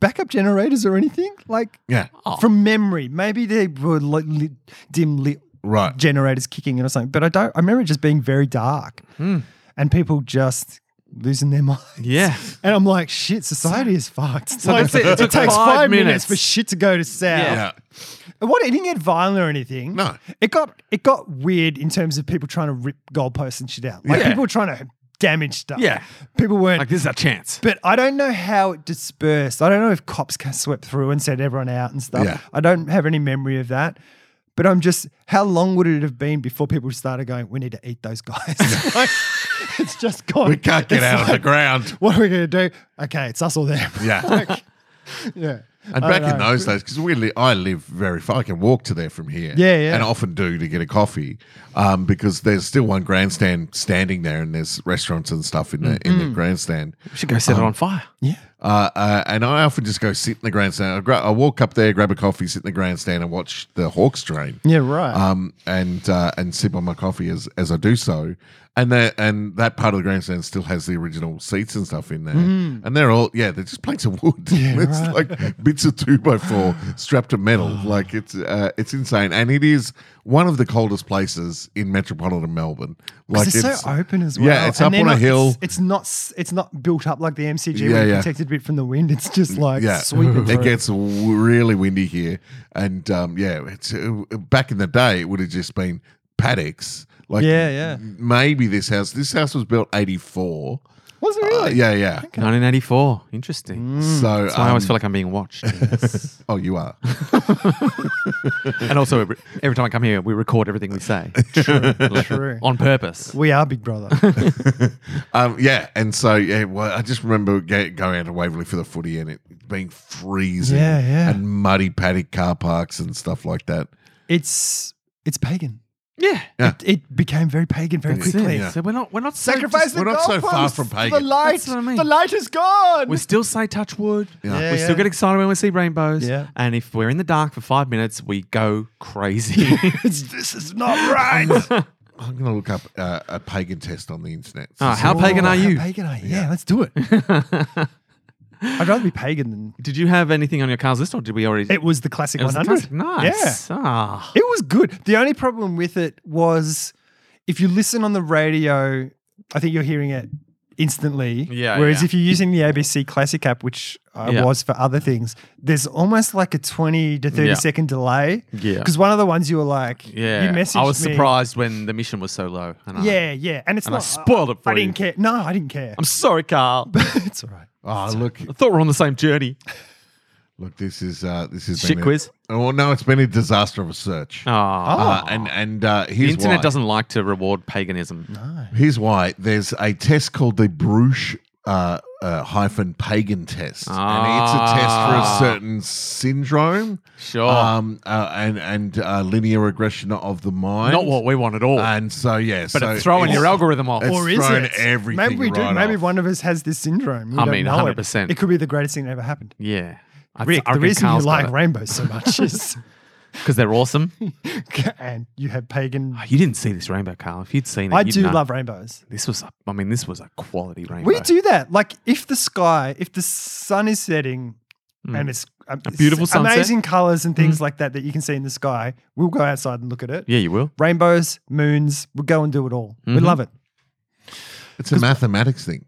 Speaker 3: backup generators or anything. Like,
Speaker 1: Yeah.
Speaker 2: Oh.
Speaker 3: from memory, maybe they were like lit, dim lit
Speaker 1: Right.
Speaker 3: generators kicking in or something. But I don't, I remember it just being very dark and people just losing their minds.
Speaker 2: Hmm. Yeah.
Speaker 3: And I'm like, shit, society is fucked. Like,
Speaker 2: that's it. It took
Speaker 3: takes
Speaker 2: five
Speaker 3: five, minutes.
Speaker 2: minutes.
Speaker 3: for shit to go to south.
Speaker 2: Yeah.
Speaker 1: Yeah.
Speaker 3: And What it didn't get violent or anything.
Speaker 1: No.
Speaker 3: It got it got weird in terms of people trying to rip goalposts and shit out. Like
Speaker 2: Yeah.
Speaker 3: people were trying to damage stuff.
Speaker 2: Yeah.
Speaker 3: People weren't
Speaker 2: Like this is our chance.
Speaker 3: but I don't know how it dispersed. I don't know if cops ca- swept through and sent everyone out and stuff.
Speaker 1: Yeah.
Speaker 3: I don't have any memory of that. But I'm just, how long would it have been before people started going, we need to eat those guys? Like, it's just gone.
Speaker 1: We can't get
Speaker 3: It's
Speaker 1: out of the
Speaker 3: like,
Speaker 1: ground.
Speaker 3: What are we going to do? Okay, it's us or them.
Speaker 1: Yeah.
Speaker 3: yeah.
Speaker 1: And
Speaker 3: I
Speaker 1: back in
Speaker 3: don't know.
Speaker 1: those days, because we li- I live very far, I can walk to there from here.
Speaker 3: Yeah, yeah.
Speaker 1: And often do to get a coffee, um, because there's still one grandstand standing there, and there's restaurants and stuff in the in
Speaker 3: Mm-hmm.
Speaker 1: the grandstand.
Speaker 2: We should go set
Speaker 3: Uh-huh.
Speaker 2: it on fire.
Speaker 3: Yeah.
Speaker 1: Uh, uh, and I often just go sit in the grandstand. I, gra- I walk up there, grab a coffee, sit in the grandstand, and watch the Hawks train.
Speaker 3: Yeah, right.
Speaker 1: um, and uh, and sip on my coffee as as I do so. And that and that part of the grandstand still has the original seats and stuff in there,
Speaker 3: Mm-hmm.
Speaker 1: and they're all yeah, they're just plates of wood. it's like bits of two by four strapped to metal.
Speaker 3: Oh.
Speaker 1: Like it's uh, it's insane, and it is one of the coldest places in metropolitan Melbourne. Like
Speaker 3: it's, so open as well.
Speaker 1: Yeah, it's
Speaker 3: And
Speaker 1: up
Speaker 3: they're
Speaker 1: on
Speaker 3: not-
Speaker 1: a hill.
Speaker 3: It's, it's not s- it's not built up like the MCG yeah,
Speaker 1: Yeah,
Speaker 3: where you
Speaker 1: yeah. Mm,
Speaker 3: protected a bit from the wind. It's just like
Speaker 1: yeah,
Speaker 3: sweeping
Speaker 1: it
Speaker 3: through.
Speaker 1: gets w- really windy here, and um, yeah, it's uh, back in the day it would have just been paddocks. Like
Speaker 3: Yeah, yeah.
Speaker 1: maybe this house. This house was built eighty four.
Speaker 3: Was it
Speaker 1: Uh,
Speaker 3: really?
Speaker 1: yeah, yeah.
Speaker 2: 1984.
Speaker 3: Mm.
Speaker 2: Interesting.
Speaker 1: So,
Speaker 2: So I always
Speaker 1: um,
Speaker 2: feel like I'm being watched.
Speaker 1: oh, you are.
Speaker 2: and also, every, every time I come here, we record everything we say
Speaker 3: True.
Speaker 2: on purpose.
Speaker 3: We are Big Brother.
Speaker 1: Um, yeah, and so yeah, well, I just remember ga- going out to Waverley for the footy and it being freezing.
Speaker 3: Yeah, yeah.
Speaker 1: And muddy paddock car parks and stuff like that.
Speaker 3: it's it's pagan.
Speaker 2: Yeah.
Speaker 3: It, it became very pagan very
Speaker 2: That's it.
Speaker 3: quickly.
Speaker 2: So we're not we're not so
Speaker 3: Sacrifice
Speaker 1: We're
Speaker 3: the
Speaker 1: not so
Speaker 3: goalposts.
Speaker 1: far from pagan.
Speaker 3: The light,
Speaker 2: That's what I mean.
Speaker 3: the light is gone.
Speaker 2: We still say touch wood.
Speaker 3: Yeah,
Speaker 2: we
Speaker 3: yeah.
Speaker 2: still get excited when we see rainbows.
Speaker 3: Yeah.
Speaker 2: And if we're in the dark for five minutes, we go crazy.
Speaker 3: It's- this is not right.
Speaker 1: I'm going to look up uh, a pagan test on the internet.
Speaker 2: Ah, how pagan
Speaker 3: Oh,
Speaker 2: are
Speaker 3: how
Speaker 2: you?
Speaker 3: Pagan are you? Yeah, let's do it. I'd rather be pagan than
Speaker 2: Did you have anything on your car's list, or did we already?
Speaker 3: it was the classic
Speaker 2: It was the
Speaker 3: 100.
Speaker 2: classic. Nice. Ah.
Speaker 3: Yeah, it was good. The only problem with it was if you listen on the radio, I think you're hearing it instantly.
Speaker 2: Yeah,
Speaker 3: Whereas
Speaker 2: yeah.
Speaker 3: if you're using the ABC Classic app, which I
Speaker 2: Yeah.
Speaker 3: was for other things, there's almost like a 20 to thirty second
Speaker 2: Yeah.
Speaker 3: delay.
Speaker 2: Yeah.
Speaker 3: Because one of the ones you were like,
Speaker 2: Yeah.
Speaker 3: you messaged
Speaker 2: I was
Speaker 3: me.
Speaker 2: surprised when the mission was so low. And I-
Speaker 3: Yeah, yeah. And it's
Speaker 2: And I
Speaker 3: not
Speaker 2: spoiled it for
Speaker 3: I
Speaker 2: you.
Speaker 3: didn't care. No, I didn't care.
Speaker 2: I'm sorry, Carl.
Speaker 3: it's all right.
Speaker 1: Oh, look,
Speaker 2: I thought we we're on the same journey.
Speaker 1: look, this is uh, this is
Speaker 2: Shit
Speaker 1: been a-
Speaker 2: quiz?
Speaker 1: Oh, well, no, it's been a disaster of a search.
Speaker 3: Oh,
Speaker 2: Ah.
Speaker 1: Uh, and and uh,
Speaker 2: the
Speaker 1: here's
Speaker 2: internet
Speaker 1: why.
Speaker 2: doesn't like to reward paganism.
Speaker 1: Here's why. There's a test called the Bruges uh, uh, hyphen pagan test, and it's a test
Speaker 2: Ah.
Speaker 1: for a certain syndrome,
Speaker 2: Sure.
Speaker 1: um, uh, and and uh, linear regression of the mind.
Speaker 2: Not what we want at all.
Speaker 1: And Uh, so yes,
Speaker 2: but it's throwing your algorithm off.
Speaker 1: it's-
Speaker 3: Or is
Speaker 1: thrown
Speaker 3: it?
Speaker 1: everything
Speaker 3: Maybe we do.
Speaker 1: right
Speaker 3: Maybe
Speaker 1: off.
Speaker 3: one of us has this syndrome. We
Speaker 2: I
Speaker 3: don't
Speaker 2: mean,
Speaker 3: know it.
Speaker 2: 100%.
Speaker 3: It could be the greatest thing that ever happened.
Speaker 2: yeah. I
Speaker 3: Rick, the
Speaker 2: reckon
Speaker 3: reason you
Speaker 2: Carl's got
Speaker 3: like
Speaker 2: it.
Speaker 3: rainbows so much is,
Speaker 2: because they're awesome.
Speaker 3: and you have pagan.
Speaker 2: Oh, You didn't see this rainbow, Carl. If you'd seen it,
Speaker 3: I
Speaker 2: you'd
Speaker 3: do
Speaker 2: know.
Speaker 3: love rainbows.
Speaker 2: this. Was a, I mean, this was a quality rainbow.
Speaker 3: We do that. Like if the sky, if the sun is setting, and it's um, it's
Speaker 2: Hmm. beautiful sunset. Hmm.
Speaker 3: amazing colors and things like that that you can see in the sky, we'll go outside and look at it.
Speaker 2: Yeah, Mm-hmm. you will.
Speaker 3: Rainbows, moons, we'll go and do it all. We love it.
Speaker 1: It's a mathematics thing.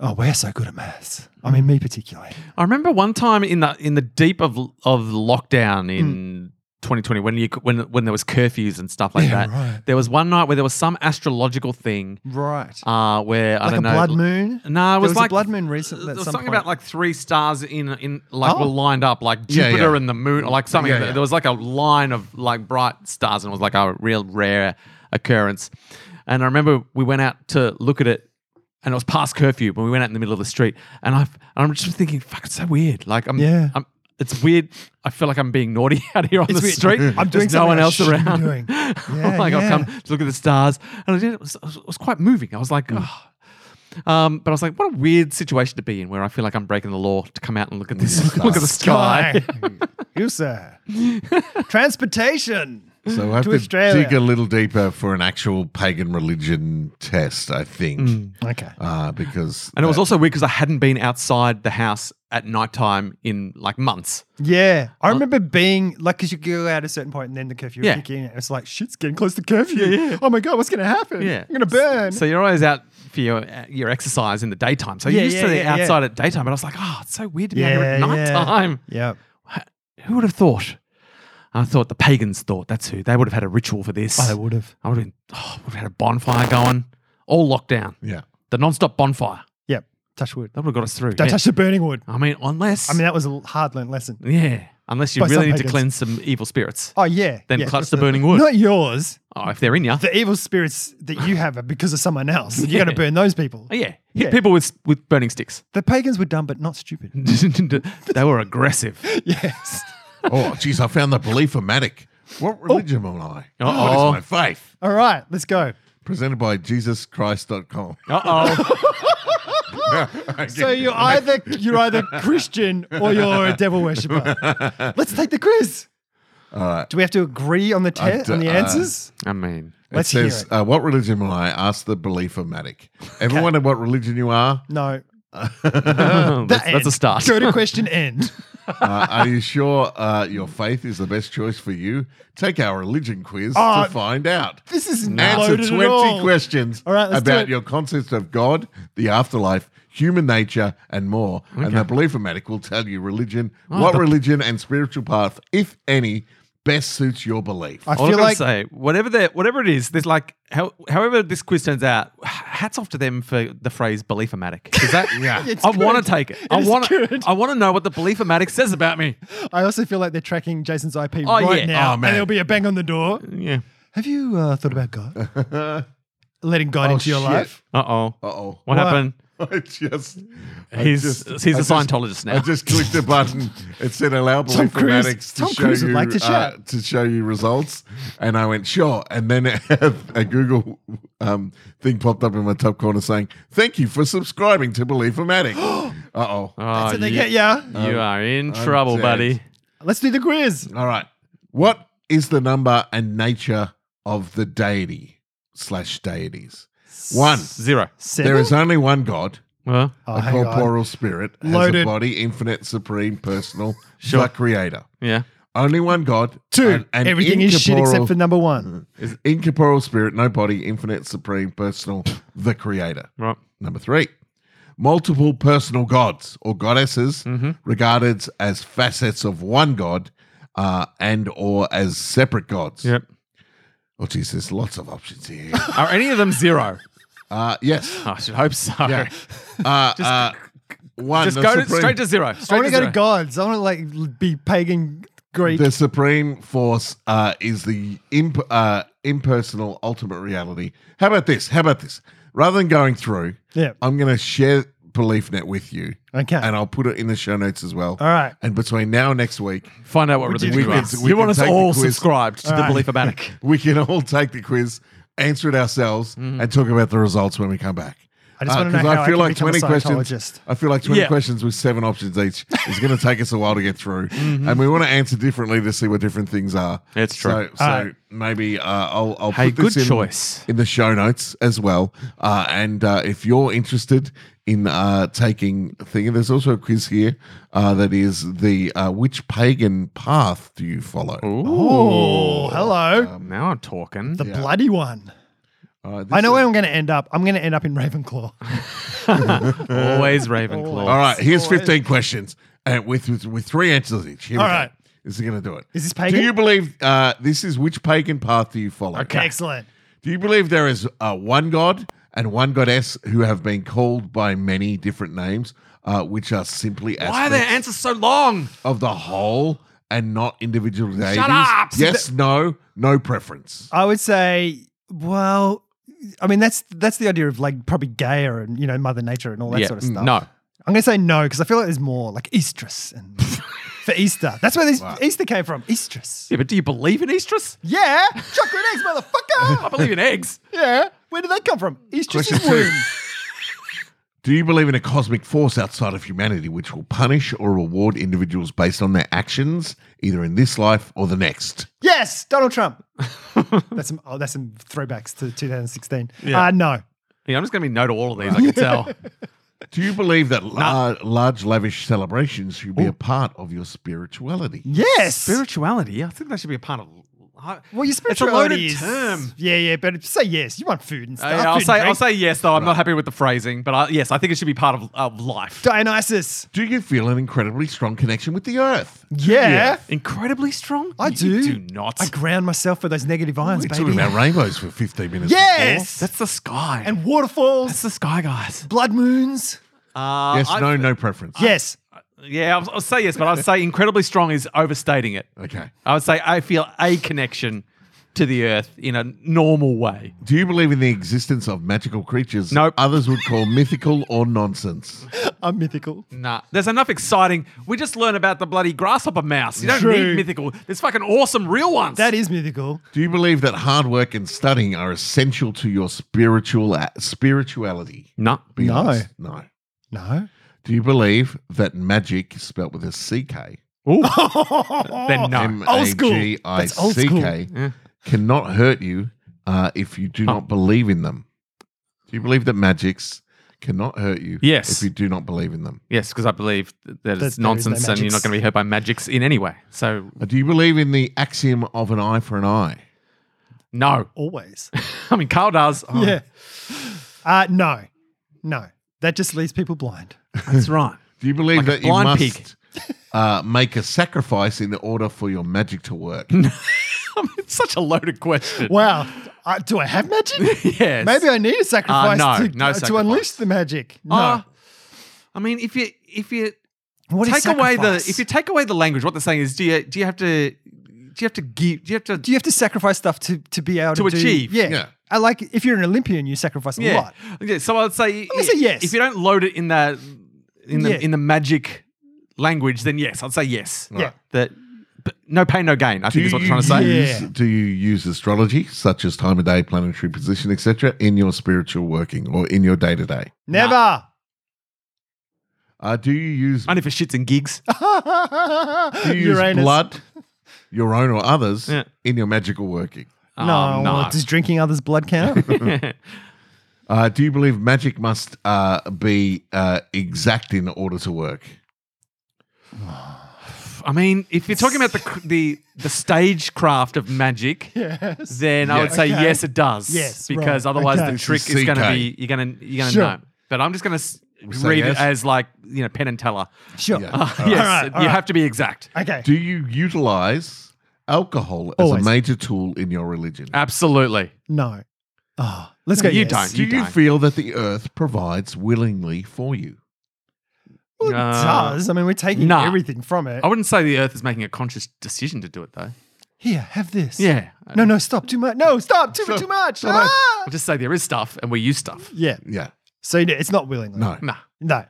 Speaker 3: Oh, we're so good at maths. I mean, me particularly.
Speaker 2: I remember one time in the in the deep of of
Speaker 3: Hmm.
Speaker 2: lockdown in 2020 when you c- when when there was curfews and stuff like
Speaker 3: Yeah,
Speaker 2: that.
Speaker 3: right.
Speaker 2: There was one night where there was some astrological thing
Speaker 3: Right.
Speaker 2: uh, where I
Speaker 3: like
Speaker 2: don't
Speaker 3: a
Speaker 2: know
Speaker 3: blood moon.
Speaker 2: No, it
Speaker 3: There
Speaker 2: was,
Speaker 3: was a
Speaker 2: like
Speaker 3: blood moon recent- at
Speaker 2: There was
Speaker 3: some
Speaker 2: something
Speaker 3: point.
Speaker 2: about like three stars in in like
Speaker 3: Oh.
Speaker 2: were lined up, like
Speaker 1: Yeah,
Speaker 2: Jupiter
Speaker 1: yeah.
Speaker 2: and the moon, or like something.
Speaker 1: Yeah, yeah.
Speaker 2: There was like a line of like bright stars, and it was like a real rare occurrence. And I remember we went out to look at it, and it was past curfew, but we went out in the middle of the street, and I I'm just thinking, fuck, it's so weird. Like I'm,
Speaker 3: Yeah.
Speaker 2: I'm it's weird. I feel like I'm being naughty out here on
Speaker 3: It's
Speaker 2: the
Speaker 3: weird.
Speaker 2: street.
Speaker 3: I'm doing
Speaker 2: There's no
Speaker 3: something
Speaker 2: one
Speaker 3: I
Speaker 2: else
Speaker 3: shouldn't be
Speaker 2: around.
Speaker 3: doing. Yeah,
Speaker 2: like
Speaker 3: yeah.
Speaker 2: I'll come to look at the stars, and I did. It was, it was quite moving. I was like,
Speaker 3: Mm.
Speaker 2: oh, um, but I was like, what a weird situation to be in where I feel like I'm breaking the law to come out and look at this, look at the sky.
Speaker 3: you, sir. Transportation.
Speaker 2: Mm.
Speaker 1: So I have
Speaker 3: To
Speaker 1: to
Speaker 3: Australia.
Speaker 1: dig a little deeper for an actual pagan religion test, I think,
Speaker 3: Okay.
Speaker 1: uh, because
Speaker 2: And it was
Speaker 1: that-
Speaker 2: also weird because Mm. I hadn't been outside the house at nighttime in like months.
Speaker 3: Yeah. I remember being like, because you go out at a certain point and then the curfew would
Speaker 2: Yeah.
Speaker 3: kick in. and It's like, shit's getting close to curfew. Oh my God, what's going to happen?
Speaker 2: Yeah,
Speaker 3: I'm going to burn.
Speaker 2: So you're always out for your uh, your exercise in the daytime. So you're
Speaker 3: Yeah,
Speaker 2: used
Speaker 3: yeah,
Speaker 2: to the
Speaker 3: yeah, yeah.
Speaker 2: outside at daytime, but I was like, oh, it's so weird to be out here
Speaker 3: yeah.
Speaker 2: at nighttime.
Speaker 3: Yeah.
Speaker 2: Who would have thought? I thought the pagans thought that's who they would have had a ritual for this.
Speaker 3: I would have.
Speaker 2: I would have been, oh, would have had a bonfire going, all lockdown,
Speaker 1: yeah.
Speaker 2: the non-stop bonfire.
Speaker 3: Yep. Touch wood.
Speaker 2: That would have got us through.
Speaker 3: Don't
Speaker 2: yeah.
Speaker 3: touch the burning wood.
Speaker 2: I mean, unless
Speaker 3: I mean, that was a hard learned lesson.
Speaker 2: Yeah, unless you
Speaker 3: By some
Speaker 2: really need to
Speaker 3: pagans.
Speaker 2: cleanse some evil spirits.
Speaker 3: Oh, yeah.
Speaker 2: Then
Speaker 3: yeah.
Speaker 2: clutch the burning wood.
Speaker 3: Not yours.
Speaker 2: Oh, if they're in you.
Speaker 3: The evil spirits that you have are because of someone else. You're going
Speaker 2: Yeah.
Speaker 3: to burn those people.
Speaker 2: Oh, yeah, hit
Speaker 3: Yeah.
Speaker 2: people with with burning sticks.
Speaker 3: The pagans were dumb, but not stupid.
Speaker 2: they were aggressive.
Speaker 3: yes.
Speaker 1: Oh, geez, I found the belief matic. What religion am I?
Speaker 2: Oh. Uh-oh.
Speaker 1: What is my faith?
Speaker 3: All right, let's go.
Speaker 1: Presented by JesusChrist.com.
Speaker 2: Uh oh.
Speaker 3: So you're either you're either Christian or you're a devil worshipper. Let's take the quiz. Do we have to agree on the
Speaker 1: I
Speaker 3: test
Speaker 1: d-
Speaker 3: on the
Speaker 1: uh,
Speaker 3: answers?
Speaker 2: I mean,
Speaker 3: Let's
Speaker 1: it says,
Speaker 3: hear it.
Speaker 1: Uh, What religion am I? Ask the belief matic. Ever wondered what religion you are?
Speaker 3: No.
Speaker 2: that's,
Speaker 3: The
Speaker 2: that's a
Speaker 3: end.
Speaker 2: start.
Speaker 3: Uh, Go to question end.
Speaker 1: Uh, are you sure uh, your faith is the best choice for you? Take our religion quiz
Speaker 3: Oh,
Speaker 1: to find out.
Speaker 3: This is not
Speaker 1: Answer
Speaker 3: loaded
Speaker 1: 20
Speaker 3: at all.
Speaker 1: questions
Speaker 3: All right, let's do
Speaker 1: about
Speaker 3: it.
Speaker 1: your concept of God, the afterlife, human nature, and more. And the Beliefomatic will tell you religion, what religion and spiritual path, if any, best suits your belief.
Speaker 3: I
Speaker 2: All I
Speaker 3: feel like
Speaker 2: say, whatever the whatever it is, there's like how, however this quiz turns out. Hats off to them for the phrase belief-o-matic. 'Cause that?
Speaker 1: Yeah.
Speaker 3: It's
Speaker 2: I want
Speaker 3: good.
Speaker 2: to take it.
Speaker 3: It
Speaker 2: I
Speaker 3: is
Speaker 2: want to.
Speaker 3: good.
Speaker 2: I want to know what the belief-o-matic says about me.
Speaker 3: I also feel like they're tracking Jason's IP
Speaker 2: Oh,
Speaker 3: right
Speaker 2: yeah.
Speaker 1: Oh,
Speaker 3: now, and
Speaker 1: man.
Speaker 3: there'll be a bang on the door.
Speaker 2: Yeah.
Speaker 3: Have you uh, thought about God? Letting God
Speaker 1: Oh,
Speaker 3: into your
Speaker 1: shit.
Speaker 3: life?
Speaker 2: Uh oh.
Speaker 1: Uh oh.
Speaker 2: What happened?
Speaker 1: I just. I
Speaker 2: He's
Speaker 1: just-
Speaker 2: he's
Speaker 1: I
Speaker 2: a
Speaker 1: just-
Speaker 2: Scientologist now.
Speaker 1: I just clicked a button. It said allow
Speaker 3: Tom Cruise-
Speaker 1: beliefomatics to
Speaker 3: Tom
Speaker 1: show
Speaker 3: Cruise would
Speaker 1: you
Speaker 3: like to
Speaker 1: uh,
Speaker 3: shout.
Speaker 1: to show you results, and I went sure. And then a Google um, thing popped up in my top corner saying, "Thank you for subscribing to Beliefomatic." uh oh.
Speaker 3: That's
Speaker 2: Oh,
Speaker 3: what they
Speaker 2: you,
Speaker 3: get ya.
Speaker 2: you are in trouble,
Speaker 1: Um, dead.
Speaker 2: buddy.
Speaker 3: Let's do the quiz.
Speaker 1: All right. What is the number and nature of the deity slash deities? One.
Speaker 2: Zero.
Speaker 3: Seven?
Speaker 1: There is only one God.
Speaker 2: Well,
Speaker 3: Oh,
Speaker 1: a
Speaker 3: hang on.
Speaker 1: corporeal spirit has
Speaker 3: Loaded.
Speaker 1: a body, infinite, supreme, personal,
Speaker 2: Sure.
Speaker 1: the creator.
Speaker 2: yeah.
Speaker 1: Only one God.
Speaker 3: Two.
Speaker 1: an- an
Speaker 3: Everything is shit
Speaker 1: incorporeal-
Speaker 3: except for number one.
Speaker 1: is incorporeal spirit, no body, infinite, supreme, personal, the creator.
Speaker 2: Right.
Speaker 1: Number three, multiple personal gods or goddesses
Speaker 3: Mm-hmm.
Speaker 1: regarded as facets of one god uh, and or as separate gods.
Speaker 2: Yep.
Speaker 1: Oh, geez, there's lots of options here.
Speaker 2: Are any of them zero?
Speaker 1: uh, yes.
Speaker 2: I should hope so.
Speaker 1: Yeah. Uh, uh, one,
Speaker 2: Just
Speaker 1: the
Speaker 2: go to,
Speaker 1: supreme-
Speaker 2: straight to zero.
Speaker 3: I
Speaker 2: Straight
Speaker 3: want
Speaker 2: to
Speaker 3: to go to
Speaker 2: zero.
Speaker 3: gods. I want to like l- be pagan Greek.
Speaker 1: The supreme force uh, is the imp- uh, impersonal ultimate reality. How about this? How about this? Rather than going through,
Speaker 3: Yeah.
Speaker 1: I'm going to share BeliefNet with you.
Speaker 3: Okay.
Speaker 1: And I'll put it in the show notes as well.
Speaker 3: All right.
Speaker 1: And between now and next week,
Speaker 2: Find out what religion
Speaker 1: we
Speaker 2: you
Speaker 1: can-
Speaker 2: are.
Speaker 1: we
Speaker 2: you
Speaker 1: can
Speaker 2: want us
Speaker 1: take the
Speaker 2: all
Speaker 1: quiz.
Speaker 2: subscribed to the
Speaker 3: Alright.
Speaker 2: belief abatic.
Speaker 1: we can all take the quiz, answer it ourselves, and talk about the results when we come back.
Speaker 3: Mm-hmm.
Speaker 1: Uh,
Speaker 3: I just wanna know
Speaker 1: 'cause
Speaker 3: how I can become a
Speaker 1: questions.
Speaker 3: Scientologist.
Speaker 1: I feel like twenty
Speaker 2: Yeah.
Speaker 1: questions with seven options each is going to take us a while to get through,
Speaker 3: Mm-hmm.
Speaker 1: and we want to answer differently to see what different things are.
Speaker 2: It's true.
Speaker 1: So, so
Speaker 3: Alright.
Speaker 1: maybe uh, I'll, I'll
Speaker 2: Hey,
Speaker 1: put this
Speaker 2: good
Speaker 1: in,
Speaker 2: choice.
Speaker 1: in the show notes as well. Uh, and uh, if you're interested in uh, taking a thing, there's also a quiz here uh, that is the uh, which pagan path do you follow?
Speaker 2: Ooh.
Speaker 3: Oh, hello.
Speaker 2: Now I'm talking.
Speaker 3: the bloody one.
Speaker 1: Uh,
Speaker 3: I
Speaker 1: this
Speaker 3: know
Speaker 1: is-
Speaker 3: where I'm going to end up. I'm going to end up in Ravenclaw.
Speaker 2: Always Ravenclaw.
Speaker 1: All right, here's
Speaker 3: Always.
Speaker 1: 15 questions uh, with, with with three answers each. Here we
Speaker 3: All
Speaker 1: go.
Speaker 3: right.
Speaker 1: This is going to do it.
Speaker 3: Is this
Speaker 1: Do
Speaker 3: pagan?
Speaker 1: you believe uh, this is which pagan path do you follow?
Speaker 3: Excellent.
Speaker 1: Do you believe there is uh, one god and one goddess who have been called by many different names, uh, which are simply
Speaker 2: Why are their
Speaker 1: aspects
Speaker 2: answers so long?
Speaker 1: of the whole and not individual deities?
Speaker 2: up!
Speaker 1: Yes, no, no preference.
Speaker 3: I would say, well, I mean that's that's the idea of like probably Gaia and you know Mother Nature and all that
Speaker 2: Yeah.
Speaker 3: sort of
Speaker 2: Mm,
Speaker 3: stuff.
Speaker 2: no.
Speaker 3: I'm going to say no because I feel like there's more like Eastrus and for Easter. That's where this Easter came from. Eastrus.
Speaker 2: Yeah, but do you believe in estrus?
Speaker 3: Yeah, chocolate eggs,
Speaker 2: I
Speaker 3: motherfucker.
Speaker 2: believe in eggs.
Speaker 3: Yeah, where did that come from?
Speaker 1: Question
Speaker 3: Eastrus's
Speaker 1: two.
Speaker 3: womb.
Speaker 1: Do you believe in a cosmic force outside of humanity which will punish or reward individuals based on their actions, either in this life or the next?
Speaker 3: Yes, Donald Trump. that's some. Oh, that's some throwbacks to 2016.
Speaker 2: Yeah.
Speaker 3: Uh, no.
Speaker 2: Yeah, I'm just going to be no to all of these. I can tell.
Speaker 1: Do you believe that lar- large, lavish celebrations should be a part of your spirituality?
Speaker 3: Yes.
Speaker 2: Spirituality. I think that should be a part of.
Speaker 3: well, your
Speaker 2: It's a loaded
Speaker 3: spirituality is-
Speaker 2: term.
Speaker 3: Yeah, yeah, but say yes. You want food and
Speaker 2: Uh,
Speaker 3: stuff.
Speaker 2: yeah, I'll
Speaker 3: food and
Speaker 2: say I'll
Speaker 3: drink.
Speaker 2: say yes though. I'm not happy with the phrasing, but I, yes, I think it should be part of, of life.
Speaker 3: Dionysus.
Speaker 1: Do you feel an incredibly strong connection with the earth?
Speaker 3: Yeah.
Speaker 2: Incredibly strong.
Speaker 3: I
Speaker 2: You
Speaker 3: do.
Speaker 2: Do not.
Speaker 3: I ground myself for those negative
Speaker 1: We're
Speaker 3: ions,
Speaker 1: talking
Speaker 3: baby.
Speaker 1: about rainbows for 15 minutes.
Speaker 3: yes.
Speaker 2: That's the sky.
Speaker 3: and waterfalls,
Speaker 2: that's the sky, guys.
Speaker 3: blood moons.
Speaker 1: before.
Speaker 2: Uh,
Speaker 1: Yes,
Speaker 2: I-
Speaker 1: no, no preference.
Speaker 3: yes.
Speaker 2: Yeah, I'll, I'll say yes, but I'd say incredibly strong is overstating it.
Speaker 1: Okay.
Speaker 2: I would say I feel a connection to the earth in a normal way.
Speaker 1: Do you believe in the existence of magical creatures
Speaker 2: Nope.
Speaker 1: others would call mythical or nonsense?
Speaker 3: I'm mythical.
Speaker 2: Nah, there's enough exciting. We just learn about the bloody grasshopper mouse. You don't
Speaker 3: True.
Speaker 2: need mythical. There's fucking awesome real ones.
Speaker 3: That is mythical.
Speaker 1: Do you believe that hard work and studying are essential to your spiritual uh, spirituality?
Speaker 2: no.
Speaker 1: Be
Speaker 3: No.
Speaker 1: honest. No.
Speaker 3: No.
Speaker 1: Do you believe that magic, spelt with a CK,
Speaker 2: Ooh. Then
Speaker 3: then
Speaker 2: no.
Speaker 1: M
Speaker 3: old
Speaker 1: A
Speaker 3: school.
Speaker 1: G I
Speaker 3: That's old
Speaker 1: C
Speaker 3: school.
Speaker 2: Yeah.
Speaker 1: K, cannot hurt you uh, if you do
Speaker 2: Huh.
Speaker 1: not believe in them? Do you believe that magics cannot hurt you
Speaker 2: Yes.
Speaker 1: if you do not believe in them?
Speaker 2: Yes, because I believe th- that
Speaker 3: That
Speaker 2: it's
Speaker 3: there is no
Speaker 2: nonsense and you're not
Speaker 3: magics.
Speaker 2: going to be hurt by magics in any way. So,
Speaker 1: Uh, Do you believe in the axiom of an eye for an eye?
Speaker 2: no.
Speaker 3: Always.
Speaker 2: I mean, Carl does. Oh,
Speaker 3: Yeah. Uh, no. No. That just leaves people blind.
Speaker 2: That's right.
Speaker 1: Do you believe
Speaker 2: Like a
Speaker 1: that you
Speaker 2: blind
Speaker 1: must
Speaker 2: pig.
Speaker 1: uh, make a sacrifice in order for your magic to
Speaker 2: Hmm.
Speaker 1: work?
Speaker 2: I mean, it's such a loaded question.
Speaker 3: Wow. Uh, do I have magic?
Speaker 2: Yes.
Speaker 3: Maybe I need a sacrifice
Speaker 2: Uh, no,
Speaker 3: to,
Speaker 2: no
Speaker 3: uh, to
Speaker 2: sacrifice.
Speaker 3: unleash the magic. No.
Speaker 2: Uh, I mean, if you if you
Speaker 3: What is
Speaker 2: take away the
Speaker 3: sacrifice?
Speaker 2: if you take away the language, what they're saying is, do you do you have to do you have to give do you have to
Speaker 3: do you have to sacrifice stuff to, to be able to,
Speaker 2: To
Speaker 3: do-
Speaker 2: achieve.
Speaker 3: Yeah.
Speaker 1: Yeah.
Speaker 3: I like if you're an Olympian, you sacrifice a
Speaker 2: yeah.
Speaker 3: lot.
Speaker 2: yeah. So I'd say,
Speaker 3: gonna say yes.
Speaker 2: If you don't load it in the in the
Speaker 3: Yeah.
Speaker 2: in the magic language, then yes, I'd say yes.
Speaker 3: Yeah.
Speaker 2: That but no pain, no gain.
Speaker 1: Do
Speaker 2: I think is what
Speaker 1: you
Speaker 2: I'm trying to say.
Speaker 1: use-
Speaker 3: Yeah.
Speaker 1: Do you use astrology, such as time of day, planetary position, etc., in your spiritual working or in your day to day?
Speaker 3: Never.
Speaker 1: Uh, Do you use
Speaker 2: Only for shits and gigs.
Speaker 1: do you use blood, your own or others,
Speaker 2: Yeah.
Speaker 1: in your magical working?
Speaker 3: No,
Speaker 2: Oh,
Speaker 3: well, does drinking others' blood count?
Speaker 1: Uh, do you believe magic must uh, be uh, exact in order to work?
Speaker 2: I mean, if you're talking about the the the stagecraft of magic,
Speaker 3: yes.
Speaker 2: then I would
Speaker 1: Yes.
Speaker 2: say
Speaker 3: Okay.
Speaker 2: yes, it does.
Speaker 3: Yes, right.
Speaker 2: because otherwise
Speaker 3: Okay.
Speaker 2: the
Speaker 1: This
Speaker 2: trick
Speaker 1: is
Speaker 2: is going to
Speaker 1: CK.
Speaker 2: be you're going to you're going to
Speaker 3: Sure.
Speaker 2: know. But I'm just going to
Speaker 1: say
Speaker 2: read
Speaker 1: yes?
Speaker 2: it as like you know pen and teller.
Speaker 3: Sure.
Speaker 1: Yeah.
Speaker 2: Uh,
Speaker 1: All right.
Speaker 2: yes,
Speaker 3: All right,
Speaker 2: you
Speaker 3: all right.
Speaker 2: have to be exact.
Speaker 3: Okay.
Speaker 1: Do you utilize alcohol as
Speaker 3: Always.
Speaker 1: a major tool in your religion?
Speaker 2: Absolutely.
Speaker 3: no. Oh, let's go.
Speaker 2: You
Speaker 3: yes.
Speaker 2: don't.
Speaker 1: Do you
Speaker 2: don't.
Speaker 1: feel that the earth provides willingly for you?
Speaker 3: Well, it
Speaker 2: Uh,
Speaker 3: does. I mean, we're taking
Speaker 2: nah. Oh.
Speaker 3: everything from it.
Speaker 2: I wouldn't say the Earth is making a conscious decision to do it though.
Speaker 3: Here, have this.
Speaker 2: Yeah.
Speaker 3: No, no, stop. Too much. No, stop. Too,
Speaker 1: Stop.
Speaker 3: too much.
Speaker 1: Stop it.
Speaker 3: Ah!
Speaker 2: I'll just say there is stuff and we use stuff.
Speaker 3: Yeah.
Speaker 1: Yeah.
Speaker 3: So no, it's not willingly.
Speaker 1: No.
Speaker 2: Nah.
Speaker 3: No.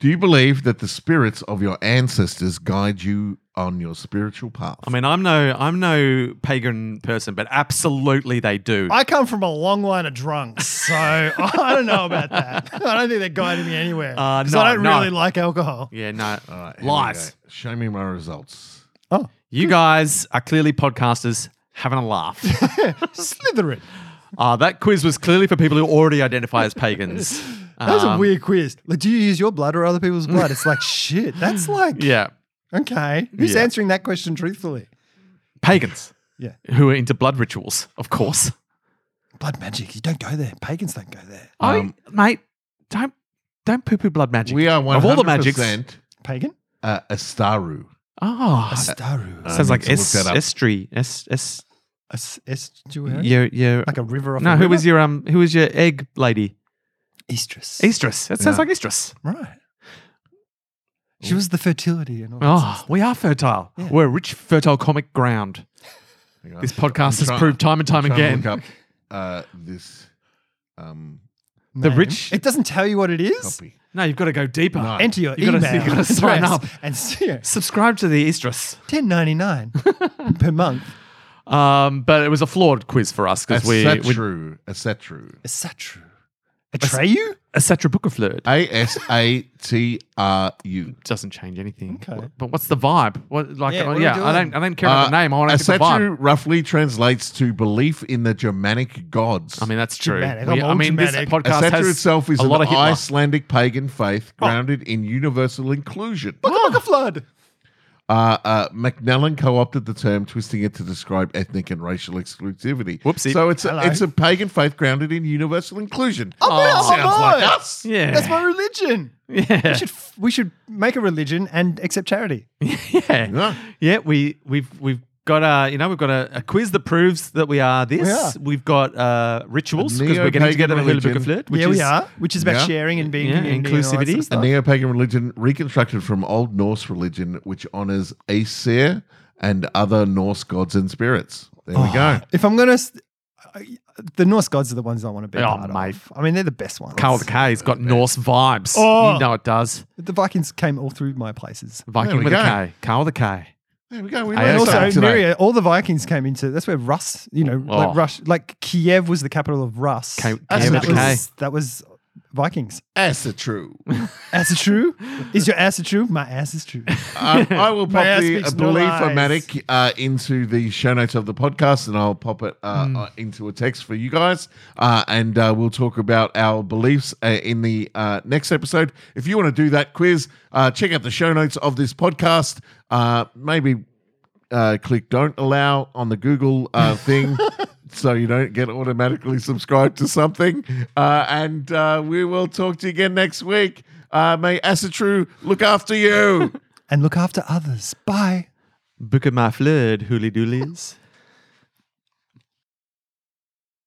Speaker 1: Do you believe that the spirits of your ancestors guide you on your spiritual path?
Speaker 2: I mean, I'm no I'm no pagan person, but absolutely they do.
Speaker 3: I come from a long line of drunks, so I don't know about that. I don't think they're guiding me anywhere.
Speaker 2: Uh,
Speaker 3: 'Cause
Speaker 2: no,
Speaker 3: I don't
Speaker 2: no.
Speaker 3: really like alcohol.
Speaker 2: yeah, no.
Speaker 1: All right, here we
Speaker 2: Lies.
Speaker 1: go. Show me my results.
Speaker 3: Oh,
Speaker 2: You guys are clearly podcasters having a laugh.
Speaker 3: Slytherin.
Speaker 2: Uh, that quiz was clearly for people who already identify as pagans.
Speaker 3: That was a
Speaker 2: Um,
Speaker 3: weird quiz. Like, do you use your blood or other people's blood? It's like, shit, that's like,
Speaker 2: Yeah.
Speaker 3: okay. Who's
Speaker 2: Yeah.
Speaker 3: answering that question truthfully?
Speaker 2: Pagans
Speaker 3: Yeah.
Speaker 2: who are into blood rituals, of course.
Speaker 3: Blood magic. You don't go there. Pagans don't go there.
Speaker 2: I, Um, mate, don't don't poo poo blood magic.
Speaker 1: We are one
Speaker 2: of all the
Speaker 1: hundred
Speaker 2: magics.
Speaker 1: percent
Speaker 3: Pagan?
Speaker 1: uh, Astaru.
Speaker 2: Oh,
Speaker 3: Astaru.
Speaker 1: Uh,
Speaker 2: sounds
Speaker 1: I
Speaker 2: like
Speaker 1: need to
Speaker 2: es-
Speaker 1: look that up.
Speaker 2: estuary. Es- es-
Speaker 3: As- estuary?
Speaker 2: your, your,
Speaker 3: Like a river off
Speaker 2: no,
Speaker 3: a
Speaker 2: who
Speaker 3: river?
Speaker 2: was your um? Who was your egg lady?
Speaker 3: Estrus.
Speaker 2: Estrus. That sounds
Speaker 1: Yeah.
Speaker 2: like Estrus.
Speaker 3: Right. She was the fertility and all that sort of
Speaker 2: Oh, we are fertile.
Speaker 3: Yeah.
Speaker 2: We're rich, fertile comic ground.
Speaker 1: Hang on.
Speaker 2: This podcast
Speaker 1: I'm
Speaker 2: has
Speaker 1: try-
Speaker 2: proved time and time
Speaker 1: I'm trying
Speaker 2: again.
Speaker 1: to look up, uh, this um,
Speaker 2: The
Speaker 3: name.
Speaker 2: rich-
Speaker 3: It doesn't tell you what it is.
Speaker 1: copy.
Speaker 2: No, you've got to go deeper.
Speaker 1: No.
Speaker 3: Enter your
Speaker 2: You gotta-
Speaker 3: email.
Speaker 2: you gotta sign
Speaker 3: address
Speaker 2: up.
Speaker 3: and see it.
Speaker 2: Subscribe to the Estrus.
Speaker 3: Ten ninety nine per month.
Speaker 2: Um, but it was a flawed quiz for us because we, we
Speaker 1: Asetru. Asetru.
Speaker 3: Is that true? Atreyu?
Speaker 2: a Satra Book of Flirt
Speaker 1: A S A T R U.
Speaker 2: doesn't change anything.
Speaker 3: Okay.
Speaker 2: But what's the vibe? What like oh,
Speaker 3: Yeah,
Speaker 2: yeah,
Speaker 3: what are we
Speaker 2: I
Speaker 3: doing? Uh,
Speaker 2: don't I don't care about the name. I want to get the
Speaker 1: Uh,
Speaker 2: vibe.
Speaker 1: Asetru roughly translates to belief in the Germanic gods.
Speaker 2: I mean that's true.
Speaker 3: Germanic.
Speaker 2: We-
Speaker 3: I'm
Speaker 2: I
Speaker 3: all
Speaker 2: mean this
Speaker 3: Germanic.
Speaker 2: podcast
Speaker 1: Asetru
Speaker 2: has
Speaker 1: itself is
Speaker 2: a
Speaker 1: an
Speaker 2: lot of Oh. Hitler.
Speaker 1: Icelandic pagan faith grounded in universal inclusion.
Speaker 3: Like a flood.
Speaker 1: Uh, uh, Macmillan co-opted the term, twisting it to describe ethnic and racial exclusivity.
Speaker 2: Whoopsie.
Speaker 1: So it's a,
Speaker 3: Hello.
Speaker 1: it's a pagan faith grounded in universal inclusion.
Speaker 3: Oh, well,
Speaker 1: sounds
Speaker 3: I'm
Speaker 1: like
Speaker 3: on.
Speaker 1: us.
Speaker 2: Yeah.
Speaker 3: That's my religion.
Speaker 2: yeah.
Speaker 3: We should f- we should make a religion and accept charity.
Speaker 2: yeah.
Speaker 1: Yeah.
Speaker 2: Yeah, we we've we've got a you know we've got a, a quiz that proves that we are this.
Speaker 3: We are.
Speaker 2: We've got uh, rituals because we're getting
Speaker 1: neo-pagan
Speaker 2: together with Book
Speaker 1: religion.
Speaker 2: of Flirt, which
Speaker 3: Yeah,
Speaker 2: is
Speaker 3: we are. Which is about
Speaker 1: Yeah.
Speaker 3: sharing and being
Speaker 2: Yeah,
Speaker 3: community and all that
Speaker 2: inclusivity.
Speaker 1: A
Speaker 3: sort of stuff.
Speaker 1: neo-pagan religion reconstructed from Old Norse religion, which honors Aesir and other Norse gods and spirits. There
Speaker 3: Oh.
Speaker 1: we go.
Speaker 3: If I'm gonna, s- I- the Norse gods are the ones I want to be
Speaker 2: Oh,
Speaker 3: part
Speaker 2: mate.
Speaker 3: of. I mean, they're the best ones.
Speaker 2: Carl the K's got Norse vibes.
Speaker 3: Oh.
Speaker 2: You know it does.
Speaker 3: The Vikings came all through my places.
Speaker 2: Viking
Speaker 1: we
Speaker 2: with a
Speaker 1: go.
Speaker 2: K. Carl the K.
Speaker 1: There we go. We
Speaker 2: I
Speaker 1: learned
Speaker 3: And also,
Speaker 1: something today.
Speaker 3: Myria, all the Vikings came into. That's where Rus, you know,
Speaker 2: Oh.
Speaker 3: like Rus, like Kiev was the capital of Rus.
Speaker 2: K-
Speaker 3: and
Speaker 1: Kiev
Speaker 3: that
Speaker 1: with a
Speaker 3: was that was Vikings.
Speaker 1: Asatru.
Speaker 3: Ass is true. Is your ass true? My ass is true.
Speaker 1: um, I will
Speaker 3: My ass
Speaker 1: pop the
Speaker 3: speaks no
Speaker 1: belief o uh, into the show notes of the podcast, and I'll pop it uh,
Speaker 3: Mm.
Speaker 1: uh, into a text for you guys. Uh, and uh, we'll talk about our beliefs uh, in the uh, next episode. If you want to do that quiz, uh, check out the show notes of this podcast. Uh, maybe uh, click "Don't Allow" on the Google uh, thing. So you don't get automatically subscribed to something, uh, and uh, we will talk to you again next week. Uh, may Asatru look after you.
Speaker 3: And look after others. Bye.
Speaker 2: Book of my Flirt, hooly doolies.